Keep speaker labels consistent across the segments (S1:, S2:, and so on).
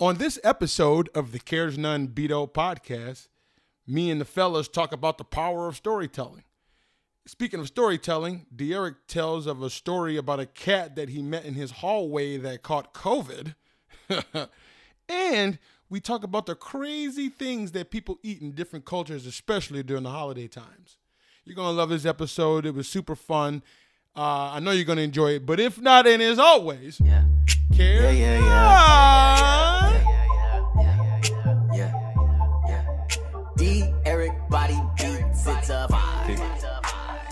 S1: On this episode of the Cares None Beto podcast, me and the fellas talk about the power of storytelling. Speaking of storytelling, Derek tells of a story about a cat that he met in his hallway that caught COVID. and we talk about the crazy things that people eat in different cultures, especially during the holiday times. You're going to love this episode. It was super fun. Uh, I know you're going to enjoy it, but if not, and as always,
S2: Yeah.
S1: care.
S2: yeah, yeah.
S1: not.
S2: Yeah. Yeah. D Eric Body Beats. It's a vibe.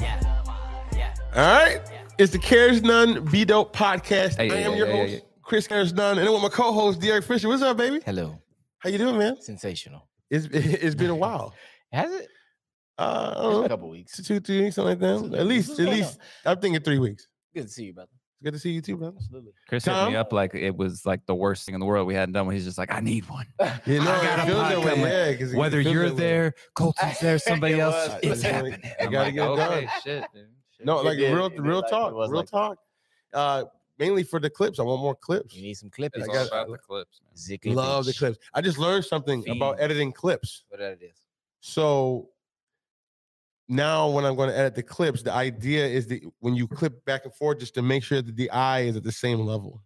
S2: Yeah. Yeah.
S1: All right. It's the Cares None Be Dope podcast.
S3: Hey,
S1: I
S3: hey,
S1: am
S3: hey,
S1: your
S3: hey,
S1: host,
S3: hey.
S1: Chris Cares Nunn, and I'm with my co-host, Derek Fisher. What's up, baby?
S3: Hello.
S1: How you doing, man?
S3: Sensational.
S1: It's it's been a while.
S3: Has it?
S1: Uh, I
S3: It's
S1: don't
S3: been a
S1: know,
S3: couple weeks.
S1: two, two, three weeks, something like
S3: Two
S1: that. At least,
S3: weeks. What's
S1: at
S3: going
S1: least, I'm thinking three weeks.
S2: Good to see you, brother.
S1: It's good to see you too, brother.
S2: Absolutely.
S3: Chris hit
S1: Tom?
S3: me up like it was like the worst thing in the world we hadn't done. When he's just like, I need one.
S1: You know,
S3: got
S1: it
S3: a
S1: feels
S3: pod
S1: that way,
S3: coming.
S1: yeah, 'cause it
S3: Whether
S1: feels
S3: you're
S1: that way.
S3: there, Colton's there, somebody
S2: It
S3: else,
S2: was.
S3: it's
S1: I
S3: happening. I'm
S1: gotta
S3: like,
S1: get it
S3: okay,
S1: done.
S3: Shit, dude. Shit.
S1: No,
S2: It
S1: like
S2: did,
S1: real,
S2: it did,
S1: real
S2: like, it
S1: talk,
S2: was
S1: real
S2: like that.
S1: talk. Uh, mainly for the clips. I want more clips.
S2: You need some
S3: It's
S2: clippers.
S1: I
S3: all
S1: got-
S3: about the clips, man.
S2: Zicky
S1: Love the
S2: bitch.
S1: clips. I just learned something about
S2: Fiend.
S1: editing clips.
S2: What that is.
S1: So now when I'm going to edit the clips, the idea is that when you clip back and forth, just to make sure that the eye is at the same level.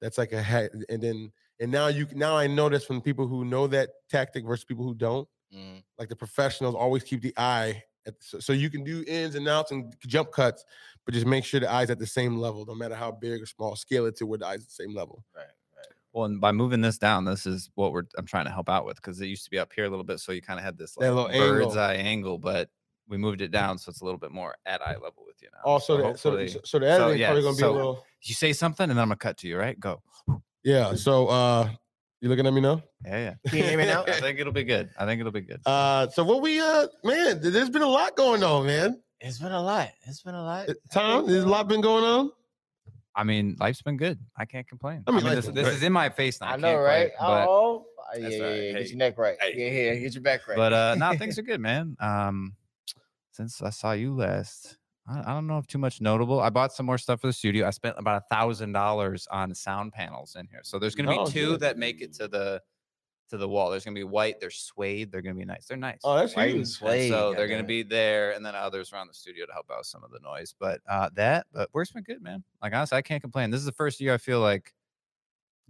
S1: That's like a hack. And then and now you now I know this from people who know that tactic versus people who don't.
S2: Mm.
S1: Like the professionals always keep the eye at, so, so you can do ins and outs and jump cuts, but just make sure the eye's at the same level, no matter how big or small. Scale it to where the eye's at the same level.
S2: Right. Right.
S3: Well, and by moving this down, this is what we're I'm trying to help out with because it used to be up here a little bit, so you kind of had this
S1: That
S3: like
S1: little
S3: bird's
S1: angle.
S3: eye angle, but we moved it down, so it's a little bit more at eye level with you now.
S1: Also, the, Oh, so, the-
S3: hopefully-
S1: so, so the
S3: so,
S1: editing
S3: yeah,
S1: probably gonna be a
S3: so-
S1: little.
S3: you say something, and then I'm gonna cut to you. Right? Go.
S1: Yeah. So uh you looking at me now?
S3: Yeah, yeah.
S2: Can you hear me now?
S3: I think it'll be good. I think it'll be good.
S1: Uh, so what we uh man, th- there's been a lot going on, man.
S2: It's been a lot. It's been a lot.
S1: Uh, Tom, there's a lot been going on.
S3: I mean, life's been good. I can't complain.
S1: I
S3: I
S1: mean,
S3: mean,
S1: life's
S3: this,
S1: been
S3: this
S1: great.
S3: is in my face now.
S2: I
S3: can't
S2: know,
S3: quit,
S2: right?
S3: but
S2: Oh, yeah,
S3: That's
S2: yeah,
S3: all
S2: yeah.
S3: right.
S2: Get
S3: Hey.
S2: your neck right.
S3: Hey.
S2: Yeah, yeah. Get your back right.
S3: but uh, no, things are good, man. Um, since I saw you last, I, I don't know if too much notable. I bought some more stuff for the studio. I spent about a thousand dollars on sound panels in here, so there's gonna
S1: Oh,
S3: be two
S1: good.
S3: that make it to the to the wall. There's gonna be white. They're suede. They're gonna be nice. They're nice.
S1: Oh, that's
S2: White and
S1: huge.
S3: And
S2: suede,
S3: so they're going to
S2: goddammit.
S3: be there, and then others around the studio to help out with some of the noise. But uh, that, but work's been good, man. Like honestly, I can't complain. This is the first year I feel like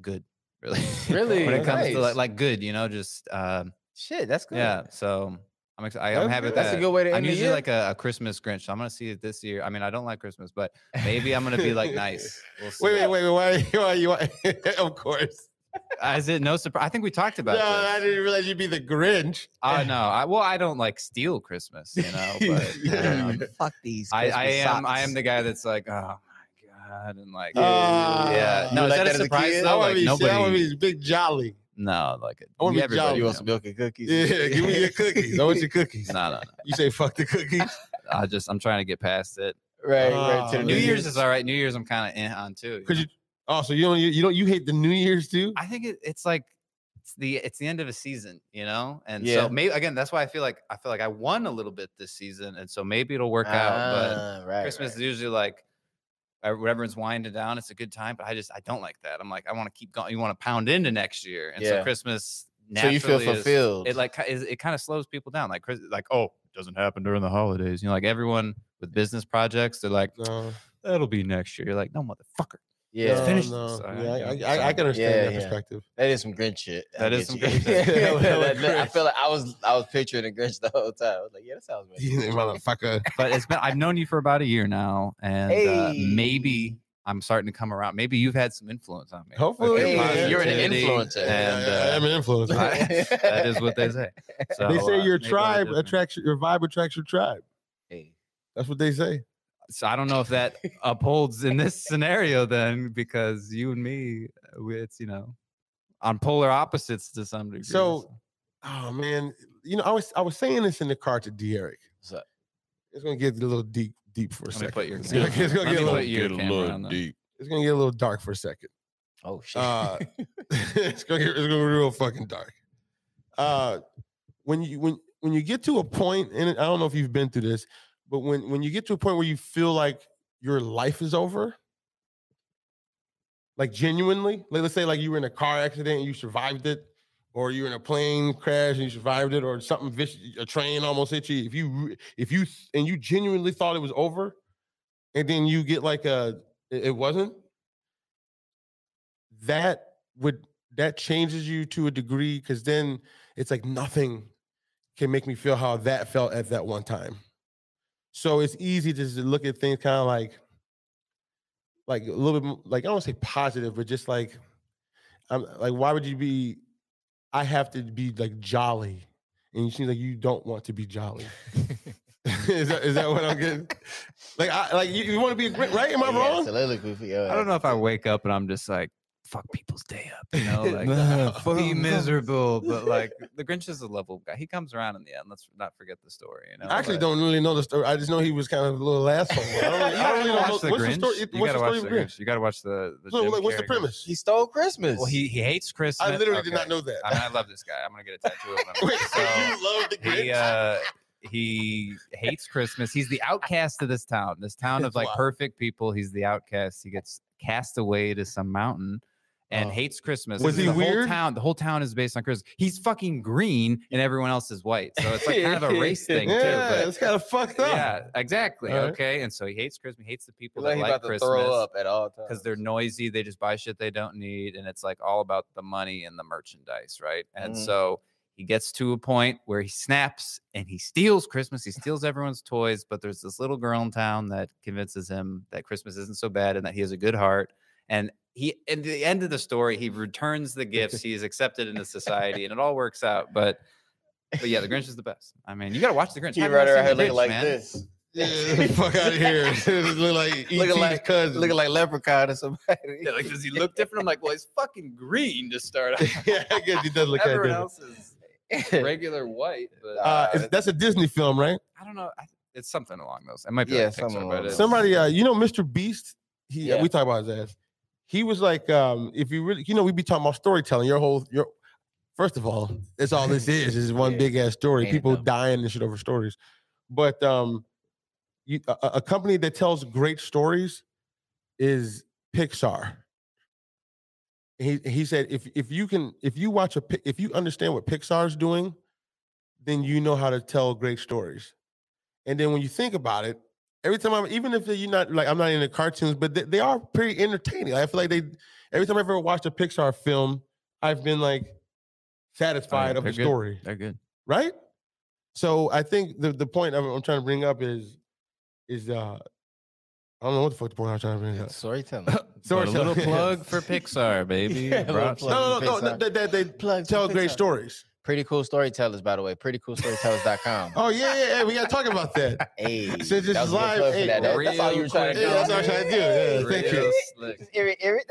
S3: good, really.
S2: Really?
S3: when it comes to like,
S2: Nice.
S3: like good, you know, just um,
S2: shit. That's good.
S3: yeah. So I'm excited.
S1: That's
S3: I'm happy with
S2: That's
S3: that.
S2: a good way to end
S3: I'm
S2: the
S3: usually
S2: year.
S3: like a, a Christmas Grinch. So I'm gonna see it this year. I mean, I don't like Christmas, but maybe I'm gonna be like nice. We'll see.
S1: Wait, wait, wait, wait. Why, why you? Why, of course.
S3: Uh, Is it no surprise? I think we talked
S1: No,
S3: about
S1: I
S3: this.
S1: didn't realize you'd be the Grinch.
S3: Oh no! I, well, I don't like steal Christmas, you know. But um,
S2: Fuck these.
S3: I, I
S2: Christmas
S3: am I am
S2: socks.
S3: the guy that's like, oh my god, and like,
S1: Yeah,
S3: yeah,
S1: yeah, yeah.
S3: no,
S2: You like
S3: is that,
S2: that
S3: a
S2: as a
S3: surprise?
S2: kid?
S3: though?
S1: Ah. I want
S3: like
S1: to be,
S3: nobody,
S1: I want to be big jolly.
S3: no, like
S1: I wanna
S3: we-
S1: be
S3: everybody
S1: jolly.
S2: You want
S3: knows.
S2: some milk and cookies?
S1: Yeah, give me your cookies. I want your cookies.
S3: No, no, no.
S1: You say fuck the cookies.
S3: I just I'm trying to get past it.
S2: Right, right. To
S1: Oh,
S2: the
S3: Ah, New
S1: yeah.
S3: Year's is all right. New Year's I'm kind of in on too.
S1: Could you? Oh, so you don't, you, you don't, you hate the New Year's too?
S3: I think it, it's like it's the it's the end of a season, you know, and
S2: Yeah.
S3: so maybe again that's why I feel like I feel like I won a little bit this season, and so maybe it'll work out. But
S2: Ah, right,
S3: Christmas
S2: right.
S3: is usually like uh, when everyone's winding down. It's a good time, but I just I don't like that. I'm like I want to keep going. You want to pound into next year, and
S2: Yeah.
S3: so Christmas
S2: So
S3: naturally
S2: you feel
S3: is-
S2: fulfilled.
S3: it like ki- is- it kind of slows people down. Like Chris, like oh, it doesn't happen during the holidays. You know, like everyone with business projects, they're like
S1: No.
S3: that'll be next year. You're like no motherfucker.
S2: yeah,
S1: no,
S3: finish this.
S1: no.
S3: All
S1: Yeah,
S3: right,
S1: I,
S3: yeah.
S1: I, I can understand
S2: Yeah,
S1: that
S2: yeah.
S1: perspective.
S2: that is some Grinch shit. I
S3: That
S2: get
S3: is some
S2: you.
S3: Grinch
S1: shit. Hella
S2: That- that- I
S1: Grinch.
S2: feel like I was I was picturing a Grinch the whole time. I was like, yeah, that sounds right.
S1: Motherfucker.
S3: But it's been I've known you for about a year now, and uh,
S2: Hey.
S3: maybe. I'm starting to come around. Maybe you've had some influence on me. with
S1: Hopefully,
S3: your
S1: Hey, you're an
S3: positivity
S2: influencer.
S3: And,
S1: I, I
S3: uh,
S1: am an influencer.
S3: that is what they say. So,
S1: they say
S3: uh,
S1: your
S3: maybe I
S1: tribe
S3: just-
S1: attracts your vibe attracts your tribe.
S2: Hey,
S1: That's what they say.
S3: So I don't know if that upholds in this scenario then, because you and me, uh, we- it's you know, on polar opposites to some degree.
S1: So- Oh man, you know I was I was saying this in the car to Derek.
S2: What's up?
S1: It's gonna get a little deep deep for a
S3: let me
S1: second.
S3: put your
S1: it's gonna,
S3: camera.
S1: it's gonna
S3: Let
S1: get a
S3: me
S1: little
S3: put your camera on. the-
S1: deep. It's gonna get a little dark for a second.
S2: Oh shit.
S1: Uh, it's gonna get it's gonna get real fucking dark. Uh, when you when when you get to a point, and I don't know if you've been through this, but when when you get to a point where you feel like your life is over, Like genuinely, like let's say like you were in a car accident and you survived it, or you're in a plane crash and you survived it, or something vicious, a train almost hit you. If you re- if you s- and you genuinely thought it was over, and then you get like a it it wasn't. That would that changes you to a degree because then it's like nothing can make me feel how that felt at that one time. So it's easy just to look at things kind of like, like a little bit mo- like I don't want to say positive, but just like, I'm like, why would you be? I have to be like jolly, and you seem like you don't want to be jolly. is that is that what I'm getting? Like I like you, you want to be a gri- right? Am I
S2: Yeah,
S1: wrong?
S2: soliloquy for your
S3: I don't know if I wake up and I'm just like, fuck people's day up, you know, like uh, be miserable. But like the Grinch is a level guy. He comes around in the end. Let's not forget the story, you know.
S1: I actually
S3: but-
S1: don't really know the story. I just know he was kind of a little asshole. I don't, really- I
S3: You gotta
S1: don't really know
S3: watch the
S1: what's the
S3: Grinch.
S1: story.
S3: You
S1: what's
S3: gotta
S1: the story
S3: watch
S1: of
S3: the
S1: Grinch?
S3: Grinch. You gotta watch the the.
S1: So,
S3: Jim
S1: like, what's the
S3: Carrey-
S1: premise?
S2: He stole Christmas.
S3: Well, he he hates Christmas.
S1: I literally did not
S3: Okay.
S1: know that.
S3: I, mean, I love this guy. I'm gonna get a tattoo of him.
S1: Wait, so you love the
S3: So he
S1: Grinch?
S3: uh he hates Christmas. He's the outcast of this town. This town of
S1: That's
S3: like
S1: wild.
S3: perfect people. He's the outcast. He gets cast away to some mountain and
S1: Oh.
S3: hates Christmas.
S1: Was
S3: And
S1: he
S3: the Whole
S1: weird?
S3: town, the whole town is based on Christmas. He's fucking green and everyone else is white. So it's like kind of a race thing too.
S1: yeah,
S3: But
S1: it's kind of fucked up.
S3: yeah, exactly.
S1: All right.
S3: Okay. And so he hates Christmas, hates the people
S2: like
S3: that
S2: he
S3: like
S2: about to
S3: Christmas
S2: throw up at all times.
S3: because they're noisy. They just buy shit they don't need, and it's like all about the money and the merchandise, right? And
S2: Mhm.
S3: so he gets to a point where he snaps and he steals Christmas. He steals everyone's toys, but there's this little girl in town that convinces him that Christmas isn't so bad and that he has a good heart. And he, at the end of the story, he returns the gifts. He is accepted into society, and it all works out. But but yeah, the Grinch is the best. I mean, you got to watch the Grinch.
S2: He
S3: Have you
S2: right
S3: not
S2: around
S3: seen
S2: here
S3: The
S2: looking like
S3: Grinch, man?
S2: this.
S1: Yeah, get the fuck out of here. look like E
S2: Looking
S1: E.T.'s
S2: like-
S1: cousin.
S2: Looking like leprechaun or somebody.
S3: Yeah, like, does he look different? I'm like, well, he's fucking green to start. out.
S1: yeah, I guess he does look kind of
S3: Everyone
S1: different.
S3: else is regular white, but
S1: Uh,
S2: Uh,
S1: it's- that's a Disney film, right?
S3: I don't know. I, it's something along those. It might be
S2: Yeah,
S3: like
S2: something
S3: Pixar,
S2: along
S3: but
S2: those.
S3: it's,
S1: Somebody, uh, you know, Mr. Beast. He uh,
S2: Yeah.
S1: we talk about his ass. He was like, um, if you really, you know, we be talking about storytelling. Your whole, your first of all, that's all this is is one
S2: Yeah.
S1: big ass story.
S2: Ain't it
S1: People
S2: though?
S1: dying and shit over stories. But um, you, a, a- a company that tells great stories is Pixar. He he said if if you can if you watch a pi- if you understand what Pixar's doing, then you know how to tell great stories. And then when you think about it, every time I'm even if you're not like I'm not into cartoons, but they, they are pretty entertaining. I feel like they every time I've ever watched a Pixar film, I've been like satisfied of the
S3: they're good.
S1: story
S3: they're good.
S1: right? So I think the the point I'm, I'm trying to bring up is is uh I don't know what the fuck the point I'm trying to bring up.
S2: Storytelling.
S1: Sorry,
S3: But a little
S1: sorry.
S3: plug for Pixar, baby.
S2: Yeah, a little
S3: Brought
S2: plug.
S1: No, no, no, no.
S2: Pixar.
S1: They, they, they
S2: Plugs for
S1: tell great
S2: Pixar.
S1: stories.
S2: Pretty cool storytellers, by the way. Prettycoolstorytellers.com.
S1: Oh yeah, yeah, yeah. We gotta talk about that.
S2: Hey,
S1: Since this
S2: that
S1: is
S2: was a good
S1: live,
S2: plug for
S1: hey,
S2: that. That- That's all you were
S3: real
S2: trying to
S3: quick.
S2: do.
S1: Yeah, that's what I'm trying to do. Yeah,
S3: some-
S1: thank
S3: real
S1: you.
S3: slick.
S2: Iri- iri-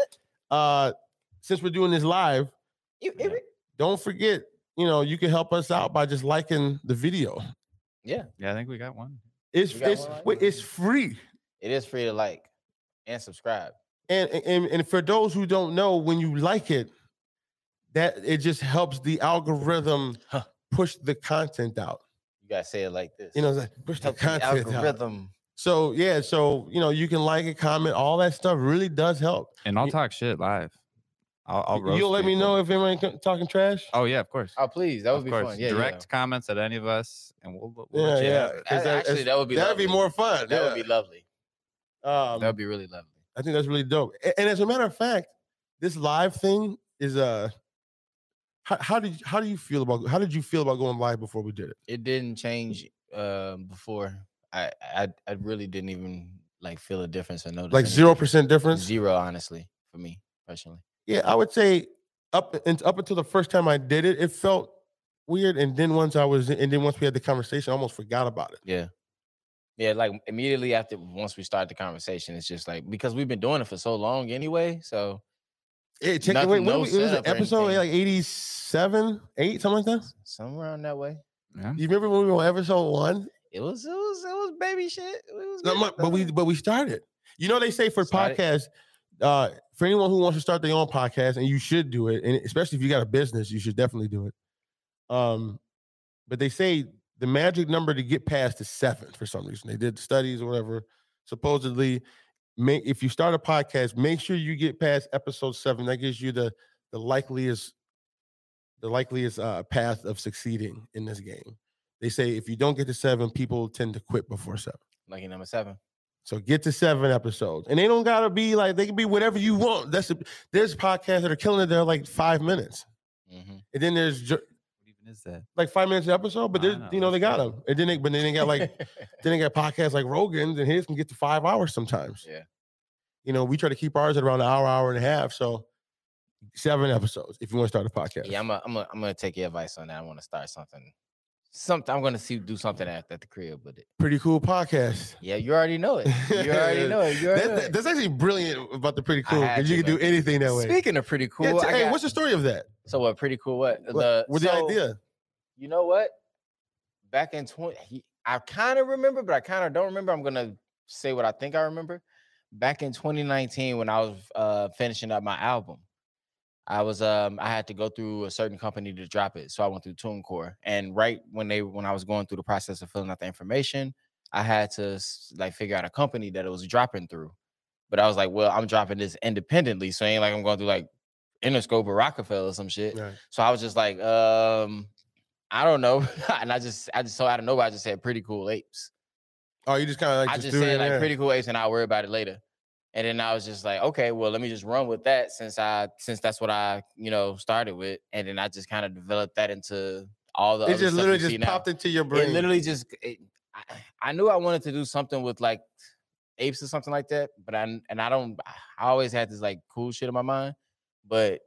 S1: Uh, since we're doing this live,
S2: you- iri-
S1: don't forget. You know, you can help us out by just liking the video.
S2: Yeah,
S3: Yeah, I think we got one.
S1: It's
S2: We got
S1: it's
S2: one right
S1: wait,
S2: now.
S1: it's free.
S2: it is free to like and subscribe.
S1: and and and for those who don't know, when you like it, that it just helps the algorithm
S2: Huh.
S1: push the content out.
S2: You gotta say it like this.
S1: You know, it's like, push the
S2: Help the
S1: content out.
S2: algorithm.
S1: So yeah, so you know, you can like it, comment, all that stuff really does help.
S3: And I'll
S1: You-
S3: talk shit live. I'll, I'll roast
S1: You'll let me
S3: people.
S1: know if anyone co- talking trash.
S3: Oh yeah, of course.
S2: Oh, please, that would
S3: of
S2: be
S3: course.
S2: fun. Yeah,
S3: Direct comments at any of us, and we'll. we'll
S1: Yeah,
S3: let you
S1: yeah.
S2: Yeah.
S3: have it.
S1: Is
S2: A-
S1: that-
S2: Actually,
S1: is-
S2: that would be
S1: That'd be
S2: lovely.
S1: more fun.
S2: That would be lovely.
S1: be. Um,
S2: That would be really lovely.
S1: I think that's really dope. A- And, as a matter of fact, this live thing is Uh, how, how did how do you feel about how did you feel about going live before we did it?
S2: It didn't change um, before. I, I I really didn't even like feel a difference or notice
S1: Like
S2: any
S1: zero
S2: difference.
S1: percent difference.
S2: Zero, honestly, for me personally.
S1: Yeah, I would say up and up until the first time I did it, it felt weird. And then once I was, and then once we had the conversation, I almost forgot about it.
S2: Yeah. Yeah, like immediately after once we start the conversation, it's just like because we've been doing it for so long anyway. So
S1: Hey, check it.
S2: Nothing-
S1: Wait, when
S2: no
S1: we- it was an
S2: setup or
S1: episode
S2: anything.
S1: like 87, 8, something like that.
S2: somewhere around that way,
S3: Yeah.
S1: You remember when we were on episode one?
S2: it was it was it was baby shit. It was
S1: No,
S2: good
S1: my- but we
S2: stuff.
S1: but we started. You know they say for
S2: Started.
S1: podcasts, uh, for anyone who wants to start their own podcast, and you should do it, and especially if you got a business, you should definitely do it. Um, but they say the magic number to get past is seven for some reason. They did studies or whatever. Supposedly, make if you start a podcast, make sure you get past episode seven. That gives you the the likeliest the likeliest uh, path of succeeding in this game. They say if you don't get to seven, people tend to quit before seven.
S2: Lucky number seven.
S1: So get to seven episodes, and they don't gotta be like they can be whatever you want. That's the there's podcasts that are killing it. They're like five minutes,
S2: Mhm.
S1: and then there's ju-
S3: What even is that?
S1: like five minutes an episode. But
S3: I
S1: there's
S3: know,
S1: you know they
S3: that's
S1: got
S3: crazy.
S1: them, and then they but then they got like then they got podcasts like Rogan's, and his can get to five hours sometimes.
S2: Yeah.
S1: You know, we try to keep ours at around an hour, hour and a half. So seven episodes if you want to start a podcast.
S2: yeah, I'm a, I'm a, I'm gonna take your advice on that. I want to start something. Something I'm gonna see do something at, at the crib with it.
S1: Pretty cool podcast.
S2: Yeah, you already know it. You already know it. You already
S1: That-
S2: know
S1: that-
S2: it.
S1: that's actually brilliant about the pretty
S2: I
S1: cool
S2: had
S1: because you
S2: to,
S1: can do
S2: but-
S1: anything that way.
S2: Speaking of pretty cool,
S1: yeah, t-
S2: I
S1: hey,
S2: got-
S1: what's the story of that?
S2: so what? Pretty cool. What?
S1: What,
S2: The,
S1: what's the
S2: so,
S1: idea?
S2: You know what? Back in twenty, he- I kind of remember, but I kind of don't remember. I'm gonna say what I think I remember. Back in 2019, when I was uh, finishing up my album, I was um I had to go through a certain company to drop it, so I went through TuneCore. And right when they when I was going through the process of filling out the information, I had to s- like figure out a company that it was dropping through. But I was like, well, I'm dropping this independently, so it ain't like I'm going through like Interscope or Rockefeller or some shit.
S1: Right.
S2: So I was just like, um, I don't know, and I just I just so out of nowhere I just said pretty cool apes.
S1: Oh, you just kind of like
S2: I
S1: just,
S2: just
S1: threw it
S2: said
S1: in
S2: like
S1: there.
S2: pretty cool apes, and I'll worry about it later. And then I was just like, okay, well, let me just run with that since I since that's what I you know started with, and then I just kind of developed that into all
S1: It
S2: the. other
S1: just
S2: stuff
S1: literally
S2: you see
S1: just
S2: now.
S1: popped into your brain.
S2: It literally just. It, I, I knew I wanted to do something with like apes or something like that, but I and I don't. I always had this like cool shit in my mind, but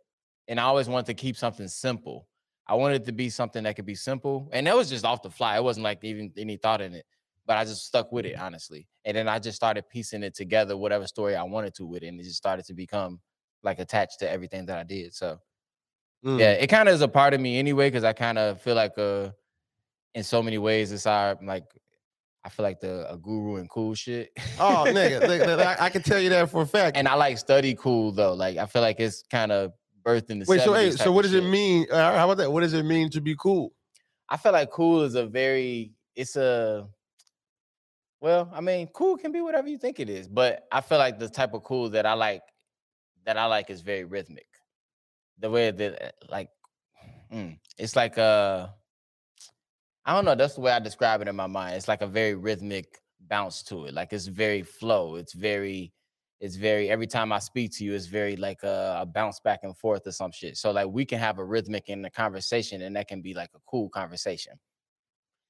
S2: and I always wanted to keep something simple. I wanted it to be something that could be simple, and that was just off the fly. It wasn't like even any thought in it, but I just stuck with it honestly, and then I just started piecing it together, whatever story I wanted to with it, and it just started to become like attached to everything that I did. So
S1: Mm.
S2: yeah, it kind of is a part of me anyway, because I kind of feel like uh in so many ways it's our like I feel like the a guru and cool shit.
S1: Oh, nigga, like- like, I- I can tell you that for a fact.
S2: and I like study cool though. Like I feel like it's kind of birthed in the
S1: Wait, so
S2: 70s
S1: hey,
S2: type
S1: so
S2: of
S1: what does it
S2: shit.
S1: mean? Uh, how about that? What does it mean to be cool?
S2: I feel like cool is a very it's a well, I mean, cool can be whatever you think it is, but I feel like the type of cool that I like that I like is very rhythmic. The way that uh, like mm, it's like a I don't know, that's the way I describe it in my mind. It's like a very rhythmic bounce to it. Like it's very flow. It's very it's very every time I speak to you, it's very like a, a bounce back and forth or some shit. So like we can have a rhythmic in the conversation, and that can be like a cool conversation,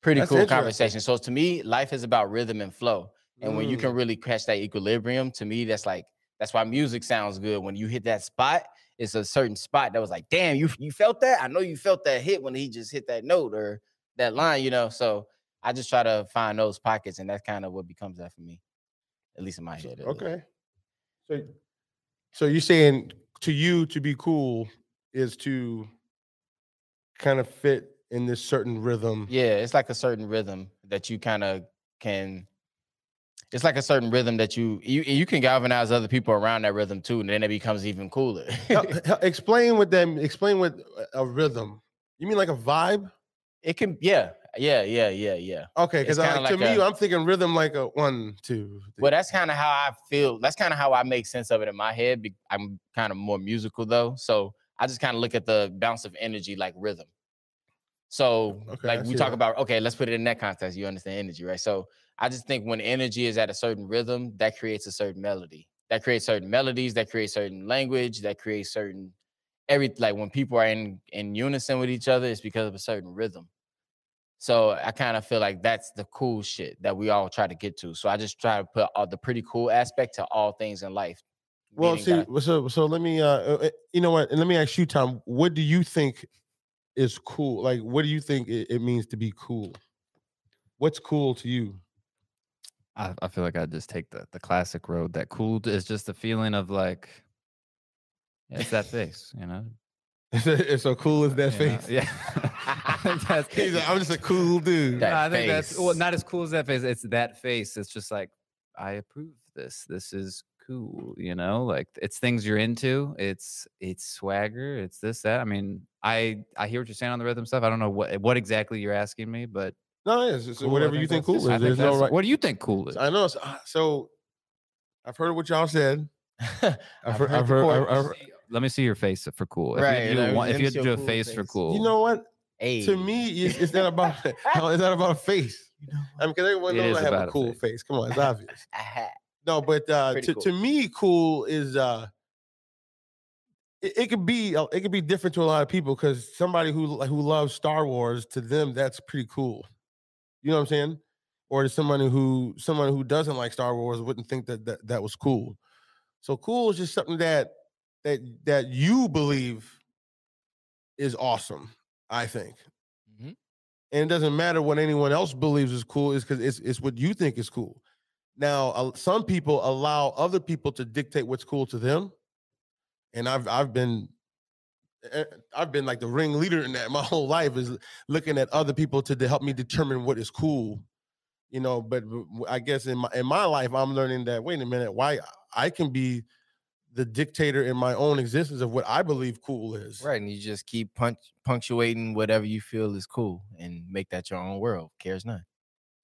S2: pretty
S1: That's
S2: cool
S1: interesting.
S2: conversation. So to me, life is about rhythm and flow, and when you
S1: Mm.
S2: can really catch that equilibrium, to me, that's like that's why music sounds good. When you hit that spot, it's a certain spot that was like, damn, you you felt that? I know you felt that hit when he just hit that note or that line, you know. So I just try to find those pockets, and that's kind of what becomes that for me, at least in my head. at least.
S1: Okay. So, so you're saying to you to be cool is to kind of fit in this certain rhythm.
S2: Yeah, it's like a certain rhythm that you kind of can. It's like a certain rhythm that you you you can galvanize other people around that rhythm too, and then it becomes even cooler.
S1: Hel- hel- explain what them. Explain what a- a rhythm. You mean like a vibe?
S2: it can, yeah, yeah, yeah, yeah, yeah.
S1: Okay, because
S2: It's
S1: like,
S2: kinda
S1: to
S2: like
S1: me,
S2: a-
S1: I'm thinking rhythm like a one, two. Three.
S2: Well, that's kind of how I feel. That's kind of how I make sense of it in my head. be- I'm kind of more musical though, so I just kind of look at the bounce of energy like rhythm. So,
S1: Okay, I
S2: like we
S1: see
S2: talk
S1: that.
S2: about, okay, let's put it in that context. You understand energy, right? So, I just think when energy is at a certain rhythm, that creates a certain melody. That creates certain melodies. That creates certain language. That creates certain every like when people are in in unison with each other, it's because of a certain rhythm. So I kind of feel like that's the cool shit that we all try to get to. So I just try to put all the pretty cool aspect to all things in life.
S1: Well,
S2: meaning
S1: see,
S2: that-
S1: well, so so let me. Uh, uh, uh, you know what? And let me ask you, Tom. What do you think is cool? Like, what do you think it, it means to be cool? What's cool to you?
S3: I, I feel like I just take the, the classic road. That cool is just the feeling of like, yeah, it's that face, you know.
S1: It's, a, it's so cool as that
S3: you know?
S1: face.
S3: Yeah. I think that's-
S1: He's like, I'm just a cool dude.
S2: That
S3: No, I think that's well,
S2: face.
S3: not as cool as that face. It's that face. It's just like I approve this. This is cool, you know. Like it's things you're into. It's it's swagger. It's this that. I mean, I I hear what you're saying on the rhythm stuff. I don't know what what exactly you're asking me, but
S1: No, it's, it's
S3: cool, I
S1: whatever you think
S3: that's-
S1: cool is.
S3: I think
S1: There's no
S3: that's-
S1: right.
S3: What do you think cool is?
S1: I know. uh, So, so I've heard what y'all said. I've
S2: I've
S1: heard,
S2: heard
S1: I've
S2: the
S1: heard,
S2: chorus.
S1: I've heard-
S3: Let me see your face for cool. If
S2: Right,
S3: you,
S2: like,
S3: want, if
S2: let
S3: you
S2: me
S3: had to
S2: see
S3: do
S2: your
S3: a
S2: cool
S3: face
S2: face.
S3: for
S2: You
S3: cool,
S1: you know what?
S2: hey,
S1: To me, it's, it's not about it's not about a face.
S2: you know,
S1: I mean, because everyone
S3: It
S1: knows
S3: is
S1: I have
S3: about
S1: a
S3: a
S1: cool face.
S3: face.
S1: Come on, it's obvious.
S2: I had-
S1: No, but uh,
S2: Pretty
S1: to
S2: cool.
S1: to me, cool is uh, it, it could be uh, it could be different to a lot of people because somebody who lo- who loves Star Wars to them that's pretty cool. You know what I'm saying? Or to someone who someone who doesn't like Star Wars wouldn't think that that, that was cool. So cool is just something that that that you believe is awesome. I think.
S2: Mhm.
S1: And it doesn't matter what anyone else believes is cool, is because it's it's what you think is cool. Now, uh, some people allow other people to dictate what's cool to them, and I've I've been eh, I've been like the ringleader in that my whole life is looking at other people to, to help me determine what is cool, you know. But w- w- I guess in my in my life, I'm learning that wait a minute, why I can be the dictator in my own existence of what I believe cool is.
S2: right, and you just keep punch, punctuating whatever you feel is cool and make that your own world. Cares none.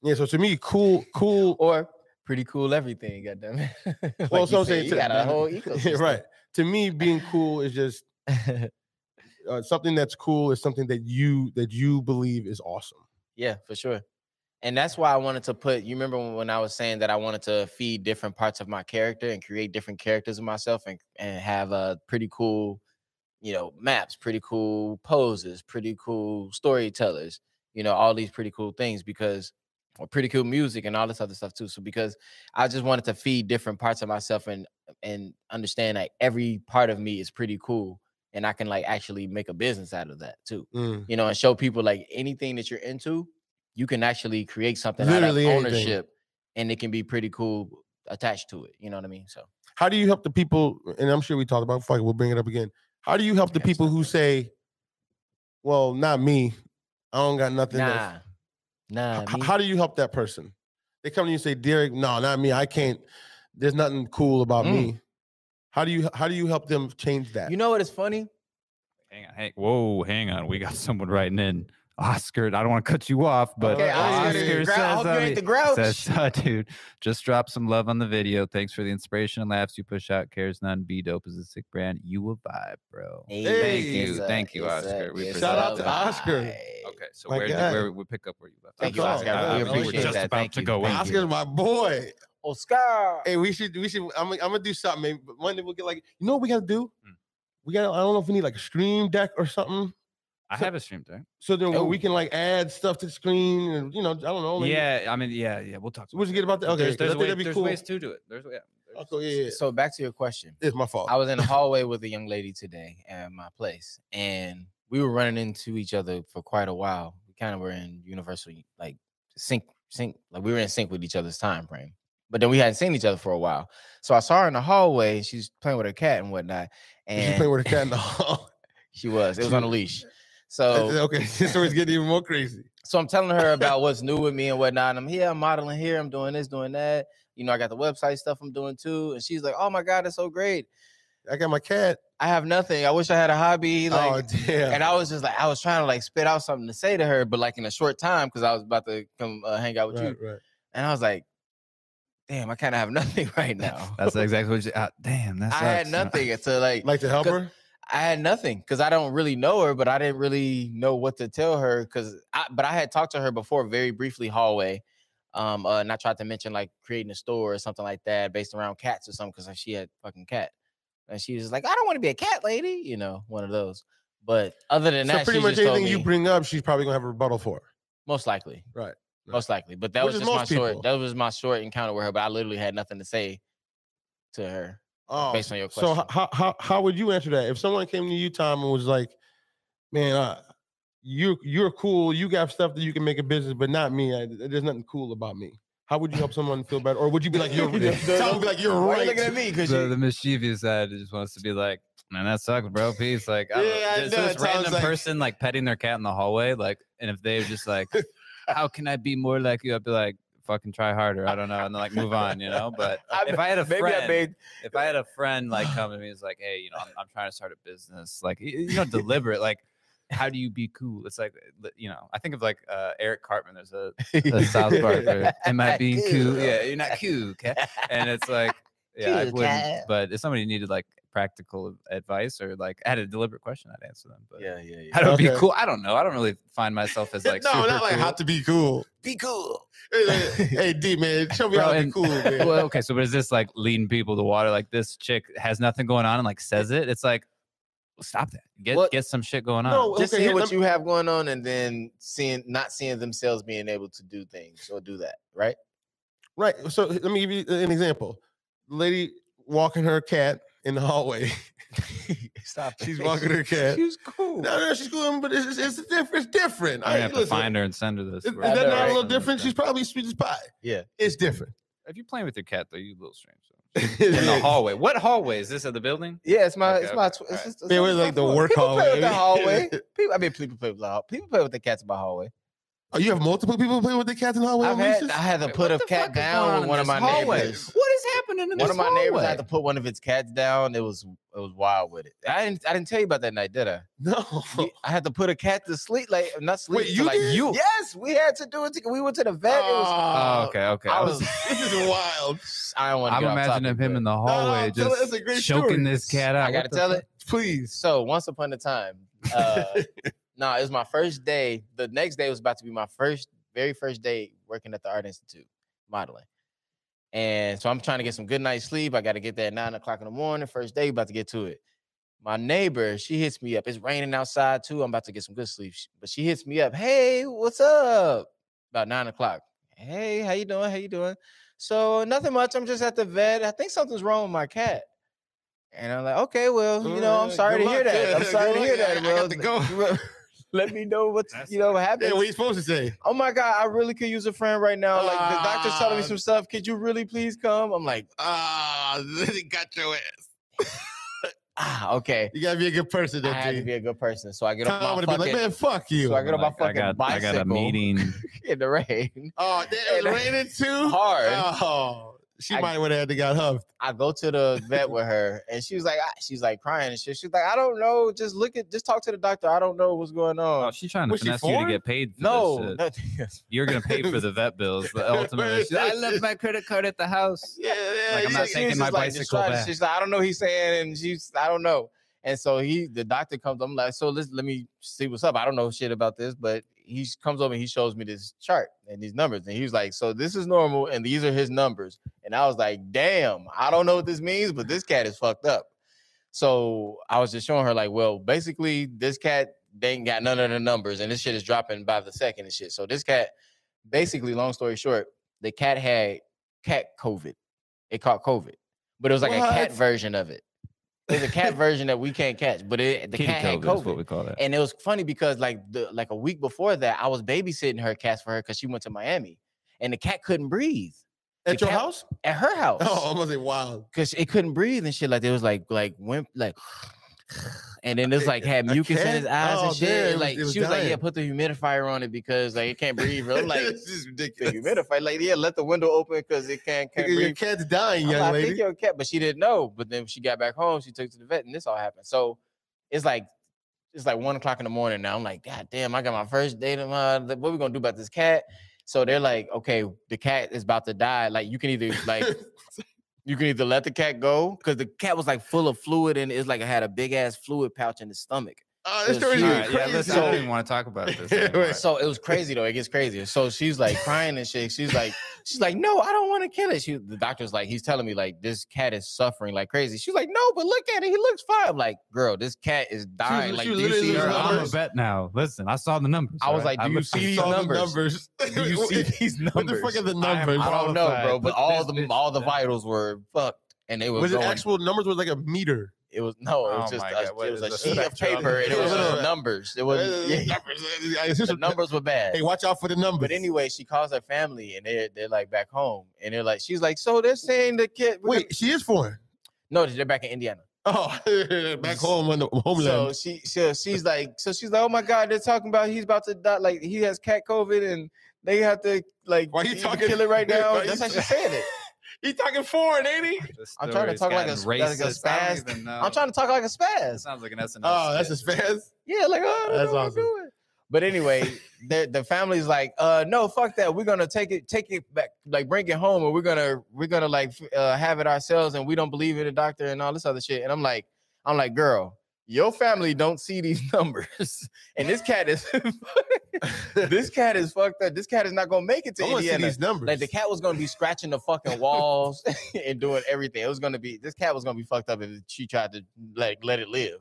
S1: Yeah. So to me, cool, cool.
S2: Or pretty cool everything, goddamn it. like
S1: Well,
S2: you
S1: some
S2: said,
S1: say
S2: you
S1: to-
S2: got a whole
S1: Yeah,
S2: ecosystem.
S1: right. To me, being cool is just uh, something that's cool is something that you that you believe is awesome.
S2: Yeah, for sure. And that's why I wanted to put, you remember when- when I was saying that I wanted to feed different parts of my character and create different characters of myself and, and have uh, pretty cool, you know, maps, pretty cool poses, pretty cool storytellers, you know, all these pretty cool things because, or pretty cool music and all this other stuff too. So because I just wanted to feed different parts of myself and, and understand like every part of me is pretty cool and I can like actually make a business out of that too you know, and show people like anything that you're into, you can actually create something
S1: Literally
S2: out of
S1: anything.
S2: ownership, and it can be pretty cool attached to it. You know what I mean? So
S1: How do you help the people? And I'm sure we talked about. it, Fuck, it, we'll bring it up again. How do you help the people who say, "Well, not me. I don't got nothing." else."
S2: nah, nah.
S1: H-
S2: me-
S1: How do you help that person? They come to you and say, "Derek, no, not me. I can't. There's nothing cool about
S2: Mm.
S1: me." How do you how do you help them change that?
S2: you know what is funny?
S3: hang on, hang, whoa, hang on, we got someone writing in. Oscar, I don't want to cut you off, but
S2: okay,
S1: Oh,
S2: Oscar,
S1: Oscar
S2: the Grouch- I
S3: says,
S2: hope you
S3: uh,
S2: ain't the grouch.
S3: says, uh, dude, just drop some love on the video. Thanks for the inspiration and laughs you push out. Cares none. Be dope is a sick brand. You a vibe, bro.
S2: Hey,
S1: Thank
S2: it's
S1: you,
S3: thank you,
S2: it's
S3: Oscar. We
S2: it's
S1: Shout out to
S2: vibe.
S1: Oscar.
S3: Okay, so
S1: My
S3: where, did,
S1: guy.
S3: where we pick up where you left?
S2: Thank
S1: you, Oscar. We
S3: I- I- we were
S1: appreciate
S3: just
S2: that.
S3: about
S2: Thank
S3: to
S2: you.
S3: go in.
S2: Thank
S1: Oscar's my boy.
S2: Oscar.
S1: Hey, we should we should. I'm I'm gonna do something. Maybe but one day we'll get like you know what we gotta do.
S3: Mm.
S1: We got. to I don't know if we need like a stream deck or something.
S3: I
S1: So-
S3: have a stream deck.
S1: So then we
S2: Oh.
S1: can like add stuff to the screen and you know I don't know. maybe-
S3: Yeah, I mean, yeah, yeah. We'll talk.
S1: So what'd you get about that? Okay, 'cause
S3: there's,
S1: I
S3: there's,
S1: think
S3: way-
S1: that'd be
S3: there's
S1: cool.
S3: ways to do it. There's yeah. there's-
S1: Okay, Oh, yeah, yeah.
S2: So back to your question.
S1: It's my fault.
S2: I was in the hallway with a young lady today at my place, and we were running into each other for quite a while. We kind of were in universal like sync, sync, like we were in sync with each other's time frame. But then we hadn't seen each other for a while, so I saw her in the hallway. and She's playing with her cat and whatnot,
S1: Did
S2: and
S1: you play with a cat in the hall?
S2: she was. It was on a
S1: She-
S2: leash. So
S1: okay, this story's getting even more crazy.
S2: so I'm telling her about what's new with me and whatnot. And I'm here, I'm modeling here, I'm doing this, doing that. You know, I got the website stuff I'm doing too. And she's like, "Oh my god, that's so great!
S1: I got my cat.
S2: I have nothing. I wish I had a hobby." Like,
S1: oh damn!
S2: and I was just like, I was trying to like spit out something to say to her, but like in a short time because I was about to come uh, hang out with
S1: right,
S2: you,
S1: right.
S2: and I was like, damn, I kind of have nothing right now.
S3: That's exactly what. You, uh, damn, that's.
S2: I had nothing to like.
S1: Like to help
S2: 'cause-
S1: her.
S2: I had nothing because I don't really know her, but I didn't really know what to tell her because I. But I had talked to her before, very briefly, hallway. Um, uh, and I tried to mention like creating a store or something like that based around cats or something because she had fucking cat, and she was just like, I don't want to be a cat lady, you know, one of those. But other than
S1: So
S2: that,
S1: pretty
S2: she
S1: much
S2: just told
S1: anything you
S2: me-
S1: bring up, she's probably gonna have a rebuttal for.
S2: Most likely.
S1: Right, right.
S2: Most likely. But that
S1: Which
S2: was
S1: is
S2: just my
S1: most people.
S2: short that was my short encounter with her, but I literally had nothing to say to her.
S1: Oh,
S2: based on your
S1: So h-
S2: question.
S1: how how how would you answer that if someone came to you, Tom, and was like, "Man, uh, you you're cool. You got stuff that you can make a business, but not me. I, there's nothing cool about me." How would you help someone feel better, or would you be like, "You're"?
S2: The- the-
S1: Tom would be like, "You're
S2: Why
S1: right."
S2: you looking at me? Cause
S3: The,
S2: you-
S3: the mischievous side just wants to be like, man, that sucks, bro. Peace. Like, I don't know,
S1: Yeah, I
S3: there's
S1: know, it
S3: this
S1: sounds
S3: random
S1: like-
S3: person like petting their cat in the hallway, like, and if they're just like, how can I be more like you? I'd be like, fucking try harder. I don't know, and then like move on, you know. But if I had a
S2: maybe I
S3: friend,
S2: made
S3: if I had a friend like come to me, it's like, hey, you know, I'm, I'm trying to start a business, like, y- you know, deliberate, like. How do you be cool? It's like, uh, li- you know, I think of like uh, Eric Cartman. There's a, a South Park. where, Am I being cool?
S2: Cool.
S3: Yeah, you're not cool, okay? and it's like yeah, I
S2: Cute
S3: wouldn't.
S2: cat.
S3: But if somebody needed like practical advice or like had a deliberate question, I'd answer them. But
S2: Yeah, yeah, yeah.
S3: how to be
S1: Okay.
S3: cool? I don't know. I don't really find myself as like
S1: no,
S3: super
S1: not like
S3: cool.
S1: how to be cool.
S2: Be cool.
S1: Hey, like, hey, D man, show me
S3: Bro,
S1: how to be
S3: and-
S1: cool, man.
S3: well, okay, so but is this like leading people to water? Like this chick has nothing going on and like says it. It's like, well, stop that. Get
S2: What-
S3: get some shit going on.
S1: No,
S2: Just
S1: Okay,
S2: seeing
S1: here,
S2: what
S1: lem-
S2: you have going on and then seeing not seeing themselves being able to do things or do that, right?
S1: Right. So let me give you an example. Lady walking her cat in the hallway.
S2: Stop. it.
S1: She's walking her cat.
S2: She's cool.
S1: No, no, she's cool, but it's, it's, it's different. It's different.
S3: I'm
S1: I-
S3: gonna have to
S1: listen,
S3: find her and send her this.
S1: Is, is
S3: right?
S2: I
S1: that
S2: know,
S1: not a
S2: right?
S1: little different? She's probably sweet as pie.
S2: Yeah.
S1: It's different.
S3: If you're playing with your cat, though, you little strange.
S1: It's
S3: In the
S1: like-
S3: hallway. What hallway is this at the building?
S2: Yeah, it's my,
S3: Okay,
S2: it's my,
S3: okay,
S2: tw- it's
S3: alright.
S2: just, it's
S1: Man,
S2: on
S1: we're
S2: my
S1: like the
S2: floor.
S1: work
S2: people Play
S1: hallway.
S2: with the hallway. People, I mean, people play with the hall. People play with the cats in my hallway.
S1: Oh, you have multiple people playing with the cats in the hallway.
S2: I've
S1: on
S2: had,
S1: leashes?
S2: I had to
S3: Wait,
S2: put
S3: what
S2: a
S3: the
S2: cat
S3: fuck is
S2: down
S3: going
S2: with one of
S3: in
S2: my
S3: this hallway?
S2: neighbors.
S3: What is happening in
S2: One
S3: this
S2: of my
S3: hallway?
S2: neighbors had to put one of its cats down. It was, it was wild with it. I didn't, I didn't tell you about that night, did I?
S1: no.
S2: We- I had to put a cat to sleep, like not sleep.
S1: Wait,
S2: to,
S1: you
S2: like,
S1: did?
S3: You-
S2: Yes, we had to do it. To, we went to the vet. it was,
S3: Oh,
S1: Oh,
S3: okay, okay.
S2: I
S3: I
S2: was.
S1: this is wild.
S2: I don't want to.
S3: am imagining him in the
S1: no,
S3: hallway
S1: tell it,
S3: just
S1: it's a great
S3: choking
S1: story.
S3: this cat out.
S2: I
S3: What
S2: gotta
S3: the
S2: tell
S3: fuck?
S2: it.
S1: Please.
S2: So once upon a time, uh, no, it was my first day. The next day was about to be my first, very first day working at the Art Institute modeling. And so I'm trying to get some good night's sleep. I got to get there at nine o'clock in the morning. First day, about to get to it. My neighbor, she hits me up. It's raining outside too. I'm about to get some good sleep. Sh- But she hits me up. Hey, what's up? About nine o'clock. Hey, how you doing? How you doing? So nothing much. I'm just at the vet. I think something's wrong with my cat. And I'm like, okay, well, you know, I'm
S1: Uh,
S2: sorry to
S1: good
S2: hear
S1: luck.
S2: that. I'm
S1: Good
S2: sorry to
S1: luck.
S2: hear
S1: I-
S2: that,
S1: I
S2: bro.
S1: got to go.
S2: Re- Let me know what's
S3: That's
S2: you know what
S1: Yeah,
S2: happened.
S1: what are you supposed to say?
S2: oh my god, I really could use a friend right now. Like the doctor's telling me
S1: Ah.
S2: some stuff. Could you really please come? I'm like,
S1: Ah, they got your ass.
S2: ah, okay.
S1: You gotta be a good person.
S2: I had to
S1: Then,
S2: be a good person, so I get
S1: Tom would
S2: on my
S1: have
S2: fucking
S1: been like, man, fuck you.
S2: so I get on my
S3: Like, I
S2: fucking
S3: got, I
S2: bicycle
S3: got a meeting.
S2: in the rain.
S1: Oh, that it
S2: And-
S1: was raining too.
S2: Hard.
S1: Oh, she
S2: I-
S1: might have had to got huffed.
S2: I go to the vet with her, and she was like, ah, she's like crying and shit. She's like, I don't know. Just look at, just talk to the doctor. I don't know what's going
S3: Oh,
S2: on.
S3: she's trying to
S1: Was she
S3: finesse you to
S1: foreign?
S3: get paid for
S2: no,
S3: this shit.
S2: nothing. yes.
S3: You're gonna pay for the vet bills, but ultimately, she's like, I left my credit card at the house.
S1: Yeah, yeah.
S3: Like, I'm
S1: yeah.
S3: not
S2: She
S3: taking
S2: was
S3: my
S2: just, like,
S3: bicycle
S2: distraught.
S3: back.
S2: She's like, I don't know. what He's saying, and she's, I don't know. And so he, the doctor comes. I'm like, so let's let me see what's up. I don't know shit about this, but he s- comes over and he shows me this chart and these numbers, and he was like, so this is normal, and these are his numbers. And I was like, damn, I don't know what this means, but this cat is fucked up. So I was just showing her like, well, basically this cat they ain't got none of the numbers, and this shit is dropping by the second and shit. So this cat, basically, long story short, the cat had cat COVID. It caught COVID, but it was like a cat
S1: What?
S2: version of it. There's a cat version that we can't catch, but it the
S3: Kitty
S2: cat
S3: COVID,
S2: had COVID.
S3: is what we call that.
S2: And it was funny because like the like a week before that, I was babysitting her cats for her because she went to Miami, and the cat couldn't breathe
S1: At
S2: the
S1: your
S2: cat-
S1: house?
S2: at her house
S1: Oh, I'm gonna say wild.
S2: because it couldn't breathe and shit. Like it was like like wimp like, and then it was like had
S1: A
S2: mucus in
S1: cat?
S2: his eyes
S1: Oh,
S2: and shit.
S1: damn, it was-
S2: like
S1: it was
S2: she was like, yeah,
S1: dying.
S2: put the humidifier on it because like it can't breathe. Bro. I'm like
S1: this is
S2: the
S1: ridiculous.
S2: humidifier, like yeah, let the window open because it can't can't
S1: Your- Your
S2: breathe.
S1: cat's dying,
S2: I'm like,
S1: young
S2: I
S1: lady.
S2: think you're okay, but she didn't know. But then she got back home, she took to the vet, and this all happened. So it's like. It's like one o'clock in the morning now. I'm like, God damn, I got my first date. of my- What we gonna do about this cat? So they're like, okay, the cat is about to die. Like you can either like you can either let the cat go because the cat was like full of fluid and it's like it had a big ass fluid pouch in his stomach.
S1: oh,
S2: It's
S1: this story's
S3: All
S2: you're
S3: right,
S1: crazy.
S3: yeah, listen, I don't
S2: So-
S3: even want to talk about this.
S1: Yeah,
S3: anymore.
S1: right.
S2: So it was crazy though. It gets crazier. So she's like crying and shit. She's like, she's like, no, I don't want to kill it. She, the doctor's like, he's telling me like this cat is suffering like crazy. She's like, no, but look at it. He looks fine. I'm like, girl, this cat is dying. like,
S1: she
S2: do you
S1: literally
S2: see
S1: was
S2: her?
S1: like-
S3: I'm a
S2: numbers?
S3: vet now. Listen, I saw the numbers.
S2: I was
S3: all
S2: like, do you
S3: looked-
S1: I
S2: see these
S1: saw the
S2: numbers?
S1: numbers.
S2: Do you see these numbers?
S1: What the fuck are the
S3: I am
S1: numbers?
S2: I don't know, bro. But
S3: qualified? Put
S2: all
S3: this
S2: the
S3: bitch
S2: all the
S3: down.
S2: vitals were fucked, and they were
S1: Was it
S2: going
S1: actual numbers? Was it like a meter?
S2: It was no, it was
S3: Oh
S2: just
S3: my
S2: a,
S3: God, what
S2: it was
S3: is
S2: a
S3: this
S2: sheet of
S3: spectrum?
S2: paper and it
S1: Yeah,
S2: was
S1: yeah,
S2: just
S1: yeah.
S2: numbers. It
S1: Uh,
S2: was yeah,
S1: numbers, uh, it's just
S2: the
S1: a-
S2: numbers were bad.
S1: Hey, watch out for the numbers.
S2: But anyway, she calls her family and they're they're like back home and they're like she's like so they're saying the kid we're
S1: wait, she is foreign.
S2: gonna-" no they're back in Indiana.
S1: Oh, back home on the homeland.
S2: So she, she she's like so she's like oh my god they're talking about he's about to die like he has cat COVID and they have to like
S1: Why you
S2: either
S1: talking-
S2: kill it right now.
S1: Why you-
S2: That's how she's saying it.
S1: he talking foreign, ain't he?
S3: This
S2: I'm trying to
S3: story's
S2: talk like a
S3: gotten
S2: sp- like a
S3: racist. I don't
S2: spaz.
S3: even know.
S2: I'm trying to talk like a
S3: That
S2: spaz.
S3: sounds like an SNL.
S1: Oh, that's
S3: skit.
S1: his fans.
S2: Yeah, like oh I don't
S1: That's
S2: know what I'm
S1: awesome.
S2: doing. But anyway, the the family's like, uh, no, fuck that. We're gonna take it, take it back, like bring it home, and we're gonna we're gonna like f- uh, have it ourselves, and we don't believe in the doctor and all this other shit. And I'm like, I'm like, girl, your family don't see these numbers, and this cat is this cat is fucked up. This cat is not gonna make it to
S1: I want to see
S2: Indiana.
S1: these numbers.
S2: Like the cat was gonna be scratching the fucking walls and doing everything. It was gonna be this cat was gonna be fucked up if she tried to like let it live.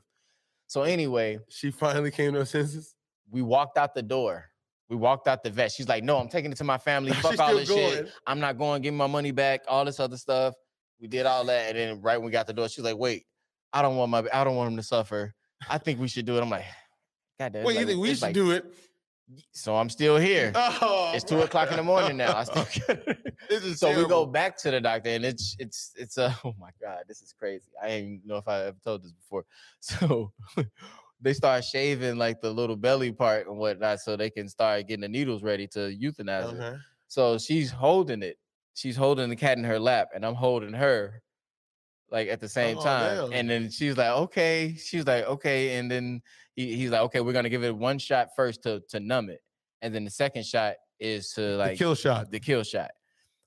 S2: So anyway,
S1: she finally came to her senses.
S2: we walked out the door. We walked out the vet. She's like, "No, I'm taking it to my family.
S1: She's
S2: Fuck all
S1: still
S2: this shit.
S1: going.
S2: I'm not going. Give me my money back. All this other stuff." We did all that, and then right when we got the door, she's like, "Wait, I don't want my. I don't want him to suffer. I think we should do it." I'm like, "God damn." it's
S1: What you
S2: like-
S1: think we
S2: it's
S1: should
S2: like-
S1: do it?
S2: So I'm still here.
S1: Oh,
S2: It's two o'clock in the morning now. I still.
S1: This is
S2: so we go
S1: terrible.
S2: back to the doctor and it's it's it's uh, oh my god this is crazy i didn't even know if i ever told this before so they start shaving like the little belly part and whatnot so they can start getting the needles ready to euthanize it
S1: Okay.
S2: so she's holding it she's holding the cat in her lap and i'm holding her like at the same
S1: Oh,
S2: time
S1: damn.
S2: and then she's like okay she's like okay and then he, he's like okay we're gonna give it one shot first to to numb it and then the second shot is to
S1: The
S2: like
S1: kill shot.
S2: the kill shot.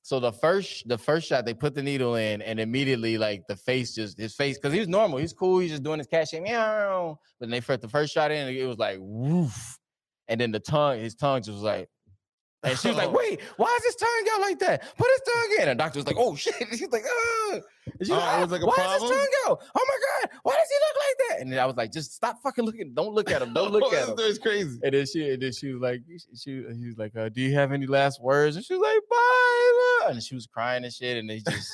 S2: So the first the first shot, they put the needle in, and immediately like the face just his face because he was normal, he's cool, he's just doing his cash shit, meow. But then they put the first shot in, and it was like woof, and then the tongue, his tongue just was like. And she was like,
S1: Oh.
S2: "Wait, why is his tongue out like that? Put his tongue in." And the doctor was like, "Oh shit!" She's like, "Ah!" And she
S1: Oh, it
S2: was like, "Ah,
S1: was like a
S2: "Why is
S1: problem?
S2: his tongue out? Oh my god! Why does he look like that?" And then I was like, "Just stop fucking looking! Don't look at him! Don't look at him!"
S1: It's crazy.
S2: And then she, and then she was like, she, she he was like, uh, "Do you have any last words?" And she was like, "Bye." love," And she was crying and shit. And they just,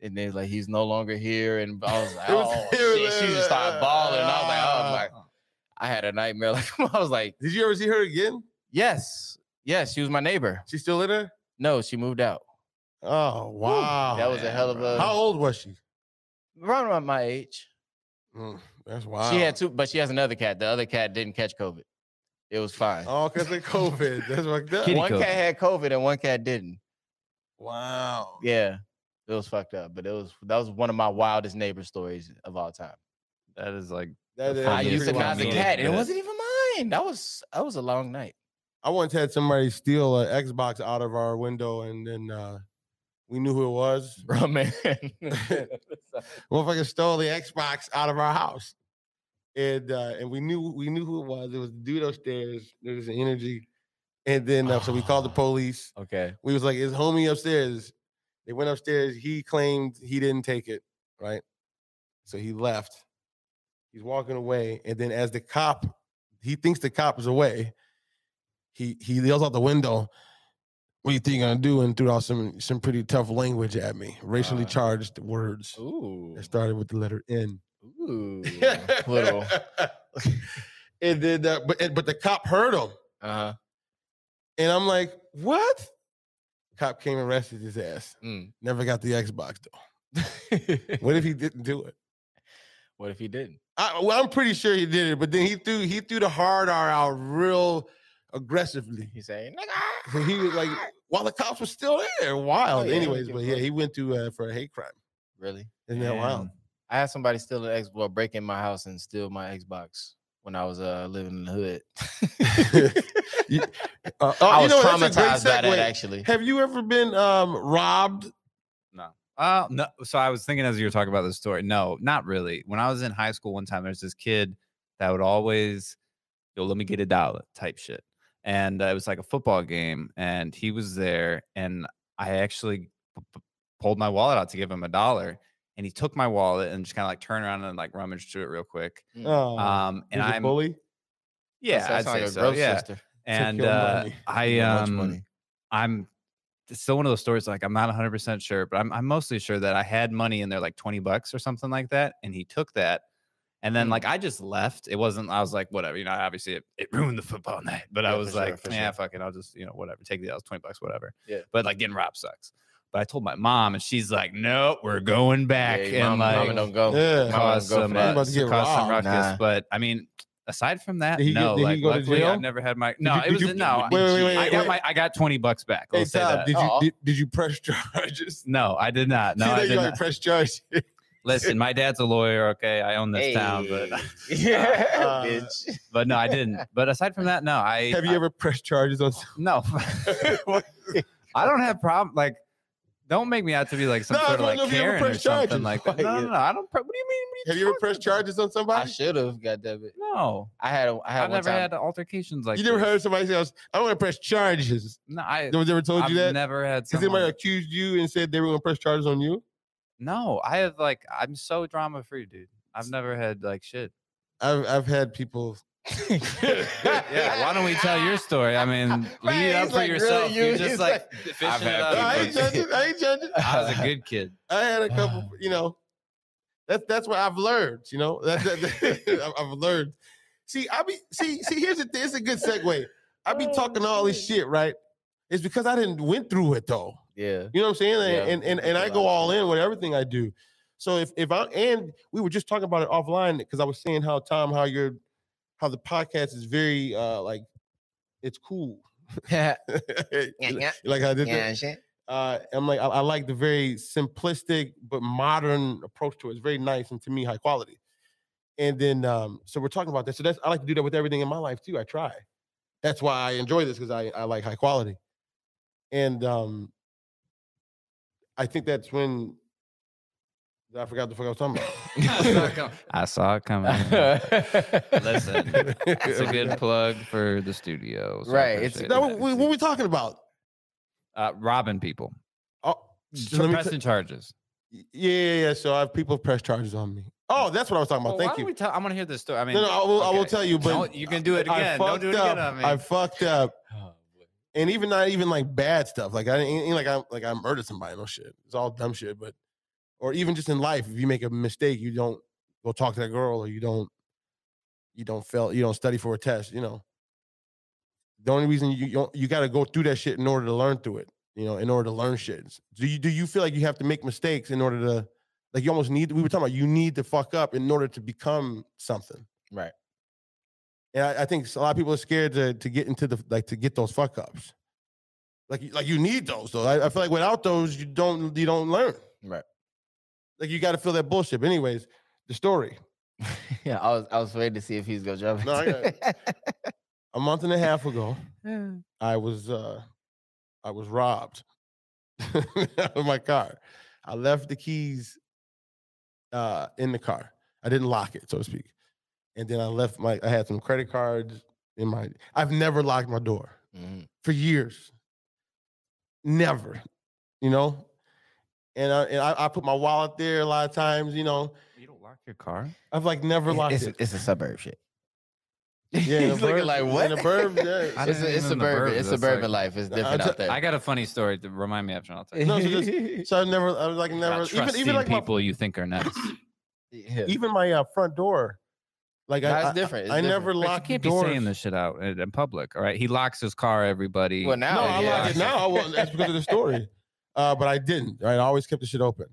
S2: and then like, he's no longer here. And I was like,
S1: It was- Ah. it
S2: "Oh
S1: was
S2: shit!"
S1: like,
S2: She just started bawling. And I was like, "I was like,
S3: Oh.
S2: I had a nightmare." Like, I was like,
S1: Did you ever see her again?
S2: "Yes, yes, she was my neighbor."
S1: She still in there?
S2: No, she moved out.
S1: Oh wow.
S2: that was a hell of a-
S1: How old was she?
S2: Around about my age,
S1: Mm, that's wild.
S2: she had two, but she has another cat. The other cat didn't catch COVID. It was fine.
S1: Oh, because of COVID. That's fucked up.
S3: Kitty
S2: one
S3: COVID.
S2: cat had COVID and one cat didn't.
S1: Wow.
S2: Yeah, it was fucked up, but it was that was one of my wildest neighbor stories of all time.
S3: That is like
S1: That is
S3: I
S2: I
S1: pretty
S2: used to
S1: wild.
S2: as a
S3: me
S2: cat. and It
S3: that-
S2: wasn't even mine. That was that was a long night.
S1: I once had somebody steal an Xbox out of our window, and then uh, we knew who it was.
S2: Bro, man.
S1: Motherfucker stole the Xbox out of our house, and uh, and we knew we knew who it was. It was the dude upstairs. There was an energy, and then uh, so we called the
S2: Ah.
S1: police.
S2: okay.
S1: We was like, "Is homie upstairs?" They went upstairs. He claimed he didn't take it, right? So he left. He's walking away, and then as the cop, he thinks the cop is away. He he yells out the window, "What you think you're gonna do?" And threw out some some pretty tough language at me, racially
S2: Uh,
S1: charged words.
S2: Ooh.
S1: It started with the letter N.
S2: Ooh. Little.
S1: and then, uh, but and- but the cop heard him,
S2: Uh-huh.
S1: and I'm like, "What?" Cop came and arrested his ass.
S2: Mm.
S1: Never got the Xbox though. What if he didn't do it?
S2: what if he didn't?
S1: I, well, I'm pretty sure he did it, but then he threw he threw the hard R out real aggressively.
S2: He's saying,
S1: So he was like, while the cops were still there, wild.
S2: Oh, yeah,
S1: Anyways,
S2: okay,
S1: but yeah,
S2: well.
S1: he went to uh, for a hate crime.
S2: Really?
S1: Isn't that wild?
S3: damn.
S2: I had somebody steal an Xbox, well, break in my house and steal my Xbox when I was uh, living in the hood.
S1: Uh, oh,
S2: I
S1: you
S2: was
S1: know, that's a great
S2: traumatized by that
S1: segue.
S2: actually.
S1: Have you ever been um, robbed?
S3: No. Uh, no. So I was thinking as you were talking about this story. No, not really. When I was in high school one time, there's this kid that would always, yo, let me get a dollar type shit. And uh, it was like a football game, and he was there, and I actually p- p- pulled my wallet out to give him a dollar, and he took my wallet and just kind of like turned around and like rummaged through it real quick.
S1: Oh,
S2: Uh,
S3: Um, and
S1: he's a
S3: I'm
S1: bully.
S3: yeah,
S2: That
S3: I'd
S2: sounds like
S3: say
S2: a
S3: so.
S2: gross
S3: Yeah,
S2: sister.
S3: and
S1: your
S3: uh,
S1: money.
S3: I
S2: Your lunch
S3: um,
S2: money.
S3: I'm it's still one of those stories like I'm not 100% sure, but I'm, I'm mostly sure that I had money in there like 20 bucks or something like that. And he took that. And then
S2: Mm.
S3: like I just left. It wasn't, I was like, whatever, you know, obviously it, it ruined the football night, but I
S2: Yeah,
S3: was
S2: for sure,
S3: like,
S2: for
S3: yeah,
S2: sure.
S3: fucking, I'll just, you know, whatever, take the L's, 20 bucks, whatever.
S2: Yeah.
S3: But like getting robbed sucks. But I told my mom and she's like, no, we're going back.
S2: Yeah, your
S3: and
S2: mama- mama
S3: like,
S2: don't go.
S1: Yeah.
S2: Mama
S3: cause
S2: don't go
S1: You're about
S2: for that.
S3: some, uh,
S1: to
S3: to
S1: get
S3: cause some
S1: robbed.
S3: ruckus.
S2: Nah.
S3: But I mean, aside from that,
S1: Did he get-
S3: no,
S1: did he
S3: like
S1: go to
S3: luckily I've
S1: jail?
S3: never had my,
S1: you-
S3: no,
S1: did
S3: it
S1: you
S3: was,
S1: get-
S3: no,
S1: Wait, wait,
S3: I-
S1: wait,
S3: I got
S1: wait.
S3: my, I got 20 bucks back.
S1: Hey,
S3: Let's say
S1: Tom,
S3: that.
S1: did you
S2: Aw.
S1: did, did you press charges?
S3: No, I did not. No,
S1: See,
S3: I
S1: there
S3: did
S1: you like
S3: not.
S1: press charges.
S3: Listen, my dad's a lawyer. Okay, I own this town, but
S2: Hey. yeah,
S1: Uh,
S2: bitch.
S3: but no, I didn't. But aside from that, no, I
S1: Have you ever pressed charges on?
S3: no, I don't have problem. Like, don't make me out to be like some
S1: No, I
S3: sort of
S1: don't know
S3: like
S1: if you ever
S3: Karen or
S1: pressed
S3: something
S1: charges.
S3: like that. No, no, no, I don't. Pre- what do you mean? What are
S1: Have you ever
S3: talking
S1: pressed
S3: about?
S1: charges on
S2: I
S1: somebody?
S2: should have. God damn it.
S3: No,
S2: I had. A, I had
S3: I've
S2: one
S3: never
S2: time.
S3: had altercations like.
S1: you never
S3: this.
S1: heard somebody say, "I want to press charges."
S3: No, I.
S1: No one's ever told
S3: I've
S1: you that.
S3: never had.
S1: Has anybody
S3: someone-
S1: accused you and said they were going to press charges on you?
S3: No, I have like I'm so drama free, dude. I've never had like shit.
S1: I've I've had people.
S3: Yeah, why don't we tell your story? I mean,
S2: Right,
S3: lead up
S2: he's
S3: for
S2: like, really,
S3: yourself.
S2: you-
S3: You're
S2: he's
S3: just like,
S2: like,
S3: fishing
S2: I've
S3: it
S2: had
S3: out of
S1: No, I
S3: your
S1: ain't
S2: people-
S3: bucket.
S1: judging. I ain't judging.
S3: I was a good kid.
S1: I had a couple,
S2: Ah.
S1: you know. That's that's what I've learned, you know. That's that, I've- I've learned. See, I be see see. Here's the thing. It's a good segue. I be
S2: Oh,
S1: talking all this shit, right? It's because I didn't went through it though.
S2: Yeah.
S1: You know what I'm saying? And-
S2: Yeah,
S1: and and,
S2: it's
S1: and
S2: a
S1: I go
S2: lot.
S1: all in with everything I do. So if if I and we were just talking about it offline because I was saying how Tom, how your how the podcast is very uh like it's cool.
S2: yeah.
S1: like I did that uh, I'm like, I, I like the very simplistic but modern approach to it. It's very nice and to me high quality. And then, um, so we're talking about that. So that's I like to do that with everything in my life too. I try. That's why I enjoy this because I I like high quality. And um, I think that's when I forgot the fuck I was talking
S3: I saw it coming. Listen,
S1: about.
S3: it's a good plug for the studio. so I
S2: Right, it's-
S3: appreciate
S1: Now, what,
S3: it.
S1: what- what we talking about?
S3: uh, robbing people,
S1: Oh, so let me
S3: pressing charges.
S1: t- yeah, yeah, yeah. So I have people press charges on me. Oh, that's what I was talking about.
S3: Well, why
S1: Thank
S3: don't
S1: you.
S3: we tell- I want to hear this story. I mean,
S1: no, no, I will, I will
S3: okay.
S1: tell you, but
S3: Don't- you can do it
S1: I
S3: again. Don't
S1: fucked
S3: do it
S1: up.
S3: again on me.
S1: I fucked up,
S2: Oh,
S1: and even not even like bad stuff. Like I didn't ain't like I like I murdered somebody. No shit. It's all dumb shit. But or even just in life, if you make a mistake, you don't go talk to that girl, or you don't you don't fail, you don't study for a test. You know, the only reason you you don't, you got to go through that shit in order to learn through it. You know, in order to learn shit. Do you do you feel like you have to make mistakes in order to like you almost need? We were talking about you need to fuck up in order to become something.
S2: Right.
S1: And I, I think s- a lot of people are scared to to get into the like to get those fuck ups. Like you- like you need those though. I, I feel like without those you don't you don't learn.
S2: Right.
S1: Like you got to feel that bullshit. But anyways, the story.
S2: Yeah. I was. I was waiting to see if he was gonna jump.
S1: No, I
S2: into
S1: A month and a half ago, I was uh I was robbed out of my car. I left the keys uh in the car. I didn't lock it, so to speak. And then I left my I had some credit cards in my I've never locked my door.
S2: Mhm.
S1: for years. Never, you know. And I and I, I put my wallet there a lot of times, you know.
S3: You don't lock your car.
S1: I've like never locked
S2: It's,
S1: it.
S2: it's a suburb shit.
S1: Yeah, in
S2: He's
S1: the
S2: looking
S1: burbs-
S2: like
S1: in
S2: what?
S1: the burbs, yeah.
S3: I
S2: it's
S3: didn't
S2: a, it's
S3: even know
S2: suburban. It's
S3: burbs, that's
S2: suburban
S3: like-
S2: life. It's
S1: I
S2: different
S1: ju-
S2: out there.
S3: I got a funny story to remind me after I'll tell you.
S1: No, so So I never, I was like never,
S3: About
S1: even even
S3: trusting
S1: like my,
S3: people you think are nice.
S2: Yeah.
S1: even my uh, front door, like I,
S2: That's
S1: I,
S2: different. It's
S1: I
S2: different.
S1: never
S3: But
S1: locked
S3: you can't
S1: doors.
S3: be saying this shit out in, in public. All right, he locks his car. Everybody.
S2: Well, now,
S1: No,
S2: Oh,
S1: I
S2: yeah.
S1: like it now. I wa- that's because of the story. Uh, but I didn't. Right, I always kept the shit open.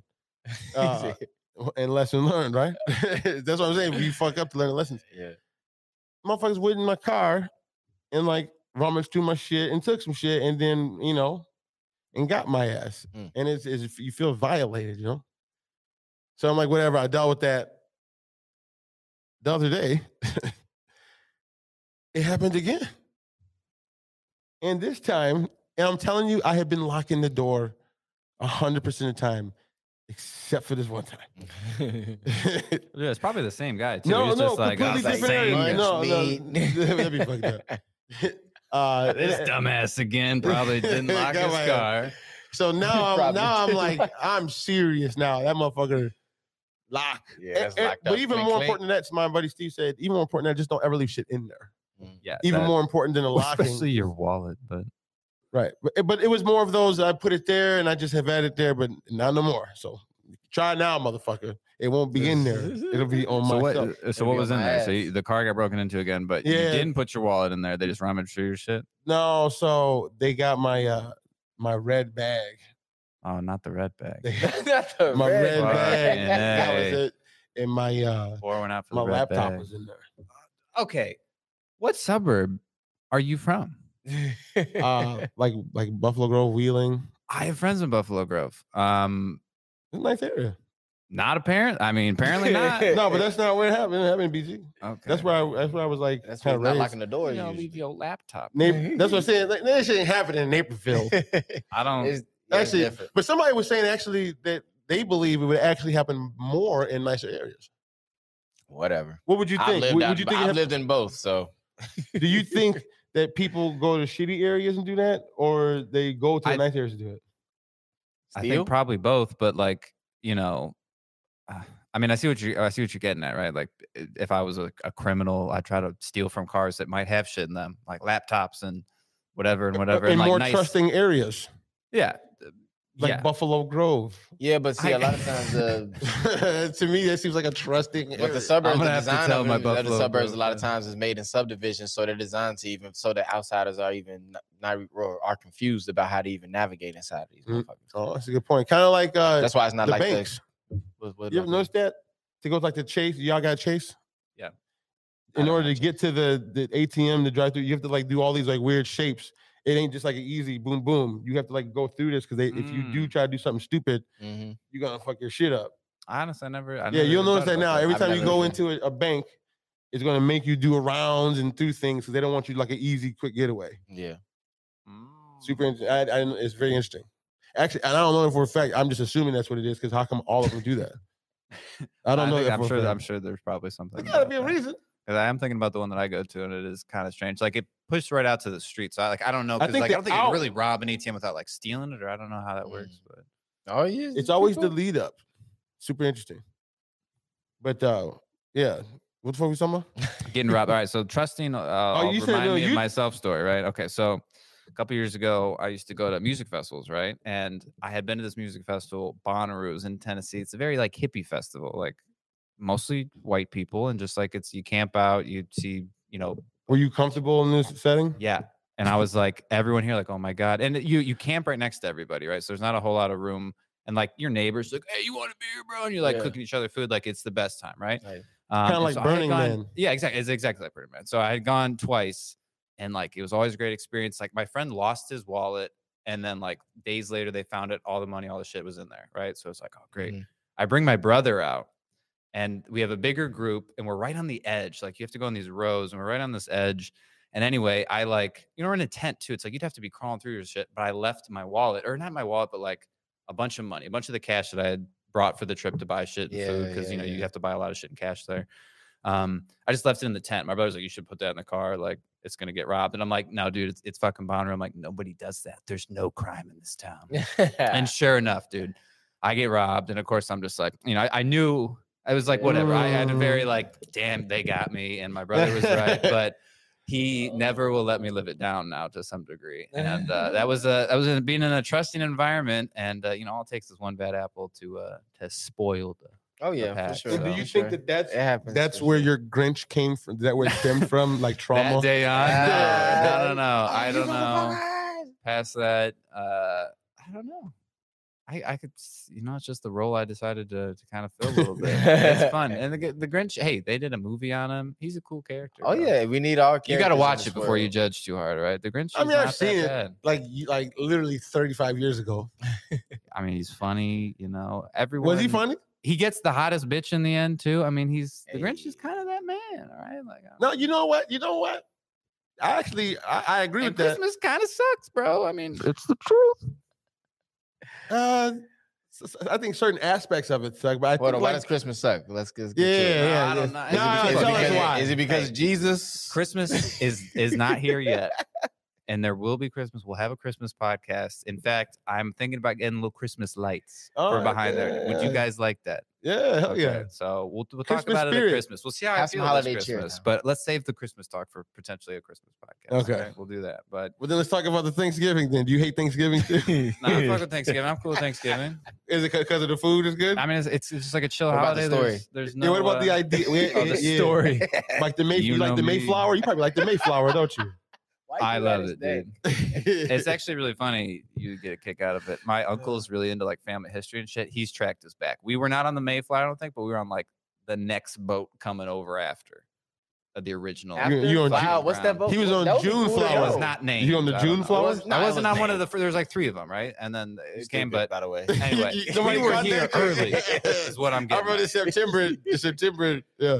S1: Uh, and lesson learned, right? that's what I'm saying. We fuck up to learn lessons.
S2: yeah.
S1: motherfuckers went in my car and like rummaged through my shit and took some shit and then you know and got my ass
S2: Mm.
S1: and it's, it's you feel violated you know so i'm like whatever i dealt with that the other day it happened again and this time and i'm telling you i had been locking the door 100% of the time except for this one time
S3: Yeah, it's probably the same guy too.
S1: No,
S3: He's
S1: no,
S3: just like,
S1: completely
S3: "Oh, that
S1: different
S3: same
S1: area.
S3: guy.
S1: No, no,
S2: Lunch meat.
S1: that'd be fucked up. uh,
S3: This dumbass again probably didn't lock
S1: Got
S3: his
S1: my ass.
S3: car.
S1: So now I'm
S2: Probably
S1: now I'm
S2: did.
S1: like I'm serious now. That motherfucker lock.
S2: Yeah.
S1: Eh,
S2: That's
S1: eh,
S2: locked
S1: but
S2: up.
S1: even
S2: Clink,
S1: more
S2: clink.
S1: important than that, my buddy Steve said, even more important than that, just don't ever leave shit in there.
S3: Yeah,
S1: Even
S3: that-
S1: more important than the
S3: well,
S1: locking.
S3: especially your wallet. But
S1: Right. But, eh, but it was more of those I put it there and I just have had it there, but not no more. So try now, motherfucker. It won't be in there. It'll be on
S3: so
S1: myself.
S3: what? uh, So
S2: It'll
S3: what
S2: be
S3: was
S2: on
S3: in
S2: my
S3: there? So
S2: ass.
S3: you, the car got broken into again, but
S1: Yeah.
S3: you didn't put your wallet in there. They just rummaged through your shit.
S1: No, so they got my uh my red bag.
S3: Oh, not the red bag.
S1: They
S2: Not the
S1: my red,
S3: bag.
S1: bag.
S3: Fucking
S1: That
S3: A.
S1: was it. And my uh
S3: Or went out for
S1: my
S3: the red
S1: laptop
S3: bag.
S1: was in there.
S3: okay. What suburb are you from?
S1: Uh like like Buffalo Grove Wheeling.
S3: I have friends in Buffalo Grove. Um,
S1: It's a nice area.
S3: Not apparent. I mean, apparently not.
S1: no, but that's not what happened. It happened, BG.
S3: Okay.
S1: That's why. I, that's why I was like,
S2: That's why
S1: kinda
S2: it's not
S1: raised.
S2: locking the door.
S3: you know,
S2: usually.
S3: leave your laptop.
S1: Na- that's what I'm saying. Like, this ain't happening in Naperville.
S3: I don't.
S2: It's- yeah, it's
S1: Actually,
S2: different.
S1: But somebody was saying actually that they believe it would actually happen more in nicer areas.
S2: whatever.
S1: What would you
S2: I've
S1: think?
S2: lived,
S1: Would,
S2: out-
S1: would you think? it
S2: I've
S1: hap-
S2: lived in both, so
S1: do you think that people go to shitty areas and do that, or they go to
S3: I-
S1: nice areas and do it?
S3: I
S2: Steal?
S3: think probably both, but like you know, uh, I mean, I see what you I see what you're getting at, right? Like, i- if I was a, a criminal, I try to steal from cars that might have shit in them, like laptops and whatever and whatever,
S1: in
S3: and like
S1: more
S3: nice,
S1: trusting areas,
S3: yeah, uh,
S1: like
S3: yeah.
S1: Buffalo Grove.
S2: yeah. But see, a
S3: I-
S2: lot of times the
S1: to me, that seems like a trusting.
S2: But
S1: area.
S2: the suburbs,
S3: gonna
S2: the
S3: have to
S2: design
S3: tell
S2: of,
S3: my
S2: them- of the
S3: Buffalo
S2: suburbs,
S3: Grove
S2: a lot of
S3: fan.
S2: times is made in subdivisions, so they're designed to even so that outsiders are even n- not re- or are confused about how to even navigate inside of these.
S1: Mm.
S2: motherfuckers.
S1: Oh, that's a good point. Kind of like uh,
S2: That's why it's not
S1: the
S2: like
S1: banks.
S2: the. What, what
S1: you
S2: about
S1: ever
S2: the-
S1: noticed that? To go like the chase, y'all got chase.
S3: Yeah.
S2: I
S1: In
S2: don't
S1: order to
S2: have
S1: get to the the ATM, the drive through, you have to like do all these like weird shapes. It ain't just like an easy boom boom. You have to like go through this because they if you
S2: Mm.
S1: do try to do something stupid,
S2: Mhm. you're
S1: you're gonna fuck your shit up.
S3: Honestly, I never.
S1: yeah,
S3: I never
S1: you'll
S3: even
S1: notice
S3: thought
S1: that
S3: about
S1: now. Every
S2: I've
S1: time you
S2: never
S1: go
S2: even-
S1: into a, a bank, it's gonna make you do arounds and through things because they don't want you like an easy quick getaway.
S2: Yeah,
S3: Mm.
S1: Super, int- I, I, it's very interesting. Actually, and I don't know if for a fact. I'm just assuming that's what it is because how come all of them do that? I don't know.
S3: think-
S1: that for
S3: I'm
S1: a
S3: sure.
S1: fact.
S3: I'm sure there's probably something.
S1: There's gotta
S3: about
S1: be a
S3: that.
S1: reason.
S3: 'Cause I am thinking about the one that I go to, and it is kind of strange. Like it pushed right out to the street, so I like I don't know
S1: I
S3: because
S1: think
S3: like
S1: the
S3: I don't think you
S1: out-
S3: can really rob an ATM without like stealing it, or I don't know how that
S1: Mm.
S3: works. But
S2: oh yeah.
S1: It's always the lead up. Super interesting. But uh yeah. What the fuck we talking about?
S3: Getting robbed. All right. So trusting. Uh, I'll
S1: you said,
S3: remind
S1: uh,
S3: me
S1: you-
S3: of myself story, right? Okay. So a couple years ago, I used to go to music festivals, right? And I had been to this music festival, Bonnaroo, it was in Tennessee. It's a very like hippie festival, like mostly white people, and just like it's you camp out, you see, you know,
S1: Were you comfortable in this setting?
S3: yeah. And I was like, everyone here, like, oh my god. And you you camp right next to everybody, right? So there's not a whole lot of room. And like your neighbors, like, hey, you want a beer, bro? And you're like
S2: Yeah.
S3: cooking each other food, like it's the best time, right?
S2: Right.
S3: Um,
S1: Kinda
S3: and
S1: like
S3: so I had
S1: Burning
S3: gone-
S1: Man.
S3: Yeah, exactly. It's exactly like Burning Man. So I had gone twice, and like it was always a great experience. Like my friend lost his wallet, and then like days later they found it. All the money, all the shit was in there, right? So it's like, oh great.
S1: Mm-hmm.
S2: Mhm.
S3: I bring my brother out, and we have a bigger group, and we're right on the edge. Like you have to go in these rows, and we're right on this edge. And anyway, I like you know we're in a tent too. It's like you'd have to be crawling through your shit. But I left my wallet, or not my wallet, but like a bunch of money, a bunch of the cash that I had brought for the trip to buy shit and
S2: Yeah,
S3: food because
S2: yeah,
S3: you know you
S2: yeah.
S3: have to buy a lot of shit in cash there. Um, I just left it in the tent. My brother's like, "You should put that in the car. Like, it's gonna get robbed." And I'm like, "No, dude, it's, it's fucking Bonnaroo." I'm like, "Nobody does that. There's no crime in this town." and sure enough, dude, I get robbed. And of course, I'm just like, you know, I, I knew I was like, whatever. I had a very like, damn, they got me, and my brother was right, but he never will let me live it down now to some degree. And uh, that was a that was in, being in a trusting environment, and uh, you know, all it takes is one bad apple to uh to spoil the.
S2: oh yeah, for
S3: pack,
S2: sure.
S3: so-
S1: do
S2: for
S1: you
S2: sure.
S1: think that that's
S2: it happens?
S1: that's
S2: for
S1: where
S2: sure.
S1: your Grinch came from? Is that where it stemmed from? Like trauma?
S3: That day on, no, no, no, no.
S2: Oh,
S3: I
S2: you
S3: don't know.
S2: motherfuckers.
S3: Past that, uh, I don't know. I, I could, s- you know, it's just the role I decided to, to kind of fill a little bit. it's fun, and the, Gr- the Grinch. Hey, they did a movie on him. He's a cool character.
S2: Oh
S3: bro.
S2: yeah, we need all.
S3: you
S2: characters
S3: got to
S2: in
S3: watch
S2: this
S3: it before you
S2: world.
S3: judge too hard, right? The Grinch.
S1: I
S3: is
S1: mean, I've
S3: not that
S1: seen it.
S3: bad.
S1: Like you- like literally 35 years ago.
S3: I mean, he's funny. You know, everyone.
S1: Was he funny?
S3: He gets the hottest bitch in the end too. I mean, he's the Grinch is
S2: Hey.
S3: kind of that man, all right? Like, I-
S1: No, you know what? You know what? I actually I, I agree
S3: and
S1: with that.
S3: Christmas kind of sucks, bro. I mean, it's the truth.
S1: Uh, s- s- I think certain aspects of it suck, but I
S2: Hold
S1: think
S2: on, why
S1: like,
S2: does Christmas suck? Let's get.
S1: yeah,
S2: to it.
S1: yeah,
S3: No,
S1: yeah.
S3: I don't know. Is it
S1: Nah,
S3: because-
S2: Is it
S3: tell us
S2: because,
S1: why.
S2: is it because Jesus?
S3: Christmas is is not here yet. And there will be Christmas. We'll have a Christmas podcast. In fact, I'm thinking about getting little Christmas lights
S1: Oh,
S3: for behind there. Would you
S1: yeah.
S3: guys like that?
S1: Yeah, hell yeah.
S3: Okay, So we'll, we'll talk
S1: Christmas
S3: about it
S1: spirit.
S3: at Christmas. We'll see how
S2: Have
S3: I
S2: some
S3: feel holiday
S2: holiday
S3: this
S2: cheer
S3: Christmas.
S2: now.
S3: But let's save the Christmas talk for potentially a Christmas podcast. all
S1: Okay.
S3: right? We'll do that. But
S1: Well, then let's talk about the Thanksgiving. Then, do you hate Thanksgiving too?
S3: no, I fuck with Thanksgiving. I'm cool with Thanksgiving.
S1: Is it because of the food is good?
S3: I mean, it's, it's it's just like a chill
S2: What about the
S3: holiday.
S2: story?
S3: There's, there's no.
S1: yeah, what about the
S3: uh,
S1: idea? We-
S3: oh, the
S1: yeah,
S3: story?
S1: Like the May,
S3: You
S1: you, like
S3: know
S1: the
S3: me.
S1: Mayflower? You probably like the Mayflower, don't you?
S3: I love it, dude. it's actually really funny. You get a kick out of it. My uncle's really into like family history and shit. He's tracked us back. We were not on the Mayflower, I don't think, but we were on like the next boat coming over after. of the original.
S1: After You-
S2: After
S1: you on
S2: Flower-
S3: June
S2: what's that
S3: Brown.
S2: vote?
S1: He was
S2: for?
S1: on
S2: That a
S1: June
S2: cool
S1: Flower.
S3: I was
S2: show.
S3: not named.
S1: You on the
S3: but I don't
S1: June
S3: know.
S1: flower?
S2: I was
S3: I wasn't on one of
S2: named.
S3: the. fir- There was like three of them, right? And then
S2: You're
S3: it came,
S2: stupid,
S3: but
S2: by the way.
S3: anyway,
S1: Nobody
S3: we were
S1: caught
S3: here
S1: that?
S3: early. Is what I'm
S1: I
S3: getting.
S1: wrote
S3: at.
S1: in September. in September. Yeah.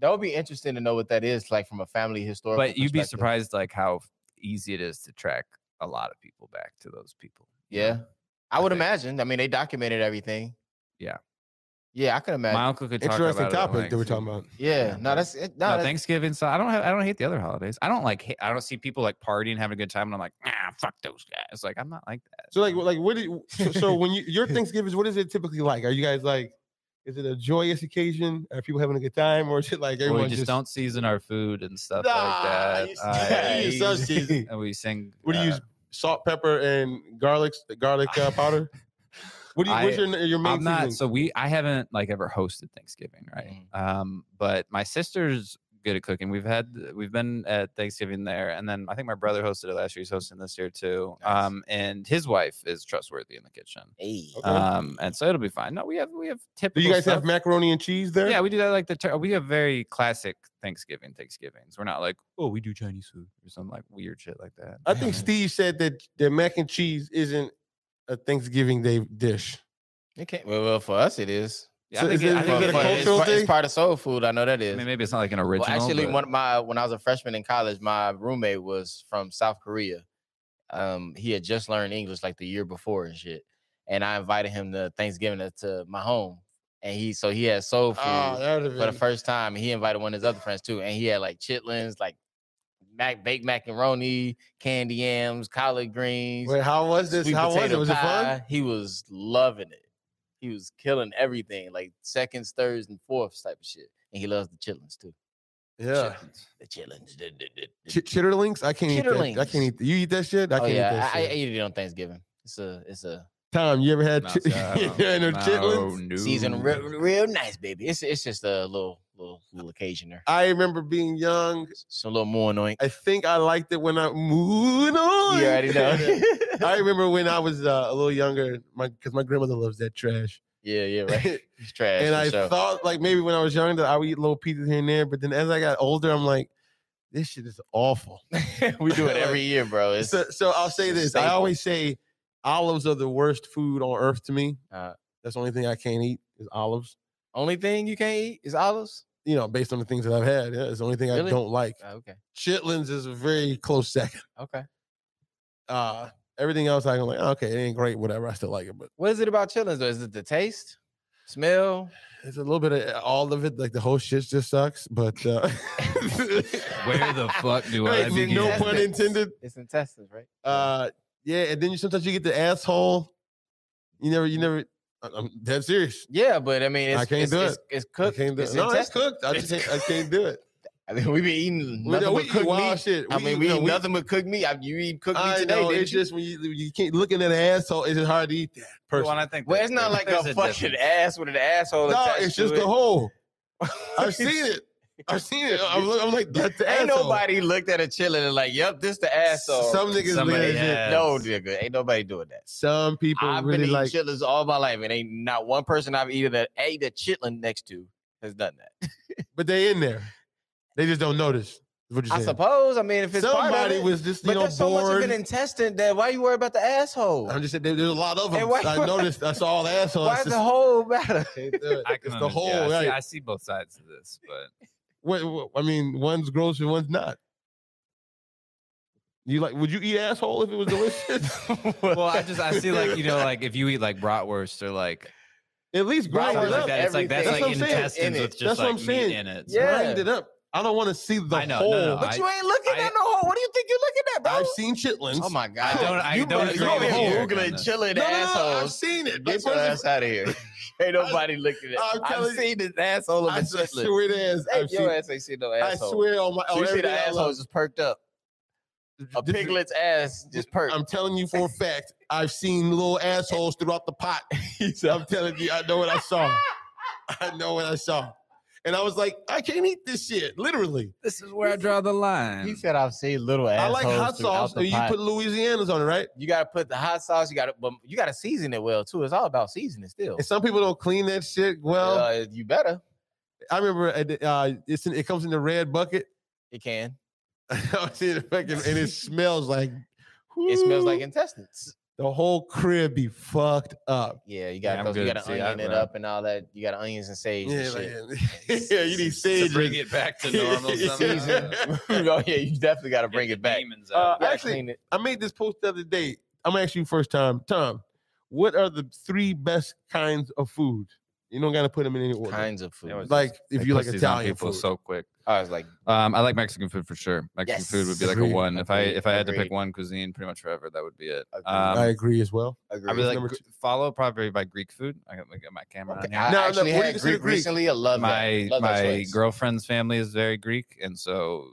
S2: That would be interesting to know what that is, like from a family historical.
S3: But you'd be
S2: perspective.
S3: surprised, like how easy it is to track a lot of people back to those people. you know?
S2: Yeah, I
S3: I
S2: would
S3: think.
S2: imagine. I mean, they documented everything.
S3: Yeah.
S2: Yeah, I could imagine.
S3: My uncle could talk
S1: Interesting
S3: about it at
S1: topic that we're
S3: length.
S1: talking about.
S2: yeah,
S3: Yeah,
S2: no,
S3: but-
S2: that's it. No,
S3: No,
S2: that's-
S3: Thanksgiving. So I don't have. I don't hate the other holidays. I don't like. hate- I don't see people like partying, having a good time, and I'm like, ah, fuck those guys. Like I'm not like that.
S1: So like, like what? Do you, so, so when you your Thanksgivings, what is it typically like? Are you guys like? Is it a joyous occasion? Are people having a good time, or is it like
S3: Or
S1: everyone
S3: we just, don't season our food and stuff
S1: Nah,
S3: like
S1: you
S3: that. I-
S1: use
S2: Yeah,
S1: salt season.
S3: and we sing.
S1: What do you
S3: uh,
S1: use? Salt, pepper, and garlic, garlic uh, powder. What do you? what's
S3: I-
S1: your your main?
S3: I'm not.
S1: seasoning?
S3: So we. I haven't like ever hosted Thanksgiving, right?
S1: Mm.
S3: Um, but my sister's good at cooking. We've had. We've been at Thanksgiving there, and then I think my brother hosted it last year. He's hosting this year too.
S2: Nice.
S3: Um, and his wife is trustworthy in the kitchen.
S2: Hey.
S1: Okay.
S3: Um, and so it'll be fine. No, we have we have
S1: do
S3: typical.
S1: you guys
S3: stuff.
S1: have macaroni and cheese there?
S3: Yeah, we do that like the tur- we have very classic Thanksgiving Thanksgivings. We're not like oh we do Chinese food or some like weird shit like that.
S1: I think Steve said that the mac and cheese isn't a Thanksgiving Day dish.
S2: Okay. Well, well, for us it is.
S3: Yeah,
S1: So
S3: I think,
S1: is
S3: it,
S1: it-
S3: I
S1: is
S3: think
S1: it
S3: it
S1: a
S2: Well,
S3: is.
S2: it's,
S1: cultural
S2: part, it's
S1: thing?
S2: part of soul food. I know that
S3: I
S2: is.
S3: mean, maybe it's not like an original.
S2: well, actually,
S3: but-
S2: one of my when I was a freshman in college, my roommate was from South Korea. Um, he had just learned English like the year before and shit. And I invited him to Thanksgiving to- to my home, and he so he had soul food.
S1: Oh, that would
S2: for the
S1: have been.
S2: first time. and He invited one of his other friends too, and he had like chitlins, like mac baked macaroni, candy yams, collard greens.
S1: Wait, how was this?
S2: sweet
S1: How was it?
S2: potato
S1: Was it fun?
S2: pie. He was loving it. He was killing everything, like seconds, thirds, and fourths type of shit. And he loves the chitlins too.
S1: Yeah.
S2: The chitlins. the- the- the- the-
S1: Ch- chitterlings? I can't eat that. I can't eat.
S2: Chitterlings.
S1: You eat that shit? I
S2: oh
S1: can't eat
S2: yeah,
S1: that
S2: I, I
S1: shit.
S2: ate it on Thanksgiving. It's a it's a
S1: Tom, you ever had
S3: No,
S1: chi-
S3: see, I don't-
S1: you ever had no chitlins?
S3: no,
S2: season
S3: no.
S2: real, real nice, baby. It's it's just a little little little occasion there.
S1: I remember being young.
S2: It's a little more annoying.
S1: I think I liked it when I moved on.
S2: You already know.
S1: I remember when I was uh, a little younger, my because my grandmother loves that trash,
S2: yeah, yeah, right. It's trash.
S1: and
S2: for
S1: I
S2: sure.
S1: thought like maybe when I was younger that I would eat little pizzas here and there, but then as I got older, I'm like, this shit is awful.
S2: we do it
S1: Like,
S2: every year, bro. It's
S1: so, so I'll say
S2: it's a
S1: this: I
S2: staple.
S1: always say olives are the worst food on earth to me.
S2: Uh.
S1: That's the only thing I can't eat is olives.
S2: only thing you can't eat is olives.
S1: You know, based on the things that I've had, yeah, it's the only thing I
S2: Really?
S1: don't like.
S2: Oh, okay,
S1: Chitlins is a very close second.
S2: okay.
S1: Uh, everything else I can like, "Oh, okay, it ain't great, whatever. I still like it, but
S2: What is it about chillings though? Is it the taste, smell?
S1: it's a little bit of all of it. Like the whole shit just sucks. But uh,
S3: Where the fuck do
S1: Right,
S3: I
S1: n-
S3: begin?
S1: no pun
S2: Yes.
S1: intended.
S2: It's intestines, right?
S1: Uh, yeah, and then you sometimes you get the asshole. You never, you never. I- I'm dead serious.
S2: yeah, but I mean, it's,
S1: I can't
S2: it's,
S1: do
S2: it's, it's
S1: I
S2: cooked.
S1: can't do it.
S2: it's
S1: No, it's
S2: intestines.
S1: cooked. I
S2: It's
S1: just can't, I can't do it.
S2: I mean, we've been eating
S1: We,
S2: nothing
S1: we
S2: but
S1: eat
S2: cooked
S1: wild
S2: meat.
S1: shit.
S2: I mean, we
S1: no,
S2: eat nothing but cooked meat. I, you eat cooked meat
S1: I
S2: today,
S1: know.
S2: didn't
S1: It's
S2: you?
S1: just when you you keep looking at an asshole, it's just hard to eat that person.
S3: Well, and I think
S2: well,
S3: that
S2: it's not
S3: there-
S2: like
S3: there's
S2: a fucking
S3: difference.
S2: ass with an asshole.
S1: no,
S2: attached
S1: it's
S2: to
S1: just
S2: it.
S1: the hole. I've seen it. I've seen it. I'm, look- I'm like that's the
S2: Ain't
S1: asshole.
S2: nobody looked at a chillin' and like, yep, this the
S1: S-
S2: asshole.
S1: Some niggas
S3: Somebody
S1: legit-
S3: has.
S2: No, nigga, ain't nobody doing that.
S1: Some people
S2: I've been
S1: really
S2: eating
S1: like.
S2: chitlins all my life, and ain't not one person I've eaten that ate a chitlin next to has done that.
S1: but they in there. They just don't notice. is What you're
S2: I
S1: saying.
S2: suppose. I mean, if it's part
S1: Somebody
S2: of it,
S1: was just you
S2: but
S1: know
S2: there's so much of
S1: bored.
S2: an intestine that why you worry about the asshole?
S1: I'm just saying there- there's a lot of
S2: And
S1: them.
S2: why-
S1: I noticed. That's all the assholes.
S2: why
S1: That's
S2: does the
S1: just-
S2: whole matter?
S1: can't do it.
S3: I
S1: It's
S3: can
S1: the
S3: under-
S1: whole.
S3: yeah, I, see, I
S1: right?
S3: see both sides of this, but
S1: What, what- I mean, one's gross and one's not. You like? Would you eat asshole if it was delicious?
S3: well, I just I see like you know like if you eat like bratwurst or like
S1: At least grind
S2: Bratwurst
S1: it
S3: something
S2: love
S3: like
S1: up.
S3: that, it's like that's,
S1: everything.
S3: like
S1: That's what I'm saying.
S3: intestines
S2: In
S3: with
S2: it.
S3: just
S1: That's what I'm
S3: like
S1: saying.
S3: meat in it.
S2: Yeah.
S1: Grind it up. I don't want to see the
S3: I know,
S1: whole.
S3: no, no,
S2: But
S3: I-
S2: you ain't looking
S3: I-
S2: at no hole. What do you think you're looking at, bro?
S1: I've seen chitlins.
S2: oh my god!
S3: I don't- I
S2: you
S3: don't
S2: better
S1: agree
S2: go
S1: with
S2: and
S1: you.
S2: Googling chillin'
S1: No, no, no, I've
S2: assholes.
S1: seen it.
S2: Get
S1: That's
S2: your
S1: what I'm
S2: ass out of here. Ain't nobody looking at.
S1: I'm
S2: I've
S1: telling you-
S2: seen this asshole of a
S1: I
S2: chitlin.
S1: swear it is.
S2: Hey,
S1: I've
S2: your
S1: seen-
S2: ass ain't seen no
S1: I
S2: asshole.
S1: swear on my.
S2: So
S1: on
S2: you see the
S1: everything I
S2: asshole
S1: love.
S2: just perked up. A
S1: This is-
S2: piglet's ass just perked.
S1: I'm telling you for a fact. I've seen little assholes throughout the pot. I'm telling you, I know what I saw. I know what I saw. And I was like, I can't eat this shit. Literally,
S3: This is where I draw the line.
S2: He said, "I've seen little
S1: I
S2: assholes."
S1: like hot sauce.
S2: The
S1: and you
S2: pot.
S1: put Louisiana's on it, right?
S2: you gotta put the hot sauce. You gotta, but you gotta season it well too. It's all about seasoning still.
S1: And some people don't clean that shit well.
S2: uh, you better.
S1: I remember uh, the- uh, it's in, it comes in the red bucket.
S2: It can.
S1: I was in the fucking- and it smells like
S2: It smells like
S1: whoo,
S2: intestines.
S1: the whole crib be fucked up.
S2: Yeah, you got
S3: I'm
S2: those. You
S3: good.
S2: got to
S3: See,
S2: onion
S3: I'd
S2: it
S3: rather-
S2: up and all that. You got to onions and sage. and
S1: Yeah,
S2: shit.
S1: like, yeah, you need sage.
S3: to bring
S1: and-
S3: it back to normal.
S1: Yeah.
S3: somehow.
S2: oh yeah, you definitely got to
S3: Get
S2: bring
S3: the
S2: it back.
S3: demons
S1: Uh,
S3: out.
S2: You gotta
S1: actually-
S2: clean it.
S1: I made this post the other day. I'm asking you first time, Tom. What are the three best kinds of food? You don't gotta put them in any order.
S2: kinds of
S3: That
S2: food.
S3: was-
S1: Like if
S3: They
S1: you
S3: push
S1: like
S3: these on
S1: Italian
S3: people
S1: food.
S3: so quick.
S2: I was like,
S3: Um, I like Mexican food for sure. Mexican food would be like
S1: Agreed.
S3: a one. If I
S2: Agreed.
S3: if I had to pick
S2: Agreed.
S3: one cuisine, pretty much forever, that would be it.
S2: Agreed.
S1: I
S3: Um,
S1: agree as well.
S3: I
S2: agree.
S3: really
S1: number
S3: like Gr- follow probably by Greek food. I got, I got my camera
S2: Okay,
S3: on here.
S1: No,
S2: I
S1: no,
S2: actually
S1: what do you
S2: had
S1: consider
S2: Greek
S1: Greek?
S2: recently. I love
S3: my
S2: that. Love that
S3: my
S2: choice.
S3: girlfriend's family is very Greek, and so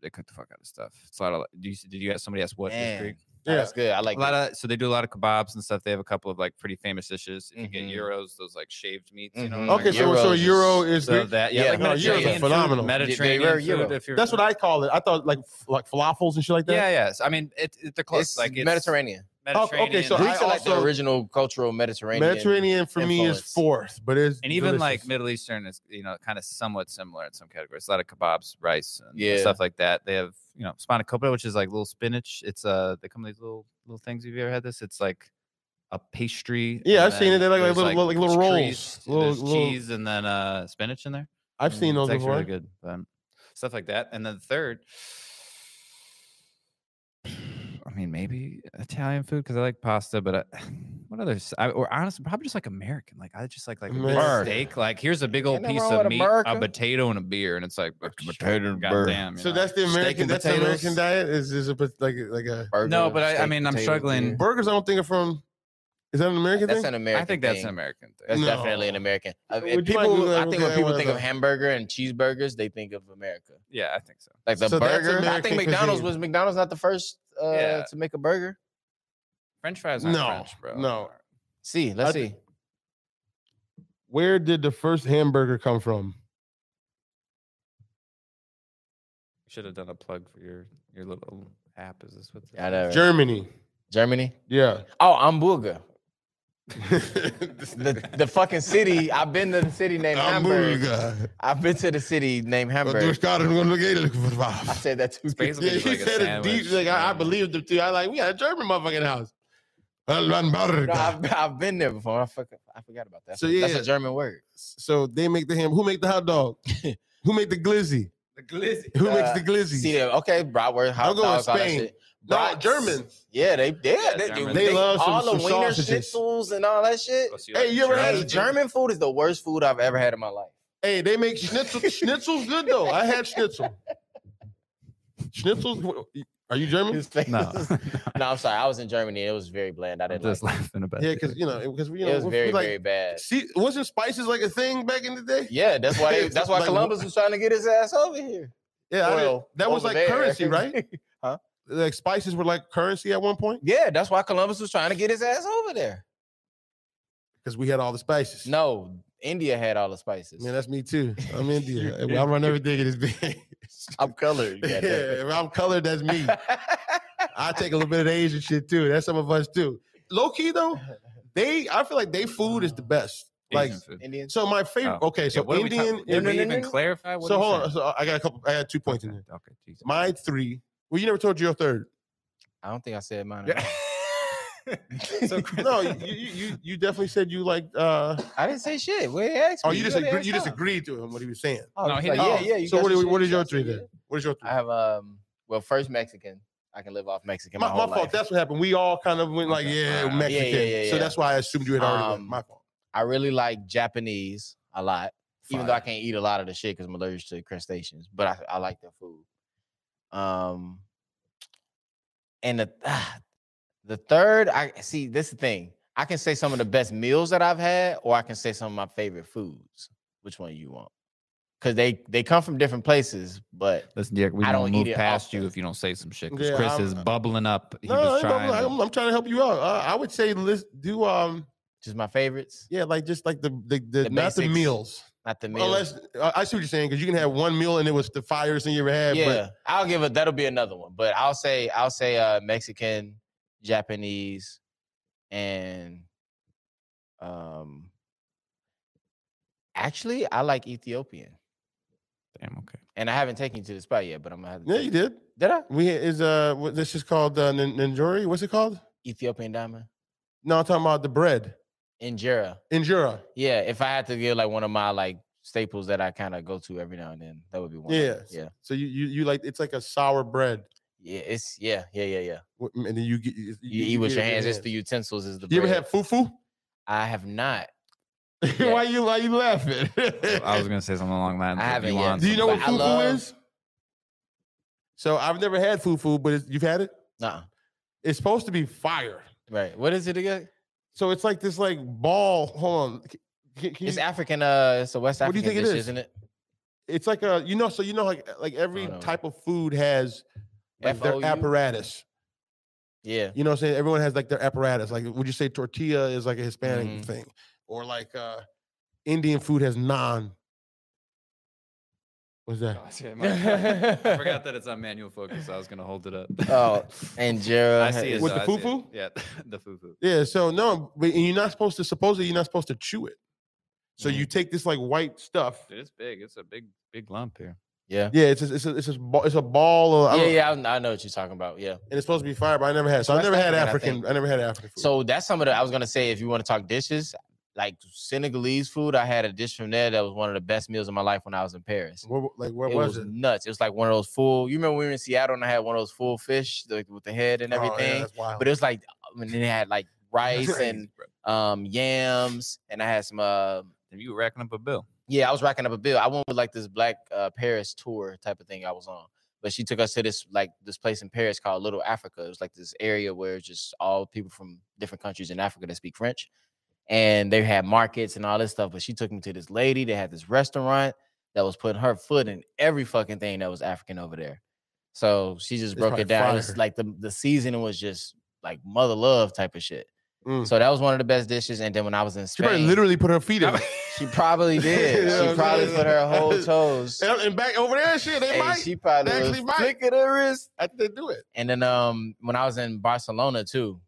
S3: they cook the fuck out of stuff. It's a lot of. Do you, did you ask somebody ask what is
S2: Man,
S3: Greek?
S2: Nah,
S1: Yeah.
S2: That's good. I like
S3: a lot
S2: that.
S3: of so they do a lot of kebabs and stuff. They have a couple of like pretty famous dishes. If you
S2: Mhm.
S3: get euros, those like shaved meats. You
S2: Mhm.
S3: know,
S2: Like
S1: Okay, so so a
S2: Euros
S1: euro is
S2: is-
S3: Mm, so
S1: Greek?
S3: that yeah,
S2: Yeah,
S3: like
S1: no, euros are
S3: Mediterraanian food-
S1: phenomenal. They-
S2: they
S3: Mediterraanian
S2: were
S3: food.
S2: Euro.
S3: If you're
S1: That's what I call it. I thought like f- like falafels and shit like that.
S3: yeah, yes. I mean, it, it, they're close.
S2: It's
S3: like it's
S2: Mediterranean.
S3: Mediterranean.
S1: okay, so I
S2: Greeks are like the
S1: also-
S2: original cultural Mediterranean.
S1: Mediterranean for me is
S2: influence.
S1: fourth, but it's
S3: and even like
S1: delicious.
S3: Middle Eastern is you know kind of somewhat similar in some categories. A lot of kebabs, rice, and
S2: Yeah.
S3: stuff like that. They have you know spanakopita, which is like little spinach. It's uh they come in these little little things. Have you ever had this? It's like a pastry.
S1: Yeah,
S3: and
S1: I've seen it.
S3: then
S1: They're like- like
S3: there's,
S1: little- like little rolls.
S3: trees-
S1: Little-
S3: there's
S1: little-
S3: cheese and then uh spinach in there.
S1: I've seen those
S3: Mm, it's actually
S1: before.
S3: really good. But stuff like that, and then the third. I mean, maybe Italian food because I like pasta, but I, what other? s- I, or honestly, probably just like American. Like I just like like a big
S1: American.
S3: steak. Like here's a big old
S2: Ain't nothing
S3: piece
S2: wrong
S3: of
S2: with
S3: meat,
S2: America.
S3: a potato, and a beer, and it's like "Ugh,
S2: potato and beer."
S3: goddamn. you
S1: So
S3: know,
S1: that's the
S3: steak
S1: American.
S3: and
S1: That's the American
S3: potatoes.
S1: diet. Is is a pot- like like a
S2: Burger,
S3: No, but I- I
S2: steak,
S3: mean, I'm
S2: potato,
S3: struggling.
S2: beer.
S1: burgers? I don't think are from. Is that an American
S2: That's
S1: thing?
S2: an American.
S3: I think that's
S2: thing.
S3: an American thing.
S2: That's
S1: No.
S2: definitely an American. Uh,
S1: Would you mind
S2: people,
S1: Googling
S2: I
S1: that?
S2: think
S1: Okay,
S2: when
S1: I
S2: people
S1: wanna
S2: think of
S1: know.
S2: hamburger and cheeseburgers, they think of America.
S3: Yeah, I think so.
S2: Like the
S1: So that's
S2: burger. I
S1: American
S2: think McDonald's
S1: cuisine.
S2: was McDonald's not the first uh,
S3: Yeah.
S2: to make a burger.
S3: French fries, aren't
S1: No,
S3: French, bro.
S1: no.
S2: See, let's
S1: I
S2: see.
S1: thi- Where did the first hamburger come from?
S3: should have done a plug for your your little app. Is this what? this
S2: I
S3: is?
S2: know.
S1: Germany.
S2: Germany.
S1: Yeah.
S2: Oh, Hamburger. The the fucking city. I've been to the city named Hamburg. I've been to the city named Hamburg. I
S1: Hamburg.
S2: said that too.
S3: basically
S1: Yeah,
S3: It's
S1: you
S3: like a
S1: said it deep.
S3: sandwich,
S1: Like I, I
S3: yeah.
S1: believed them too. I like we had a German motherfucking house. Hamburger.
S2: No, I've, I've been there before. I, fuck, I forgot about that.
S1: So,
S2: that's
S1: yeah.
S2: a German word.
S1: So they make the ham. Who make the hot dog? Who make the glizzy?
S3: The glizzy.
S1: Who makes
S2: Uh,
S1: the glizzy?
S2: See there, okay, bratwurst, hot
S1: I'm going
S2: dogs, all that
S1: Spain.
S2: shit.
S1: no,
S2: Brats.
S1: Germans.
S2: Yeah, they yeah,
S3: Yeah,
S2: they, do.
S3: German.
S1: They love some-
S2: all
S1: some
S2: the wiener
S1: sausages.
S2: schnitzels and all that shit.
S1: Hey, you ever
S2: Hey,
S1: had
S2: German, food is the worst food I've ever had in my life.
S1: Hey, they make schnitzel. Schnitzel's good though. I had schnitzel. Schnitzel's. Are you German?
S2: His face
S3: No,
S2: was- no, I'm sorry. I was in Germany. It was very bland. I
S3: I'm
S2: didn't like.
S3: just
S2: It,
S3: laughing about
S1: Yeah,
S3: it.
S1: because you know, because you
S2: it
S1: know,
S2: was
S1: we- we
S2: very,
S1: like,
S2: very bad.
S1: See, wasn't spices like a thing back in the day?
S2: Yeah, that's why. They, that's why
S1: Like,
S2: Columbus was trying to get his ass over here.
S1: Yeah, I didn't-
S2: Well,
S1: that was
S2: over
S1: like
S2: there.
S1: currency, right? Like spices were like currency at one point
S2: yeah, that's why Columbus was trying to get his ass over there.
S1: because we had all the spices.
S2: No, India had all the spices.
S1: man, that's me too. I'm India. I run everything in this bitch.
S2: I'm colored.
S1: Yeah,
S2: goddamn.
S1: if I'm colored, that's me. I take a little bit of the Asian shit too. That's some of us too. Low key though, they I feel like they food is the best. Like
S3: Asian food.
S2: Indians.
S1: so, my favorite.
S3: Mm. Oh,
S1: Okay,
S3: Yeah,
S1: so
S3: what are we talking-
S1: Indian.
S3: Did
S2: No,
S3: we
S2: no,
S3: even
S2: no, no.
S3: clarify? What
S1: so
S3: are you
S1: hold on.
S3: saying?
S1: So I got a couple. I got two points in there.
S3: Okay, Jesus.
S1: My three. Well, you never told your third.
S2: I don't think I said mine.
S3: Yeah. so Chris-
S1: No, you you you, you definitely said you like. uh
S2: I didn't say shit. What did he ask
S1: Oh,
S2: me?
S1: you just
S2: What did he
S1: agree,
S2: ask
S1: you just
S2: Tom?
S1: agreed to him what he was saying.
S2: Oh,
S3: No,
S2: he's
S3: he
S2: like,
S3: didn't.
S2: yeah,
S1: Oh,
S2: yeah. You
S1: so
S2: guys
S1: what
S2: are
S1: are-
S2: shit,
S1: what is
S2: you
S1: your
S2: guys are
S1: three
S2: shit.
S1: then? What is your three?
S2: I have um. Well, first Mexican. I can live off Mexican.
S1: my
S2: My,
S1: my
S2: whole
S1: fault.
S2: life.
S1: That's what happened. We all kind of went like,
S3: Okay.
S1: yeah,
S3: Uh, yeah,
S1: Mexican.
S2: yeah, yeah,
S1: So
S2: yeah.
S1: that's why I assumed you had already. went.
S2: Um,
S1: My fault.
S2: I really like Japanese a lot, even though I
S3: Fire.
S2: can't eat a lot of the shit because I'm allergic to crustaceans. But I, I like their food. Um, and the ah, the third, I see. This is the thing. I can say some of the best meals that I've had, or I can say some of my favorite foods. Which one you want? Because they they come from different places, but
S3: Listen, Dick, we
S2: I
S3: don't
S2: don't eat
S3: move
S2: it
S3: past you
S2: often.
S3: if you don't say some shit. 'cause
S1: Yeah,
S3: Chris
S1: I'm-
S3: is bubbling up. He
S1: No,
S3: was
S1: I'm,
S3: trying. to-
S1: I'm, I'm trying to help you out. Uh, I would say list do um
S2: just my favorites,
S1: yeah like just like the the, the,
S2: The
S1: not the
S2: basics.
S1: meals.
S2: not the meals.
S1: Unless uh, I see what you're saying because you can have one meal and it was the finest thing you ever had.
S2: yeah,
S1: but
S2: I'll give it. That'll be another one. But I'll say I'll say uh, Mexican, Japanese, and um, Actually, I like Ethiopian,
S3: Damn, okay.
S2: and I haven't taken you to the spot yet, but I'm gonna have to.
S1: Yeah,
S2: take
S1: you did.
S2: Did I?
S1: We had- is uh, what, this is called uh, nin- ninjori. What's it called?
S2: Ethiopian diamond
S1: No, I'm talking about the bread
S2: injera.
S1: injera.
S2: Yeah, if I had to give like one of my like staples that I kind of go to every now and then, that would be one. of
S1: Yeah.
S2: them. yeah,
S1: So you you you like it's like a sour bread,
S2: yeah. It's yeah, yeah, yeah, yeah.
S1: Wh- and then you get you,
S2: You, eat with
S1: it
S2: your hands. It's the utensils. Is the
S1: You ever
S2: bread.
S1: had fufu?
S2: I have not. Yeah.
S1: why you why you laughing?
S3: I was gonna say something along that.
S2: I haven't yet.
S1: Do you know what
S2: But I
S1: fufu
S2: love-
S1: is? So I've never had fufu, but it's, you've had it.
S2: Nah.
S1: It's supposed to be fire.
S2: Right. What is it again?
S1: So it's like this like ball. Hold on. C- c- can
S2: It's
S1: you-
S2: African. Uh, it's a West
S1: What do
S2: African
S1: you think it
S2: dish,
S1: is?
S2: isn't it?
S1: it's like a you know so you know like like every
S2: Hold on.
S1: type of food has like
S2: FOU?
S1: their apparatus.
S2: Yeah.
S1: You know what I'm saying? Everyone has like their apparatus. Like would you say tortilla is like a Hispanic
S2: Mhm.
S1: thing or like uh Indian food has naan. What's that?
S3: I forgot that it's on manual focus. I was gonna hold it up.
S2: Oh, Injera.
S3: I see it.
S1: uh,
S2: is-
S1: With
S3: though,
S1: the
S3: I see it.
S1: fufu?
S3: Yeah, the fufu.
S1: Yeah, so no, but and you're not supposed to supposedly you're not supposed to chew it. So
S2: Mhm.
S1: you take this like white stuff.
S3: Dude, it's big. It's a big, big lump here.
S2: Yeah.
S1: Yeah, it's a, it's a, it's a ball, it's a ball of I
S2: Yeah,
S1: don't-
S2: yeah, I I know what you're talking about. Yeah.
S1: and it's supposed to be fire, but I never had. So
S2: West
S1: I never had
S2: African, I
S1: African. I, never had African food.
S2: So that's some of the. I was gonna say if you want to talk dishes, like Senegalese food, I had a dish from there that was one of the best meals of my life when I was in Paris.
S1: Where- like where
S2: it
S1: was,
S2: was,
S1: it?
S2: nuts. It was like one of those full. You remember when we were in Seattle and I had one of those full fish like, with the head and
S1: Oh, yeah,
S2: everything.
S1: that's wild.
S2: but it was like, and then it had like rice and um yams, and I had some. Uh,
S3: If you racking up a bill,
S2: yeah, I was racking up a bill. I went with like this black uh, Paris tour type of thing I was on. But she took us to this like this place in Paris called Little Africa. It was like this area where it's just all people from different countries in Africa that speak French. And they had markets and all this stuff. But she took me to this lady that had this restaurant that was putting her foot in every fucking thing that was African over there. So she just
S1: It's
S2: broke
S1: probably
S2: it down. It was
S1: fire.
S2: like the, the seasoning was just like mother love type of shit.
S1: Mm.
S2: So that was one of the best dishes. And then when I was in
S1: she
S2: Spain,
S1: probably literally put her feet in. it.
S2: she probably did.
S1: Yeah,
S2: she
S1: I'm
S2: probably
S1: saying.
S2: put her whole toes.
S1: and, and back over there, shit, they
S2: And
S1: might.
S2: she probably
S1: They
S2: was
S1: actually might.
S2: flicking her wrist.
S1: I think they do it.
S2: And then um, when I was in Barcelona too,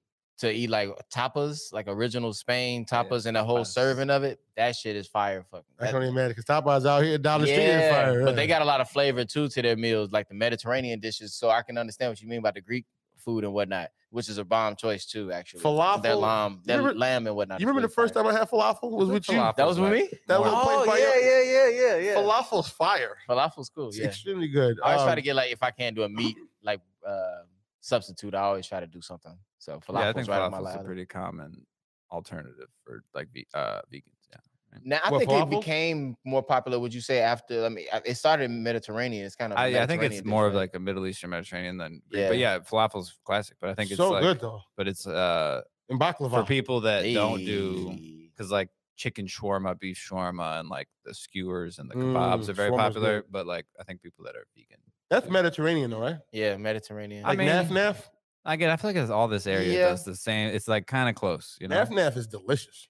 S2: to eat like tapas, like original Spain
S3: Yeah,
S2: tapas, and a whole
S3: tapas.
S2: serving of it. That shit is fire, fucking.
S1: I
S2: That-
S1: can't even imagine because Tapa's out here down the street in
S2: yeah,
S1: fire.
S2: but they got a lot of flavor too to their meals, like the Mediterranean dishes. So I can understand what you mean by the Greek food and whatnot, which is a bomb choice too, actually. Their
S1: Falafel.
S2: lamb, their
S1: remember-
S2: lamb and whatnot.
S1: You
S2: is
S1: remember
S2: really
S1: the first
S2: fire.
S1: time I had falafel was with you.
S3: Falafel.
S2: that was with me?
S1: That little
S3: Wow.
S1: place
S2: Oh
S1: by
S2: yeah,
S1: your-
S2: yeah, yeah, yeah, yeah.
S1: Falafel's fire.
S2: Falafel's cool.
S1: It's
S2: Yeah.
S1: extremely good.
S2: I always try
S1: Um,
S2: to get like if I can't do a meat like uh substitute, I always try to do something. So falafel's
S3: yeah, I think
S2: right on my
S3: falafel's a
S2: list.
S3: pretty common alternative for like ve- uh, vegans. Yeah.
S2: Now I
S1: What,
S2: think
S1: falafel?
S2: it became more popular. Would you say after? I mean, I- it started in Mediterranean. It's kind of. a
S3: I, yeah, I think it's
S2: Mediterranean
S3: more of
S2: dish, right?
S3: like a Middle Eastern Mediterranean than, Greek, but
S2: Yeah.
S3: yeah, falafel's classic. But I think it's
S1: so
S3: like,
S1: good though.
S3: but it's uh
S1: And
S3: for
S1: baklava.
S3: people that don't do
S2: Ayy.
S3: because like chicken shawarma, beef shawarma, and like the skewers and the kebabs
S1: Mm,
S3: are very
S1: shawarma's
S3: popular.
S1: good.
S3: But like I think people that are vegan,
S1: That's Mediterranean, though, right?
S2: Yeah, Mediterranean.
S3: I
S1: Like
S3: mean,
S1: naf naf.
S3: I get. I feel like it's all this area
S2: Yeah.
S3: does the same. It's like kind of close, you know.
S1: Naf naf is delicious.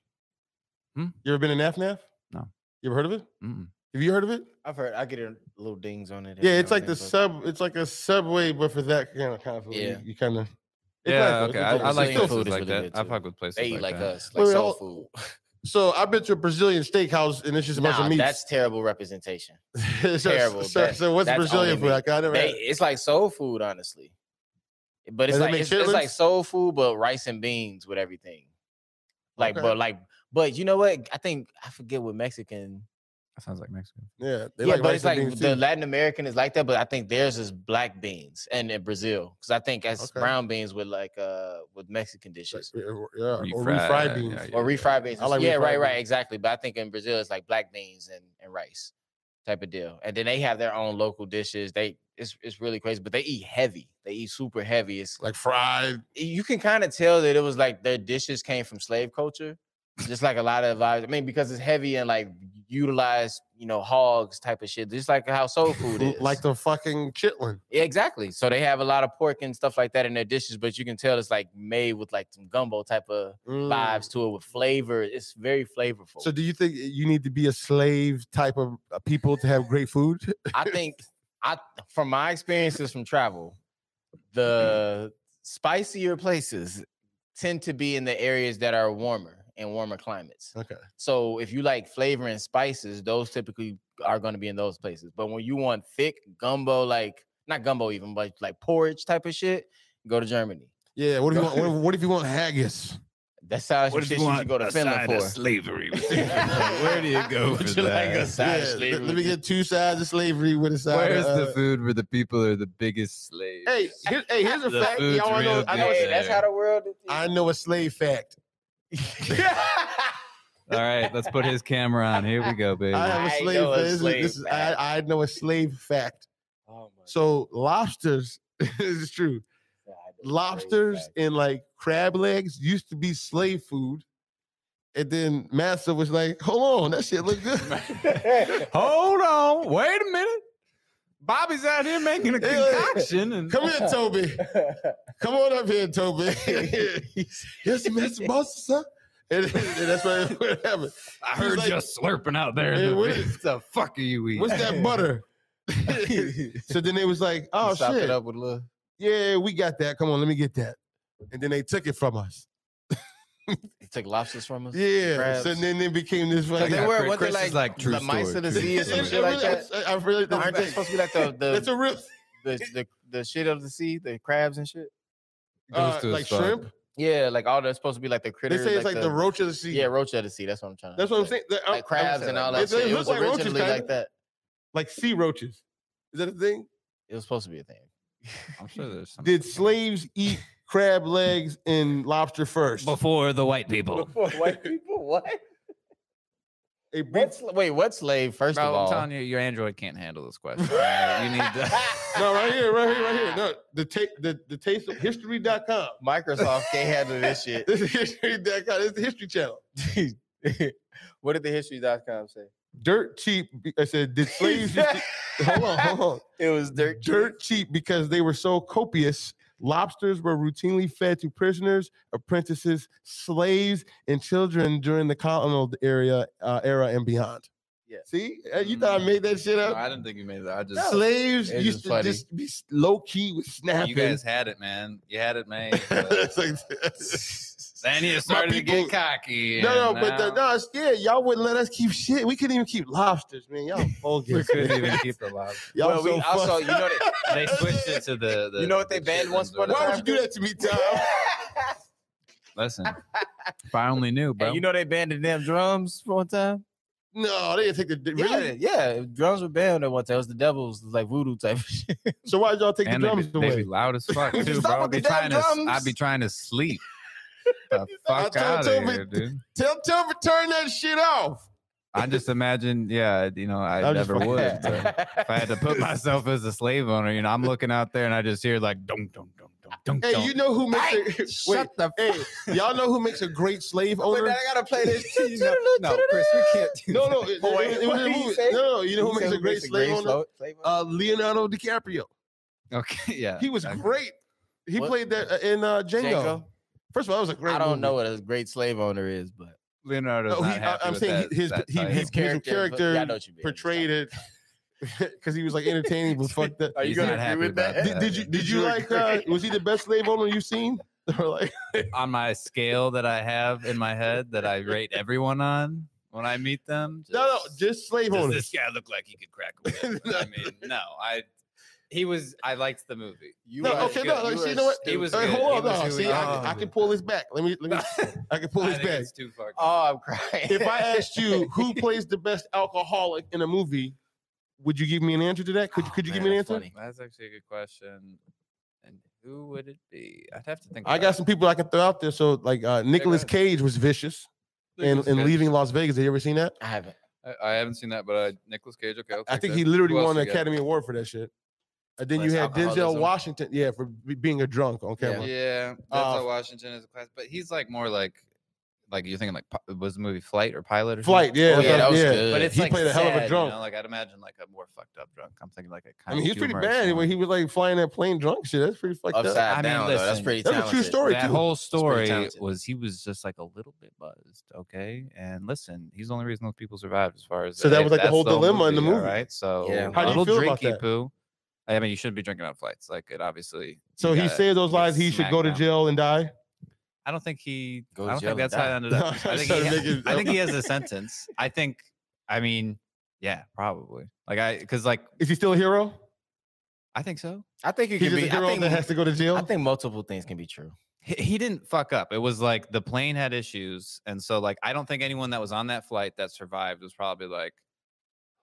S3: Hmm?
S1: You ever been to naf naf?
S3: No.
S1: You ever heard of it?
S3: Mm-mm.
S1: Have you heard of it?
S2: I've heard. I get a little dings on it. every
S1: Yeah,
S2: now
S1: it's like
S2: and
S1: the
S2: then, but-
S1: sub. It's like a subway, but for that kind of kind of food,
S2: Yeah.
S1: you, kind of.
S3: Yeah, okay. I,
S2: good.
S3: I like
S2: Brazilian
S3: places
S2: food is
S3: like
S2: really
S3: that.
S2: good
S3: I
S2: too.
S3: fuck with places
S2: They eat
S3: like,
S2: like
S3: that.
S2: us, like
S1: Wait,
S2: soul
S1: hold-
S2: food.
S1: So I've been to a Brazilian steakhouse, and it's just a bunch
S2: Nah,
S1: of meats.
S2: that's terrible representation.
S1: so, so-
S2: terrible.
S1: So,
S2: That-
S1: so what's
S2: that's
S1: Brazilian
S2: only
S1: food? Like, I never.
S2: They,
S1: Had.
S2: it's like soul food, honestly. But it's
S1: And they
S2: like
S1: make
S2: it's, it's like
S1: chitlins?
S2: soul food, but rice and beans with everything. Like,
S1: Okay.
S2: but like, but you know what? I think I forget what Mexican.
S3: That sounds like Mexican.
S1: Yeah, they
S2: yeah,
S1: like
S2: but
S1: rice
S2: it's
S1: and
S2: like
S1: beans,
S2: the
S1: too.
S2: Latin American is like that, but I think theirs is black beans and in Brazil because I think that's
S1: Okay.
S2: brown beans with like uh with Mexican dishes
S1: Like, or- yeah, or
S3: Refried, yeah,
S1: refried beans.
S3: yeah.
S2: or refried beans.
S1: I
S2: and-
S1: like
S2: yeah, right,
S1: refried
S2: right,
S1: beans.
S2: exactly. But I think in Brazil it's like black beans and and rice type of deal, and then they have their own local dishes. They it's it's really crazy, but they eat heavy. They eat super heavy. It's
S1: Like fried.
S2: you can kind of tell that it was like their dishes came from slave culture, just like a lot of lives. I mean, because it's heavy and like utilized, you know, hogs type of shit, just like how soul food is.
S1: Like the fucking chitlin.
S2: yeah, exactly. So they have a lot of pork and stuff like that in their dishes, but you can tell it's like made with like some gumbo type of
S1: Mm.
S2: vibes to it with flavor. It's very flavorful.
S1: So do you think you need to be a slave type of uh, people to have great food?
S2: I think I from my experiences from travel,
S4: Mm-hmm.
S2: the spicier places tend to be in the areas that are warmer in warmer climates.
S1: Okay.
S2: So if you like flavor and spices, those typically are going to be in those places. But when you want thick gumbo, like not gumbo even, but like porridge type of shit, go to Germany.
S1: Yeah. What if you want? What if, what if you want haggis?
S2: That's how
S4: What
S2: some
S4: if
S2: shit
S4: you
S2: you
S4: want
S2: should go to
S4: a
S2: Finland
S4: side of
S2: for.
S4: slavery? Where do you go?
S2: Would
S4: with
S2: you like
S4: that?
S2: a side of
S1: Yeah,
S2: slavery?
S1: Let, let me get two sides of slavery with a side.
S3: Where's
S1: of,
S3: the
S1: uh,
S3: food where the people are the biggest slaves?
S1: Hey, here, hey, here's a
S4: The
S1: fact. Y'all
S4: food's
S1: wanna know?
S4: real
S1: I
S2: I
S1: know,
S2: mean,
S4: good.
S1: a-
S2: that's how the world is.
S1: I know a slave fact.
S3: All right, let's put his camera on. Here we go, baby.
S1: I have a
S2: I
S1: slave.
S2: know a
S1: fact. This is-
S2: slave
S1: this is-
S2: fact.
S1: I, I know a slave fact.
S2: Oh my
S1: So lobsters, this is true.
S2: God, that's crazy
S1: Lobsters
S2: fact.
S1: and like crab legs used to be slave food, and then Massa was like, "Hold on, that shit look good."
S3: Hold on, wait a minute. Bobby's out here making a
S1: Hey, look.
S3: concoction, and
S1: Come here, Toby. Come on up here, Toby. yes, Miss Bossa. And, and that's what what happened.
S3: I
S1: he's
S3: heard
S1: like-
S3: you slurping out there.
S1: Hey,
S3: in the
S1: what
S3: video.
S1: is-
S3: What the fuck are you eating?
S1: What's that butter? so then it was like, oh
S2: Sop
S1: shit,
S2: it up with a little.
S1: yeah, we got that. Come on, let me get that. And then they took it from us.
S2: They took lobsters from us.
S1: Yeah. So
S2: Crabs.
S1: then it became this
S2: Like
S1: fucking.
S2: they
S3: Yeah,
S2: were,
S3: Chris-
S2: wasn't
S3: Chris
S2: they
S3: is
S2: like,
S3: like, true
S2: the mice
S3: story,
S2: of the
S3: true
S2: sea or some
S3: story.
S2: shit like that?
S1: I, I really
S2: No, aren't they supposed to be like the
S1: That's
S2: the,
S1: a real
S2: the, the, the shit of the sea, the crabs and shit?
S1: uh,
S3: Goes to his
S1: like
S3: father.
S1: shrimp.
S2: Yeah, like all that's supposed to be like the
S1: They
S2: critters.
S1: say it's like, the, roach of the sea.
S2: Yeah, roach of the sea. That's what I'm trying. to
S1: That's what I'm
S2: say.
S1: saying. They're- I'm- I'm
S2: Like crabs
S1: saying,
S2: and all
S1: they-
S2: that
S1: they
S2: shit. It
S1: look
S2: was
S1: like roaches,
S2: originally
S1: kinda.
S2: like that.
S1: like sea roaches. Is that a thing?
S2: It was supposed to be a thing.
S3: I'm sure there's some
S1: Did slaves eat crab legs and lobster first?
S3: before the white people.
S2: white people, what?
S1: A brief-
S2: What? sla- Wait, what slave? First
S3: Bro,
S2: of
S3: I'm
S2: all,
S3: telling you, your Android can't handle this question. all right? You need to.
S1: no, right here, right here, right here. No, the ta- the the taste of history.com.
S2: Microsoft can't handle this shit.
S1: This is history.com. This is the history channel.
S2: what did the history.com say?
S1: Dirt cheap. be- I said, did slaves used to- hold on, hold on.
S2: It was dirt.
S1: Dirt cheap because they were so copious. Lobsters were routinely fed to prisoners, apprentices, slaves, and children during the colonial area uh, era and beyond.
S2: Yeah.
S1: See, Uh, you thought I made that shit up?
S3: didn't think you made that. I
S1: slaves
S2: it's
S1: used
S2: just
S1: to
S2: funny.
S1: just be low key with snapping.
S3: you guys had it, man. You had it made.
S1: It's like-
S3: then you started to
S1: people-
S3: get cocky.
S1: no, no,
S3: and
S1: but the,
S3: now
S1: no, it's- yeah, y'all wouldn't let us keep shit. We couldn't even keep lobsters, man. Y'all
S3: we
S1: bogus.
S3: couldn't
S1: man.
S3: even keep the lobster.
S1: Y'all
S2: Well, we
S1: so
S2: also,
S1: fucked
S2: you know, that,
S1: up.
S3: They switched it to the. the
S2: You know what
S3: the
S2: they banned once
S3: chitlins or
S2: upon a
S1: Why
S3: whatever.
S1: would you do that to me, Tom?
S3: Listen, if I only knew, bro.
S2: and you know they banned the damn drums for one time.
S1: No, they didn't take the di- really.
S2: Yeah, yeah, drums were banned at one time. It was the devil's like voodoo type of shit.
S1: So why did y'all take
S3: and
S1: the
S3: they be,
S1: drums
S3: they be
S1: away?
S3: loud as fuck too,
S2: Stop
S3: bro.
S2: with
S3: Be
S2: the damn
S3: trying to, s- I
S2: drums.
S3: be trying to sleep. The fuck
S1: told
S3: out
S1: Toby-
S3: here, dude.
S1: Tell Tom to turn that shit off.
S3: I just imagine, yeah, you know, I
S1: I'm just
S3: never
S1: fucking-
S3: would. so if I had to put myself as a slave owner, you know, I'm looking out there and I just hear like, dunk, dunk, dunk, dunk, dunk.
S1: Hey, you know who makes a, wait?
S3: shut the
S1: Hey, y'all know who makes a great slave
S2: Wait, now
S1: owner?
S2: I gotta play this. too, you know.
S3: No, Chris, we can't do
S1: No, no, it, it-
S2: Wait,
S1: it
S2: what
S1: was a
S2: did he
S1: movie.
S2: say?
S1: No, no, you know who
S2: He
S1: makes
S2: said
S1: a great slave owner?
S2: slo- slave owner?
S1: Uh, Leonardo DiCaprio.
S3: Okay, yeah.
S1: He was
S3: okay.
S1: great. He
S2: What?
S1: played that uh, in uh, Django. First of all, that was a great.
S2: I don't
S1: movie.
S2: know what a great slave owner is, but
S3: Leonardo's
S1: No,
S3: not
S1: he- I-
S3: happy
S1: I'm
S3: with
S1: saying
S3: that-
S1: his-
S3: that
S1: he-
S3: title.
S1: his character
S2: yeah, I know what you mean.
S1: Portrayed it because he was like entertaining, but fucked up.
S2: Are you
S3: He's
S2: gonna
S3: not
S2: agree
S3: happy
S2: with
S3: about
S2: that?
S1: Did, did you did you like? Uh, was he the best slave owner you've seen? Or like,
S3: on my scale that I have in my head that I rate everyone on when I meet them.
S1: no, no,
S3: just-
S1: just slave
S3: does
S1: owners.
S3: this guy look like he could crack a whip? I mean, no, I. He was. I liked the movie.
S2: You
S1: no,
S2: are
S1: okay,
S2: good.
S1: no,
S2: You
S1: like,
S2: are
S1: see, you know what?
S3: He was
S1: Hey,
S3: good.
S1: hold on,
S3: He was
S1: no,
S3: who
S1: see,
S3: he
S1: I,
S3: was.
S1: can- I can pull this back. Let me, let me, I can pull
S3: I
S1: this
S3: think
S1: back.
S3: it's too far.
S1: Uh,
S2: Oh, I'm crying.
S1: If I asked you who plays the best alcoholic in a movie, would you give me an answer to that? Could, could you give me an answer?
S3: Oh, That's actually a good question. And who would it be? I'd have to think.
S1: I got some people I can throw out there. So like uh, Nicholas
S3: ahead.
S1: Cage was vicious in, in leaving Las Vegas. Have you ever seen that?
S2: I haven't.
S3: I, I haven't seen that, but uh, Nicholas Cage. Okay, I'll
S1: I
S3: take
S1: think
S3: that.
S1: he literally
S3: Who else
S1: won
S3: you
S1: an
S3: got?
S1: Academy Award for that shit. And then
S2: For
S1: you
S2: his
S1: had Denzel
S2: alcoholism?
S1: Washington, yeah, for be- being a drunk on camera.
S3: Yeah, Denzel
S1: Uh,
S3: Washington is a class, but he's like more like, like you're thinking like pi- was the movie Flight or Pilot or something?
S1: Flight, yeah,
S2: Oh,
S1: that's
S2: yeah,
S1: what-
S2: that was
S1: yeah.
S2: good.
S3: But it's
S1: Uh, he
S3: like
S1: played a hell of a
S3: sad, you
S1: drunk.
S3: know, Like I'd imagine like a more fucked up drunk. I'm thinking like a
S1: I
S3: kind
S1: mean,
S3: of
S1: he was pretty
S3: humorous
S1: bad when
S3: one.
S1: he was like flying that plane drunk. Shit, that's pretty fucked
S2: Upside
S1: up.
S3: I mean,
S2: down. though. That's
S3: listen,
S2: pretty.
S1: That's a true
S2: talented.
S1: story.
S3: that
S1: too.
S3: whole story
S2: talented.
S3: was he was just like a little bit buzzed, okay. And listen, he's the only reason those people survived, as far as
S1: So that
S3: hey,
S1: was, like, the
S3: that's
S1: whole dilemma in the
S3: all
S1: movie.
S3: right? So
S2: Yeah.
S1: How do you
S3: little
S1: feel
S3: drinky
S1: about that?
S3: poo. I mean, you shouldn't be drinking on flights. Like it obviously. you
S1: So he
S3: gotta
S1: saved those
S3: get
S1: lives. He should
S3: smacked
S1: go to
S3: down.
S1: jail and die.
S3: I don't think he.
S2: Go
S3: I don't
S2: jail and
S3: think that's how
S2: die.
S3: it ended up. I, think
S1: Started
S3: he,
S1: making-
S3: I think he has a sentence. I think. I mean, yeah, probably. Like I, because like
S1: Is he still a hero?
S3: I think so.
S2: I think you
S1: He's
S2: can
S1: just a
S2: be. I
S1: hero
S2: think,
S1: that has to go to jail.
S2: I think multiple things can be true.
S3: He, he didn't fuck up. It was like the plane had issues, and so like I don't think anyone that was on that flight that survived was probably like,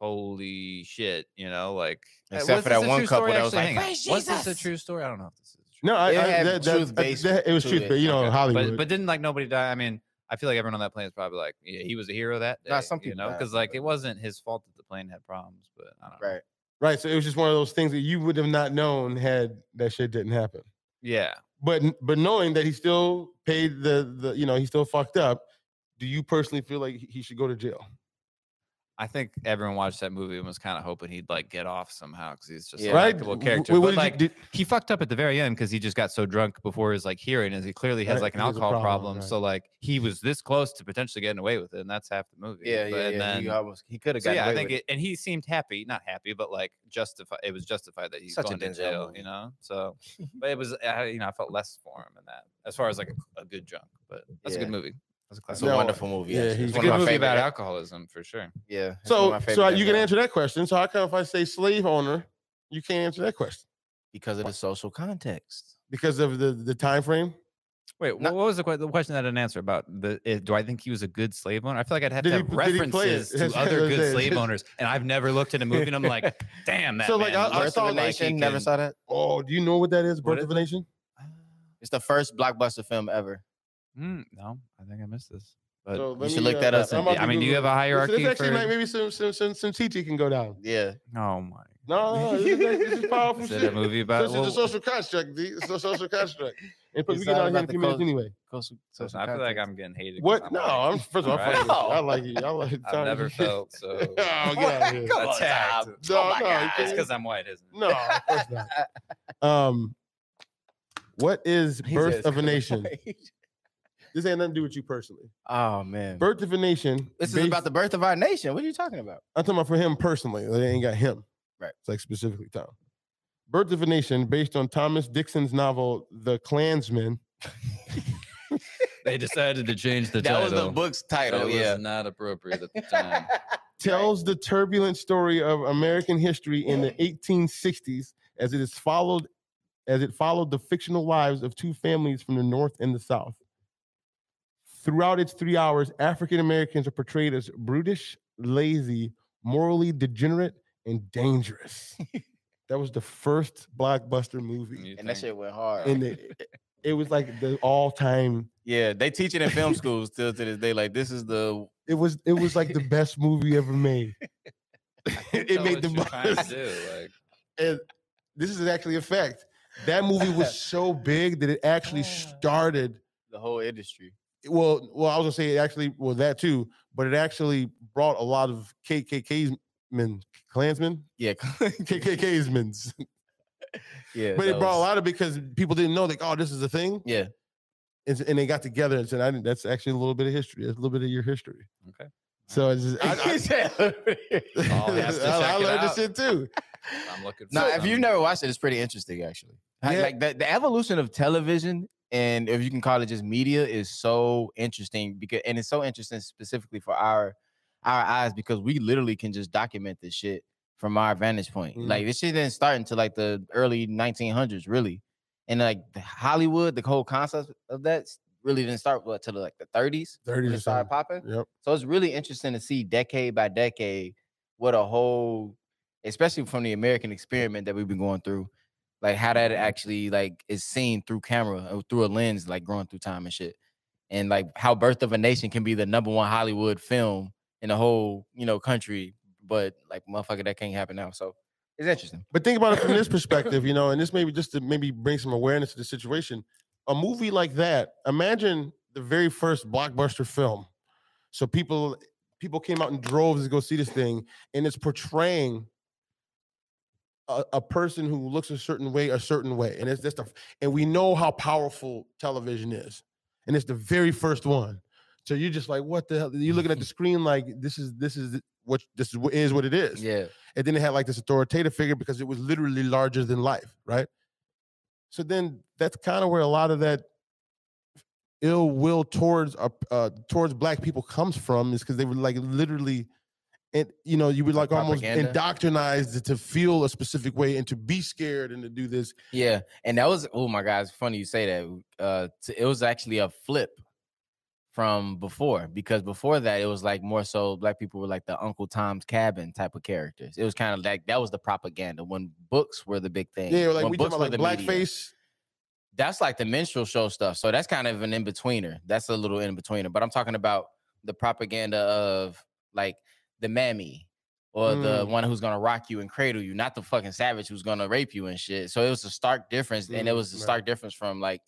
S3: holy shit, you know, like uh,
S2: Except
S3: was
S2: for that
S3: this a
S2: one
S3: true
S2: couple
S3: story?
S2: that was
S3: Actually,
S2: like,
S3: hang on.
S2: "Praise
S3: was this a
S2: Jesus."
S3: true story? I don't know if this is. A true
S1: no, I, I,
S2: It had
S1: that, that-
S2: truth
S1: that-
S2: based
S1: that- it was
S2: to
S1: truth,
S2: it.
S1: but you know,
S2: Okay.
S1: in
S2: But-
S1: Hollywood.
S3: but but didn't like nobody die. I mean, I feel like everyone on that plane is probably like, yeah, he was a hero that day.
S2: Nah, some
S3: you
S2: people
S3: know,
S2: died,
S3: because like
S2: but-
S3: it wasn't his fault that the plane had problems, but I don't know.
S2: Right.
S1: right, so it was just one of those things that you would have not known had that shit didn't happen.
S3: Yeah,
S1: But but knowing that he still paid the the you know he still fucked up, do you personally feel like he- he should go to jail?
S3: I think everyone watched that movie and was kind of hoping he'd like get off somehow because he's just
S2: Yeah.
S3: a
S1: right,
S3: likable
S1: W-
S3: character.
S1: w-
S3: but
S1: what did you-
S3: like
S1: did-
S3: he fucked up at the very end because he just got so drunk before his like hearing, is he clearly has
S1: Right,
S3: like an
S1: it was a
S3: alcohol problem.
S1: problem, right.
S3: So like he was this close to potentially getting away with it, and that's half the movie.
S2: Yeah,
S3: But-
S2: yeah,
S3: and
S2: yeah.
S3: Then,
S2: He uh, almost he could have
S3: so
S2: gotten
S3: yeah, I
S2: away
S3: think
S2: with
S3: it, and he seemed happy, not happy, but like justified. It was justified that he's
S2: Such a
S3: going to
S2: Denzel
S3: jail,
S2: movie.
S3: you know. So, but it was, I, you know, I felt less for him in that, as far as like a, a good drunk. But that's a
S2: Yeah.
S3: good movie.
S2: It's
S3: That's a classic.
S2: a
S1: No,
S2: wonderful movie.
S1: yeah,
S2: Yeah,
S1: he's
S2: he's one
S3: It's a
S2: of
S3: good
S2: my
S3: movie
S2: favorite. e
S3: about alcoholism for sure.
S2: yeah, it's one of
S1: So
S2: my
S1: so
S2: favorite
S1: you can
S2: Denzel.
S1: answer that question. So how come if I say slave owner, you can't answer that question
S2: because of the social context.
S1: because of the the time frame?
S3: Wait,
S2: Not-
S3: what was the, que- the question that I didn't answer about? The uh, do I think he was a good slave owner? I feel like I'd have
S1: Did
S3: to
S1: he
S3: have
S1: pl- did he play it?
S3: references
S1: That's
S3: to
S1: what I
S3: other
S1: was
S3: good
S1: saying.
S3: slave owners, and I've never looked at a movie and I'm like, damn that.
S1: So, like, I-
S3: man
S1: I
S3: worked
S2: Birth of
S1: saw,
S2: a
S1: like, he
S2: Nation. Never
S3: can-
S2: saw that.
S1: Oh, do you know what that is?
S3: What
S1: Birth
S3: is
S1: of a Nation.
S2: It's the first blockbuster film ever.
S3: Mm, no, I think I missed this. But
S1: So
S2: you
S1: let
S2: should
S1: me, uh,
S2: look that up.
S1: I'm
S2: Listen,
S1: about
S3: I
S1: to
S3: mean, do you
S1: Google
S3: have
S1: it.
S3: a
S1: Listen,
S3: hierarchy
S1: This actually
S3: for-
S1: might maybe some some some some teaching can go down.
S2: Yeah,
S3: oh my,
S1: No, no, no, this, is, like- this is powerful
S3: is
S1: Oh, shit.
S3: it a movie
S1: So
S3: about?
S1: This is a
S3: well,
S1: social construct. D. It's a social construct. And plus, we
S2: It's
S1: get
S2: all
S1: out here in
S2: about
S1: a
S2: the
S1: few minutes
S2: cul-
S1: anyway.
S2: social, social
S3: I feel like
S2: context.
S3: I'm getting hated. 'cause
S1: What?
S3: I'm
S1: No,
S3: white.
S1: I'm first of all, I,
S3: Right?
S1: fucking- I like you. I like.
S3: I've never felt so.
S1: oh, get out of here.
S2: Come on,
S3: attacked.
S2: Tom.
S1: No,
S2: oh my
S1: no, you
S2: God.
S3: It's
S1: can't.
S3: because I'm white, isn't it?
S1: No, of course not. Um, what is
S2: He
S1: birth
S2: says,
S1: of a
S2: "Come
S1: nation?
S2: on."
S1: This ain't nothing to do with you personally.
S2: Oh man,
S1: Birth of a nation.
S2: this is
S1: based-
S2: about the birth of our nation. What are you talking about?
S1: I'm talking about for him personally. They ain't got him.
S2: Right.
S1: It's like specifically Tom. Birth of a Nation, based on Thomas Dixon's novel The Klansman.
S3: They decided to change the
S2: that
S3: title.
S2: was the book's
S3: That
S2: title.
S3: was
S2: yeah.
S3: not appropriate at the time.
S1: tells the turbulent story of American history in the 1860s as it is followed as it followed the fictional lives of two families from the north and the south. Throughout its 3 hours, African Americans are portrayed as brutish, lazy, morally degenerate, and dangerous. that was the first blockbuster movie.
S3: You
S2: and that
S3: think-
S2: shit went hard.
S1: And it, it was like the all-time
S2: yeah, they teach it in film school still to this day. Like this is the
S1: it was it was like the best movie ever made. it
S3: tell
S1: made
S3: what
S1: the
S3: you're trying to
S1: most.
S3: do, like-
S1: and this is actually a fact. That movie was so big that it actually started.
S2: the whole industry.
S1: Well, well, I was gonna say it actually well that too, but it actually brought a lot of KKK's men, Klansmen,
S2: Yeah,
S1: KKK's men's.
S2: yeah.
S1: But it
S2: that
S1: brought a
S2: was-
S1: lot of because people didn't know like, oh, this is a thing,
S2: Yeah,
S1: and, s- and they got together and said, I, didn't- that's actually a little bit of history. That's a little bit of your history.
S3: Okay.
S1: So it's just, I, I,
S3: I'll have to
S1: I- I
S3: check it
S1: learned this
S3: out.
S1: shit too.
S3: I'm looking. For
S2: no, if you've
S3: some-
S2: never watched it, it's pretty interesting actually. How-
S1: um, Yeah.
S2: Like the, the evolution of television and if you can call it just media is so interesting because and it's so interesting specifically for our our eyes because we literally can just document this shit from our vantage point.
S1: Mhm.
S2: Like this shit didn't start until like the early 1900s really. And like the Hollywood, the whole concept of that s- really didn't start what till like the 30s when
S1: Thirty
S2: it
S1: or something.
S2: started popping.
S1: Yep.
S2: So it's really interesting to see decade by decade what a whole, especially from the American experiment that we've been going through, like how that actually like is seen through camera or through a lens, like growing through time and shit, and like how Birth of a Nation can be the number one Hollywood film in the whole you know country, but like motherfucker, that can't happen now. So it's interesting.
S1: But think about it from this perspective, you know, and this maybe just to maybe bring some awareness to the situation. A movie like that, imagine the very first blockbuster film. So people people came out in droves to go see this thing, and it's portraying a, a person who looks a certain way, a certain way, and it's just a, and we know how powerful television is, and it's the very first one. So you're just like, what the hell? You're looking at the screen like this is this is what this is what is what it is
S2: Yeah,
S1: and then it had like this authoritative figure because it was literally larger than life, right? So then that's kind of where a lot of that ill will towards uh, uh towards black people comes from is because they were like literally and you know you were like
S2: Like
S1: almost
S2: propaganda?
S1: indoctrinated to feel a specific way and to be scared and to do this
S2: Yeah, and that was oh my god, it's funny you say that. Uh, t- it was actually a flip from before because before that it was like more so black people were like the Uncle Tom's Cabin type of characters. It was kind of like that was the propaganda when books were the big thing.
S1: yeah like
S2: when
S1: we talking about like
S2: were the media.
S1: blackface
S2: That's like the minstrel show stuff. So that's kind of an in betweener. That's a little in betweener. But I'm talking about the propaganda of like the mammy or the
S1: Mm.
S2: one who's gonna rock you and cradle you, not the fucking savage who's gonna rape you and shit. So it was a stark difference, and it
S1: Mm,
S2: was a
S1: right.
S2: stark difference from like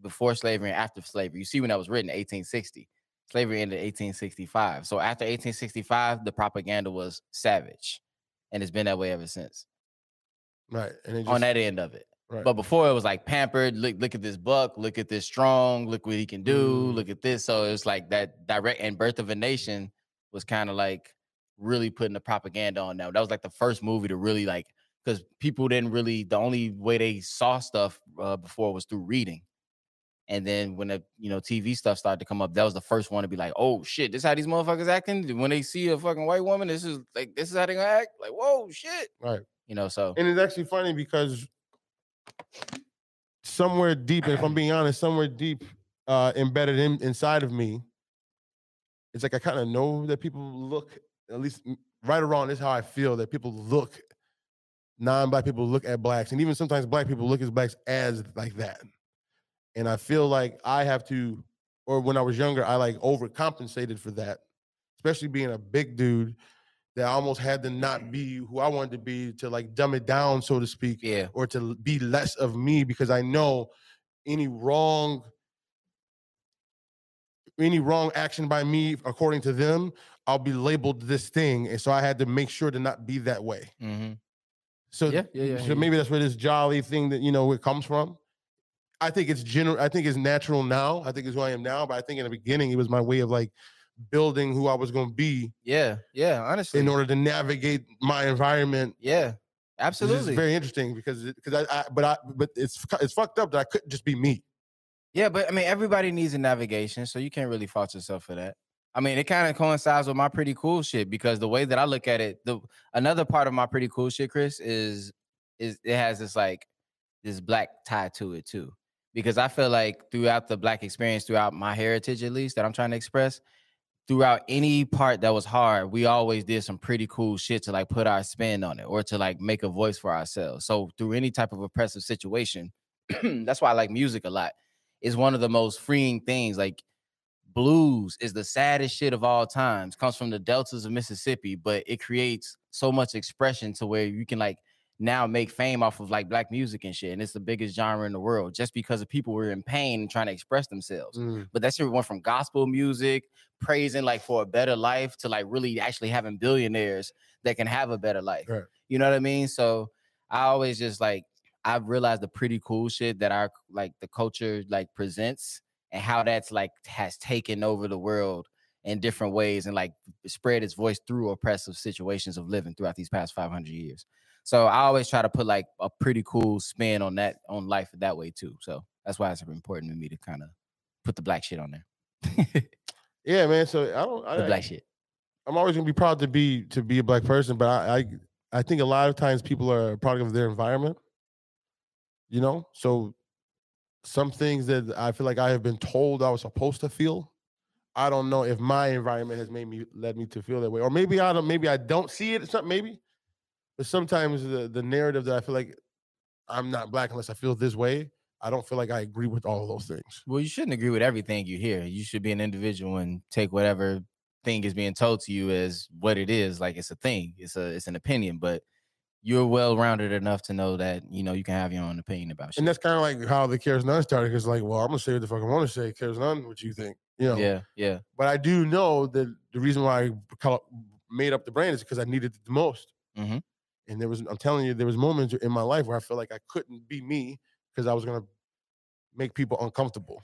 S2: before slavery and after slavery. You see, when that was written, 1860, slavery ended 1865. So after 1865, the propaganda was savage, and it's been that way ever since
S1: right and it just,
S2: on that end of it.
S1: right.
S2: But before it was like pampered. Look, look at this buck. Look at this strong. Look what he can do.
S1: Mm.
S2: Look at this. So it's like that direct and Birth of a Nation was kind of like really putting the propaganda on that. That was like the first movie to really like because people didn't really. The only way they saw stuff uh, before was through reading. And then when the you know TV stuff started to come up, that was the first one to be like, oh shit, this how these motherfuckers acting when they see a fucking white woman. This is like this is how they gonna act. Like whoa shit.
S1: right
S2: You know so
S1: and it's actually funny because somewhere deep, and if I'm being honest, somewhere deep, uh, embedded in, inside of me, it's like I kind of know that people look, at least m- right or wrong, this is how I feel that people look, non-black people look at blacks, and even sometimes black people look at blacks as like that. And I feel like I have to, or when I was younger, I like overcompensated for that, especially being a big dude that I almost had to not be who I wanted to be to like dumb it down, so to speak
S2: yeah.
S1: or to l- be less of me because I know any wrong any wrong action by me according to them I'll be labeled this thing and so I had to make sure to not be that way
S2: hmm
S1: so
S2: Yeah, yeah, yeah, I
S1: so
S2: hear you.
S1: maybe that's where this jolly thing that you know it comes from I think it's general I think it's natural now I think it's who I am now but I think in the beginning it was my way of like building who I was going to be
S2: Yeah, yeah, honestly.
S1: in order to navigate my environment
S2: yeah,
S1: It's
S2: absolutely.
S1: very interesting because because I, I but I but it's fu- it's fucked up that I couldn't just be me.
S2: yeah, but I mean, everybody needs a navigation, so you can't really fault yourself for that. I mean, it kind of coincides with my pretty cool shit because the way that I look at it, the another part of my pretty cool shit, Chris, is is it has this like this black tie to it too. Because I feel like throughout the black experience, throughout my heritage at least that I'm trying to express, throughout any part that was hard, we always did some pretty cool shit to like put our spin on it or to like make a voice for ourselves. So through any type of oppressive situation, that's why I like music a lot. It's one of the most freeing things. Like blues is the saddest shit of all times. Comes from the deltas of Mississippi, but it creates so much expression to where you can like now make fame off of like black music and shit. And it's the biggest genre in the world just because of people were in pain and trying to express themselves but that shit went from gospel music praising like for a better life to like really actually having billionaires that can have a better life
S1: Right.
S2: you know what i mean so i always just like i've realized the pretty cool shit that our like the culture like presents and how that's like has taken over the world in different ways and like spread its voice through oppressive situations of living throughout these past 500 years so i always try to put like a pretty cool spin on that on life that way too so that's why it's important to me to kind of put the black shit on there.
S1: Yeah, man. So I don't. I,
S2: The black shit.
S1: I'm always gonna be proud to be to be a black person, but I, I I think a lot of times people are a product of their environment. You know, so some things that I feel like I have been told I was supposed to feel. I don't know if my environment has made me led me to feel that way, or maybe I don't. Maybe I don't see it. Something maybe, but sometimes the the narrative that I feel like I'm not black unless I feel this way. I don't feel like I agree with all of those things.
S2: Well, you shouldn't agree with everything you hear. You should be an individual and take whatever thing is being told to you as what it is. Like it's a thing. It's a it's an opinion, but you're well rounded enough to know that you know you can have your own opinion about shit.
S1: And that's kind of like how the cares none started. Because like, well, I'm gonna say what the fuck I want to say. Cares none what you think, you know.
S2: yeah, yeah,
S1: But I do know that the reason why I call, made up the brand is because I needed it the most.
S2: Mhm.
S1: And there was, I'm telling you, there was moments in my life where I felt like I couldn't be me because I was gonna make people uncomfortable.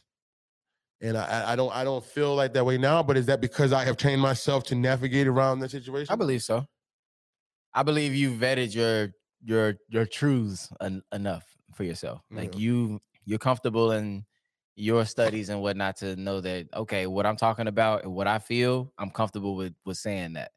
S1: And I, I- I don't, I don't feel like that way now. But is that because I have trained myself to navigate around that situation?
S2: I believe so. I believe you vetted your your your truths en- enough for yourself. Like
S1: Yeah.
S2: you you're comfortable in your studies and whatnot to know that okay, what I'm talking about and what I feel, I'm comfortable with with saying that.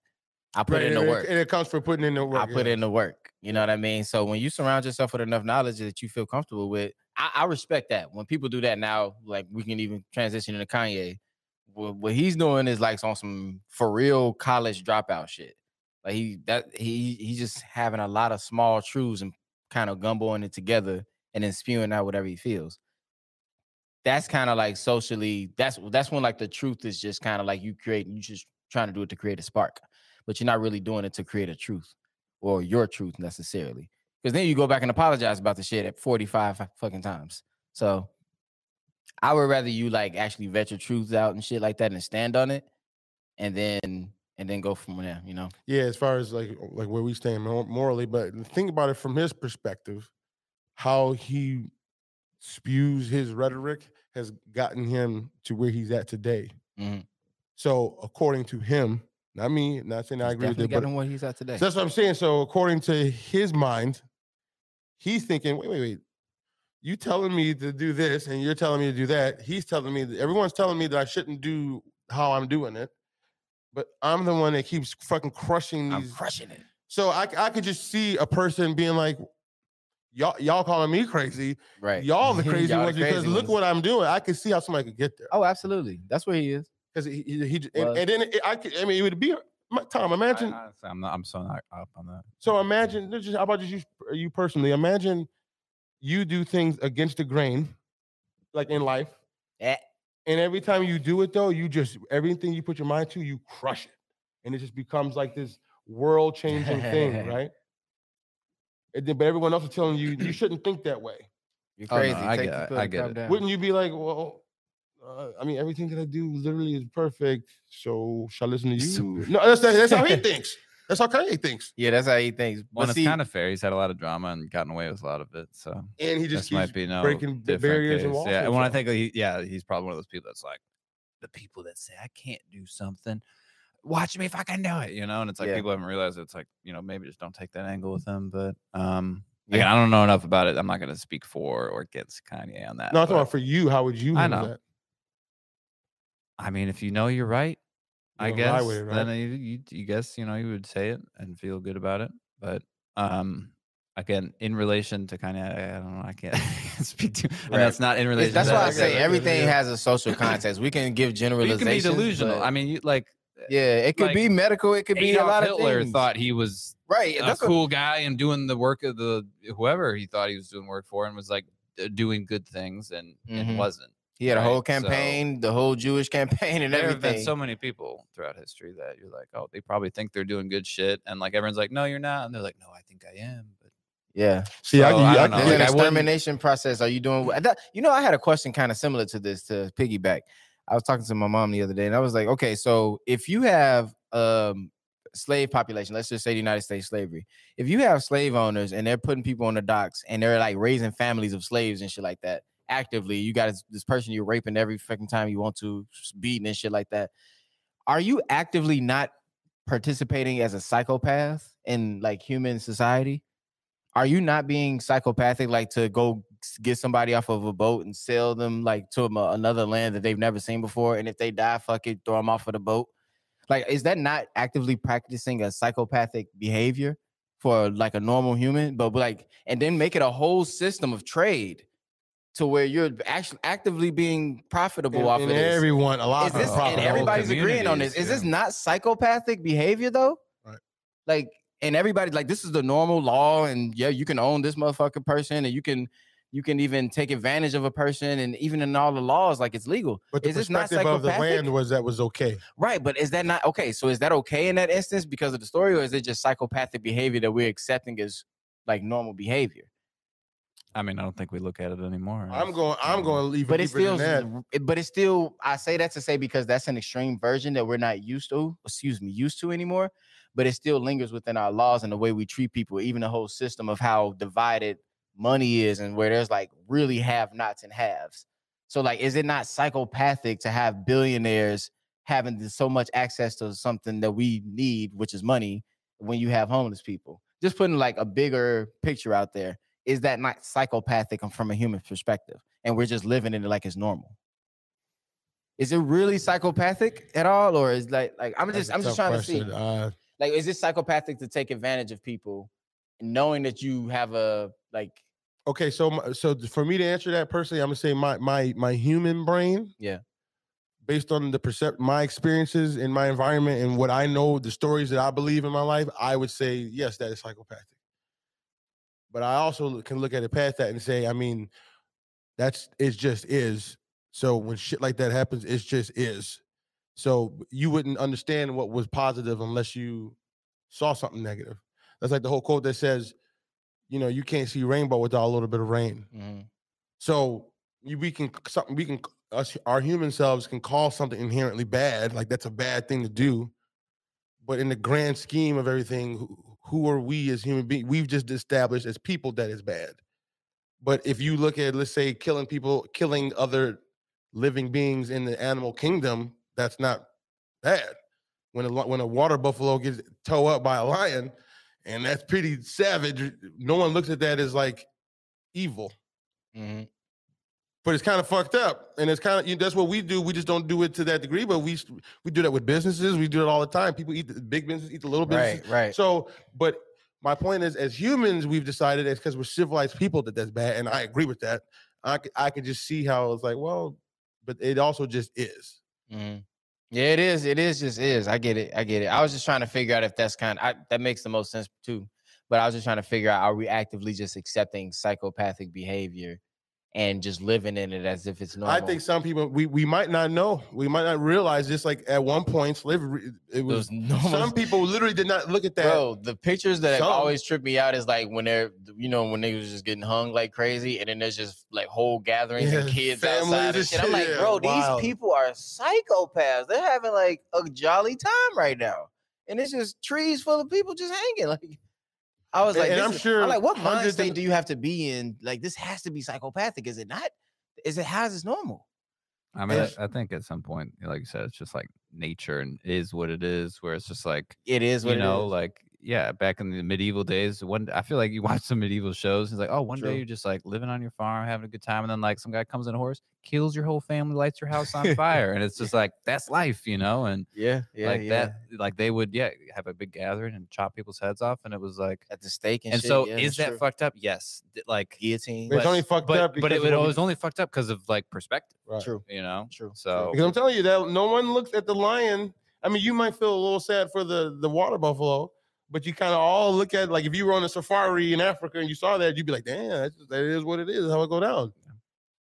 S2: I put
S1: Right,
S2: in
S1: and
S2: the
S1: it-
S2: work.
S1: And it comes for putting in the work.
S2: I put
S1: yeah.
S2: in the work. You know what I mean? So when you surround yourself with enough knowledge that you feel comfortable with, I, I respect that. When people do that now, like we can even transition into Kanye. What, what he's doing is like on some for real college dropout shit. Like he that he he's just having a lot of small truths and kind of gumbling it together and then spewing out whatever he feels. That's kind of like socially. That's that's when like the truth is just kind of like you create. You just trying to do it to create a spark, but you're not really doing it to create a truth or your truth necessarily. Because then you go back and apologize about the shit at 45 fu- fucking times. So I would rather you like actually vet your truths out and shit like that and stand on it and then and then go from there, you know.
S1: yeah, as far as like like where we stand mor- morally, but think about it from his perspective, how he spews his rhetoric has gotten him to where he's at today.
S2: Mhm.
S1: So according to him, not me, not saying I
S2: He's
S1: agree with
S2: definitely
S1: it, but
S2: gotten what he's at today.
S1: So that's what I'm saying. So according to his mind, he's thinking, wait, wait, wait. You telling me to do this and you're telling me to do that. He's telling me that everyone's telling me that I shouldn't do how I'm doing it. But I'm the one that keeps fucking crushing
S2: I'm
S1: these.
S2: crushing it.
S1: so I, I could just see a person being like, y'all, y'all calling me crazy.
S2: Right.
S1: Y'all the crazy
S2: Y'all the
S1: ones because
S2: crazy
S1: look
S2: ones.
S1: what I'm doing. I could see how somebody could get there.
S2: Oh, absolutely. That's where he is.
S1: Because he, he, he j- and,
S2: Well-
S1: and then it, I could, I mean, it would be my Tom.
S3: I,
S1: Imagine
S3: honestly, I'm not. I'm so not up on that.
S1: So imagine, let's just, how about just you, you personally? Imagine you do things against the grain, like in life.
S2: Eh.
S1: And every time you do it, though, you just, everything you put your mind to, you crush it. And it just becomes like this world changing thing, right? And then, but everyone else is telling you, you shouldn't think that way.
S2: You're
S3: Oh, no,
S2: crazy.
S3: I
S2: Take
S3: get
S2: the
S3: it.
S2: pill
S3: I
S2: and
S3: get
S2: calm
S3: it.
S2: down.
S1: Wouldn't you be like, well, uh, I mean, everything that I do literally is perfect. So shall I listen to you?
S3: So-
S1: No, that's, that's how he thinks. That's how Kanye thinks.
S2: yeah, that's how he thinks.
S3: Well,
S2: But
S3: and
S2: see,
S3: it's kind of fair. He's had a lot of drama and gotten away with a lot of it. So
S1: And he just
S3: this might
S1: keeps
S3: be no
S1: breaking the
S3: different
S1: barriers
S3: case.
S1: and walls.
S3: Yeah,
S1: for
S3: and when I
S1: himself.
S3: think, he, yeah, he's probably one of those people that's like the people that say I can't do something. Watch me if I can do it, you know. And it's like
S2: Yeah.
S3: people haven't realized it's like you know maybe just don't take that angle with him. But um,
S2: Yeah.
S3: again, I don't know enough about it. I'm not going to speak for or against Kanye on that.
S1: No, I'm talking
S3: but-
S1: about for you. How would you
S3: I
S1: handle
S3: know.
S1: that?
S3: I mean, if you know you're right, I
S1: You don't lie
S3: guess
S1: with it, right?
S3: then you, you you guess you know you would say it and feel good about it. But um, again, in relation to kind of I don't know, I can't speak to. I mean,
S2: Right.
S3: it's not in relation.
S2: that's
S3: to
S2: why
S3: that,
S2: I
S1: I
S2: say
S1: get it,
S2: everything
S1: yeah.
S2: has a social context. We can give
S3: but you
S2: generalizations.
S3: can be delusional.
S2: but-
S3: I mean, you like
S2: yeah, it could
S3: like,
S2: be medical. It could be a
S3: Adolf
S2: lot
S3: Hitler
S2: of things.
S3: thought he was
S2: right.
S3: a
S2: That's what-
S3: Uh, cool guy and doing the work of the whoever he thought he was doing work for and was like uh, doing good things and
S2: Mhm.
S3: and wasn't.
S2: He had a
S3: right?
S2: whole
S3: So-
S2: campaign, the whole Jewish campaign, and
S3: there have
S2: everything.
S3: been so many people throughout history that you're like, oh, they probably think they're doing good shit, and like everyone's like, no, you're not, and they're like, no, I think I am. But
S2: yeah,
S1: See, I,
S3: So,
S1: can-
S3: I
S1: I,
S3: don't know.
S1: can-
S2: there's
S3: like,
S2: an
S3: I wouldn't-
S2: extermination process. Are you doing? wh- that- You know, I had a question kind of similar to this to piggyback. I was talking to my mom the other day, and I was like, okay, so if you have um slave population, let's just say the United States slavery, if you have slave owners and they're putting people on the docks and they're like raising families of slaves and shit like that actively, you got this- this person you're raping every fucking time you want to, s- beating and shit like that. Are you actively not participating as a psychopath in like human society? Are you not being psychopathic, like to go s- get somebody off of a boat and sell them like to am- another land that they've never seen before? And if they die, fuck it, throw them off of the boat. Like, is that not actively practicing a psychopathic behavior for like a normal human? But like, and then make it a whole system of trade to where you're actually actively being profitable
S1: and-
S2: off
S1: and
S2: of this
S1: everyone, a lot
S2: is
S1: of
S2: this
S1: profit
S2: and
S1: of the whole
S2: everybody's
S1: thing.
S2: agreeing on this? Is
S3: communities,
S2: this not psychopathic behavior though?
S1: Right.
S2: Like, and everybody like this is the normal law, and yeah, you can own this motherfucking person, and you can you can even take advantage of a person, and even in all the laws, like it's legal,
S1: But the
S2: Is this not
S1: perspective of the
S2: psychopathic?
S1: land was that was okay.
S2: right? But is that not okay? So is that okay in that instance because of the story, or is it just psychopathic behavior that we're accepting as like normal behavior?
S3: I mean, I don't think we look at it anymore.
S1: I'm
S3: as,
S1: going. I'm
S3: um,
S1: going to leave.
S2: but it still, eh,
S1: that.
S2: but it's still. I say that to say because that's an extreme version that we're not used to. Excuse me, used to anymore. But it still lingers within our laws and the way we treat people, even the whole system of how divided money is, and where there's like really have nots and haves. So like, is it not psychopathic to have billionaires having th- so much access to something that we need, which is money, when you have homeless people? Just putting like a bigger picture out there is that not psychopathic and from a human perspective? And we're just living in it like it's normal. Is it really psychopathic at all, or is like like I'm just I'm just trying to see
S1: Uh,
S2: like is it psychopathic to take advantage of people, knowing that you have a like
S1: okay, so my, so for me to answer that personally, I'm gonna say my my my human brain.
S2: Yeah.
S1: Based on the percept, my experiences in my environment and what I know, the stories that I believe in my life, I would say yes, that is psychopathic. But I also can look at it past that and say, I mean, that's it. Just is. So when shit like that happens, it's just is. So you wouldn't understand what was positive unless you saw something negative. That's like the whole quote that says, you know, you can't see rainbow without a little bit of rain.
S2: Mm-hmm,
S1: So you, we can c- something we can c- us our human selves can call something inherently bad, like that's a bad thing to do. But in the grand scheme of everything, who, who are we as human beings? We've just established as people that is bad. But if you look at, let's say, killing people, killing other living beings in the animal kingdom, that's not bad. When a lo- when a water buffalo gets towed up by a lion, and that's pretty savage. No one looks at that as like evil
S2: Mhm.
S1: but it's kind of fucked up and it's kind of you that's what we do we just don't do it to that degree but we s- we do that with businesses we do it all the time people eat the big businesses eat the little businesses
S2: right right
S1: so but my point is as humans we've decided it's because we're civilized people that that's bad and i agree with that i c- i could just see how it's like well but it also just is
S2: Mhm. Yeah, it is. It is just is. I get it. I get it. I was just trying to figure out if that's kind I, that makes the most sense too. But I was just trying to figure out are we actively just accepting psychopathic behavior and just living in it as if it's normal?
S1: i think some people we we might not know we might not realize just like at one point slavery it was
S2: Those normal-
S1: some people literally did not look at that
S2: Bro, the pictures that have
S1: Some-
S2: always trip me out is like when they're, you know, when they was just getting hung like crazy, and then there's just like whole gatherings and
S1: Yeah,
S2: kids
S1: families
S2: outside and
S1: and
S2: shit. I'm
S1: shit,
S2: like,
S1: yeah,
S2: bro,
S1: wild.
S2: these people are psychopaths. They're having like a jolly time right now, and it's just trees full of people just hanging. Like, I was
S1: And-
S2: like,
S1: and
S2: this
S1: I'm
S2: is-
S1: sure
S2: like, what mind
S1: hundreds
S2: state
S1: and-
S2: do you have to be in? Like, this has to be psychopathic, is it not? Is it how is this normal?
S3: I mean,
S1: If-
S3: I, I think at some point, like you said, it's just like nature and is what it is. Where it's just like
S2: It is what
S3: you know,
S2: it is.
S3: like yeah, back in the medieval days, one I feel like you watch some medieval shows. And it's like, oh, one
S1: True.
S3: day you're just like living on your farm, having a good time, and then like some guy comes in a horse, kills your whole family, lights your house on fire, and it's just like that's life, you know. And
S2: yeah, yeah,
S3: like
S2: yeah.
S3: that, like they would yeah have a big gathering and chop people's heads off, and it was like,
S2: At the stake and,
S3: and
S2: shit,
S3: so
S2: yeah,
S3: is
S2: that's
S3: that
S2: true.
S3: fucked up? Yes, D- like
S2: guillotine?
S1: It's only fucked
S3: but,
S1: up
S3: But
S1: because
S3: it,
S1: of
S3: would-
S1: what we-
S3: was only fucked up because of like perspective,
S1: Right.
S2: True,
S3: you know.
S2: true.
S3: So
S1: Because I'm telling you that no one looks at the lion. I mean, you might feel a little sad for the the water buffalo, but you kind of all look at like if you were on a safari in Africa and you saw that, you'd be like, "Damn, that's just, that is what it is. How it go down."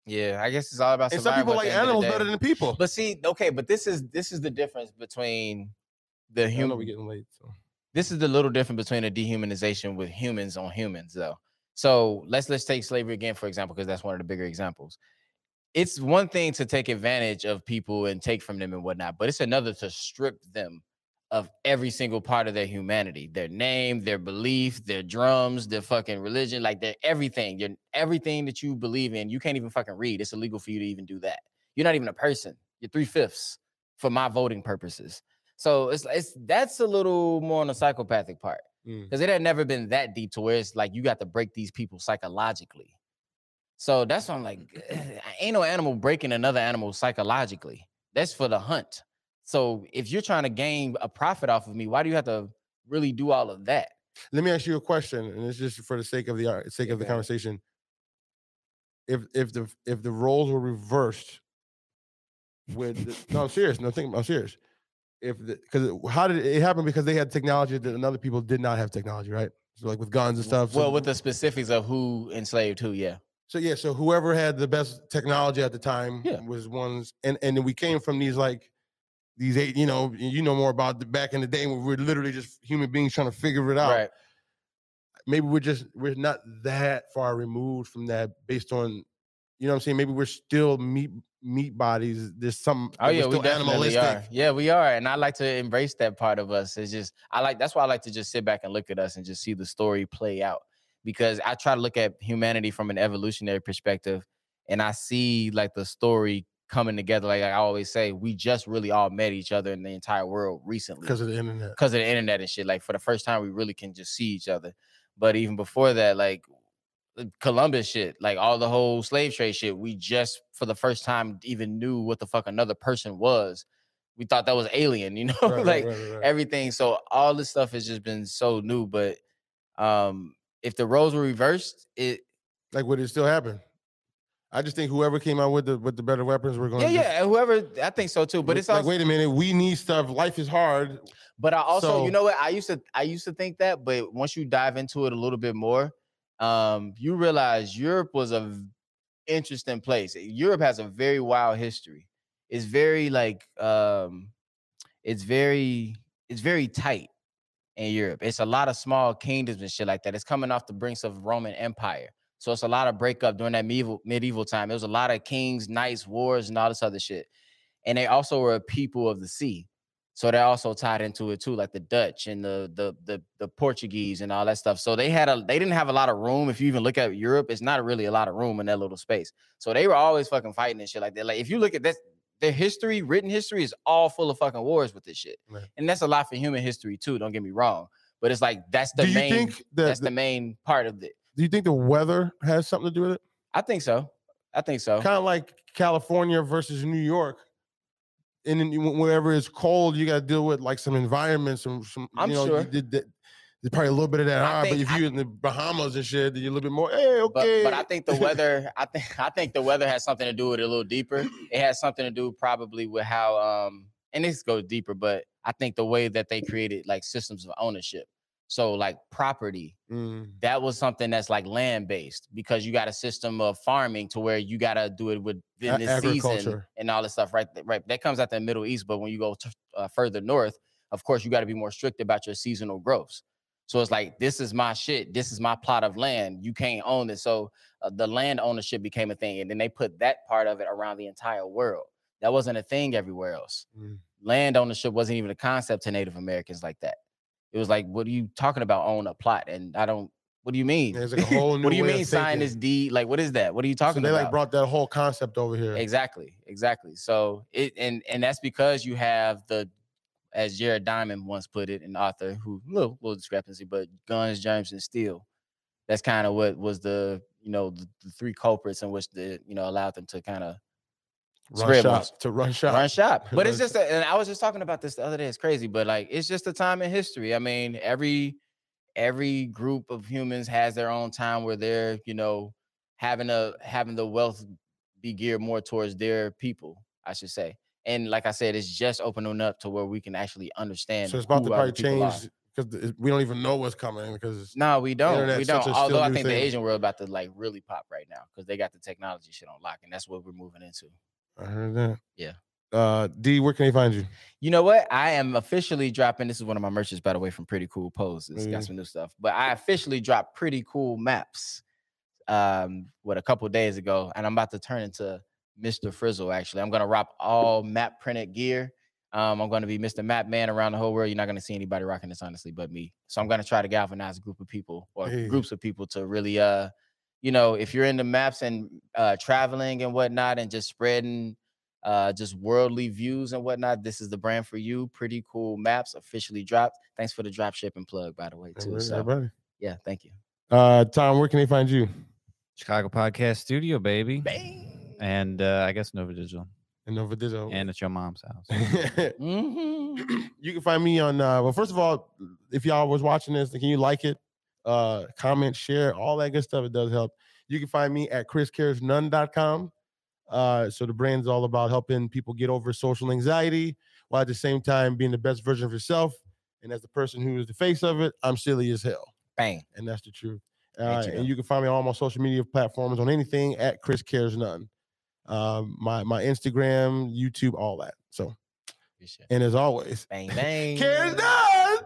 S2: Yeah, I guess it's all about.
S1: And some people like animals better than people.
S2: But see, okay, but this is this is the difference between the
S1: I know
S2: human.
S1: we're getting late. So.
S2: this is the little difference between a dehumanization with humans on humans, though. So let's let's take slavery again, for example, because that's one of the bigger examples. It's one thing to take advantage of people and take from them and whatnot, but it's another to strip them of every single part of their humanity, their name, their belief, their drums, their fucking religion, like their everything, your everything that you believe in. You can't even fucking read. It's illegal for you to even do that. You're not even a person. You're three fifths for my voting purposes. So it's it's that's a little more on the psychopathic part
S1: Mm.
S2: because it had never been that deep to where it's like you got to break these people psychologically. So that's why I'm like, ain't no animal breaking another animal psychologically. That's for the hunt. So if you're trying to gain a profit off of me, why do you have to really do all of that?
S1: Let me ask you a question, and it's just for the sake of the ar- sake
S2: Yeah,
S1: of the
S2: go ahead.
S1: conversation. If if the if the roles were reversed, with the, no, I'm serious. No, think I'm serious. If because how did it, it happen? Because they had technology that another people did not have technology, right? So like with guns and stuff. so-
S2: Well, with the specifics of who enslaved who, yeah.
S1: So yeah, so whoever had the best technology at the time
S2: Yeah.
S1: was ones, and and then we came from these like these eight, you know, y- you know more about the back in the day when we are literally just human beings trying to figure it out.
S2: Right.
S1: Maybe we're just we're not that far removed from that based on, you know, what I'm saying. Maybe we're still meat meat bodies. There's some.
S2: Oh
S1: that we're
S2: yeah, we
S1: still
S2: definitely are. Yeah, we are, and I like to embrace that part of us. It's just I like that's why I like to just sit back and look at us and just see the story play out because I try to look at humanity from an evolutionary perspective, and I see like the story coming together. Like I always say, we just really all met each other in the entire world recently
S1: because of the internet.
S2: because of the internet and shit. Like for the first time, we really can just see each other. But even before that, like Columbus shit, like all the whole slave trade shit, we just for the first time even knew what the fuck another person was. We thought that was alien, you know,
S1: Right, right,
S2: like
S1: right, right, right.
S2: everything. So all this stuff has just been so new. But um, if the roles were reversed, it
S1: like would it still happen? I just think whoever came out with the with the better weapons, we're going.
S2: yeah, yeah, whoever I think so too. But it's
S1: like,
S2: also
S1: wait a minute, we need stuff. Life is hard.
S2: But I also,
S1: So-
S2: you know what? I used to I used to think that, but once you dive into it a little bit more, um, you realize Europe was a v- interesting place. Eh, Europe has a very wild history. It's very like um it's very it's very tight in Europe. It's a lot of small kingdoms and shit like that. It's coming off the brinks of Roman Empire. So it's a lot of breakup during that medieval medieval time. There was a lot of kings, knights, wars, and all this other shit. And they also were a people of the sea. So they're also tied into it too, like the Dutch and the the the the Portuguese and all that stuff. So they had a they didn't have a lot of room. If you even look at Europe, it's not really a lot of room in that little space. So they were always fucking fighting and shit like that. Like if you look at this, their history, written history is all full of fucking wars with this shit.
S1: Right.
S2: And that's a lot for human history too. Don't get me wrong, but it's like that's the
S1: do you
S2: main
S1: think that
S2: that's the, main part of it.
S1: do you think the weather has something to do with it?
S2: I think so. I think so.
S1: Kind of like California versus New York. And then you- wherever it's cold, you got to deal with like some environment, some some.
S2: I'm
S1: you know,
S2: sure.
S1: you did that. There's probably a little bit of that.
S2: I
S1: high, but
S2: think-
S1: if
S2: I-
S1: you're in the Bahamas and shit, then you're a little bit more. Hey,
S2: but
S1: okay.
S2: but I think the weather I think I think the weather has something to do with it a little deeper. It has something to do probably with how um and this goes deeper, but I think the way that they created like systems of ownership. So like property,
S1: Mm,
S2: that was something that's like land based because you got a system of farming to where you got to do it within
S1: A-
S2: this season
S1: agriculture.
S2: and all this stuff right th- right that comes out the middle east but when you go t- uh, further north of course you got to be more strict about your seasonal growths so it's like this is my shit this is my plot of land you can't own it so uh, the land ownership became a thing and then they put that part of it around the entire world that wasn't a thing everywhere else
S1: Mm.
S2: land ownership wasn't even a concept to native americans like that it was like what are you talking about own a plot and i don't what do you mean?
S1: There's like a whole new
S2: what do you
S1: way of
S2: mean sign
S1: thinking.
S2: this deed? Like, what is that? What are you
S1: so
S2: talking
S1: they
S2: about?
S1: like brought that whole concept over here.
S2: Exactly, exactly. So it and and that's because you have the, as Jared Diamond once put it, an author who little little discrepancy, but guns, germs, and steel. That's kind of what was the you know the, the three culprits in which the you know allowed them to kind of
S1: Run
S2: spread
S1: shop
S2: was-
S1: to run shop.
S2: Run shop. But
S1: Run
S2: it's just, a, and I was just talking about this the other day. It's crazy, but like it's just a time in history. I mean, every every group of humans has their own time where they're, you know, having a having the wealth be geared more towards their people, I should say. And like I said, it's just opening up to where we can actually understand.
S1: So it's about
S2: who
S1: to
S2: other
S1: probably
S2: people are.
S1: change because we don't even know what's coming because it's
S2: No, we don't. We
S1: internet's such
S2: don't.
S1: a still
S2: Although I
S1: new
S2: think the
S1: thing.
S2: Asian world about to like really pop right now because they got the technology shit on lock, and that's what we're moving into.
S1: I heard that.
S2: Yeah.
S1: Uh, D, where can they find you?
S2: You know what? I am officially dropping. This is one of my merchants, by the way, from Pretty Cool Pose. It's
S1: Mhm.
S2: got some new stuff, but I officially dropped Pretty Cool Maps, um, what a couple days ago, and I'm about to turn into Mr. Frizzle. Actually, I'm gonna rock all map printed gear. Um, I'm gonna be Mr. Map Man around the whole world. You're not gonna see anybody rocking this honestly, but me. So I'm gonna try to galvanize a group of people or
S1: Hey.
S2: groups of people to really, uh, you know, if you're into maps and uh, traveling and whatnot, and just spreading uh, just worldly views and whatnot. This is the brand for you. Pretty cool maps officially dropped. Thanks for the drop shipping plug, by the way, too.
S1: Everybody-
S2: So
S1: everybody.
S2: yeah, thank you.
S1: Uh, Tom, where can they find you?
S3: Chicago Podcast Studio, baby. And uh, I guess Nova Digital.
S1: And Nova Dizzo.
S3: And it's your mom's house.
S2: Mhm.
S1: you can find me on. Uh, well, first of all, if y'all was watching this, can you like it? Uh, comment, share, all that good stuff. It does help. You can find me at chriscaresnone.com. Uh, so the brand's all about helping people get over social anxiety while at the same time being the best version of yourself. And as the person who is the face of it, I'm silly as hell.
S2: Bang.
S1: and that's the truth.
S2: Thank
S1: Uh,
S2: you,
S1: and
S2: though.
S1: you can find me on all my social media platforms on anything at Chris Cares None. Um, my my Instagram, YouTube, all that. So,
S2: Appreciate it.
S1: and as always,
S2: Bang bang.
S1: cares none.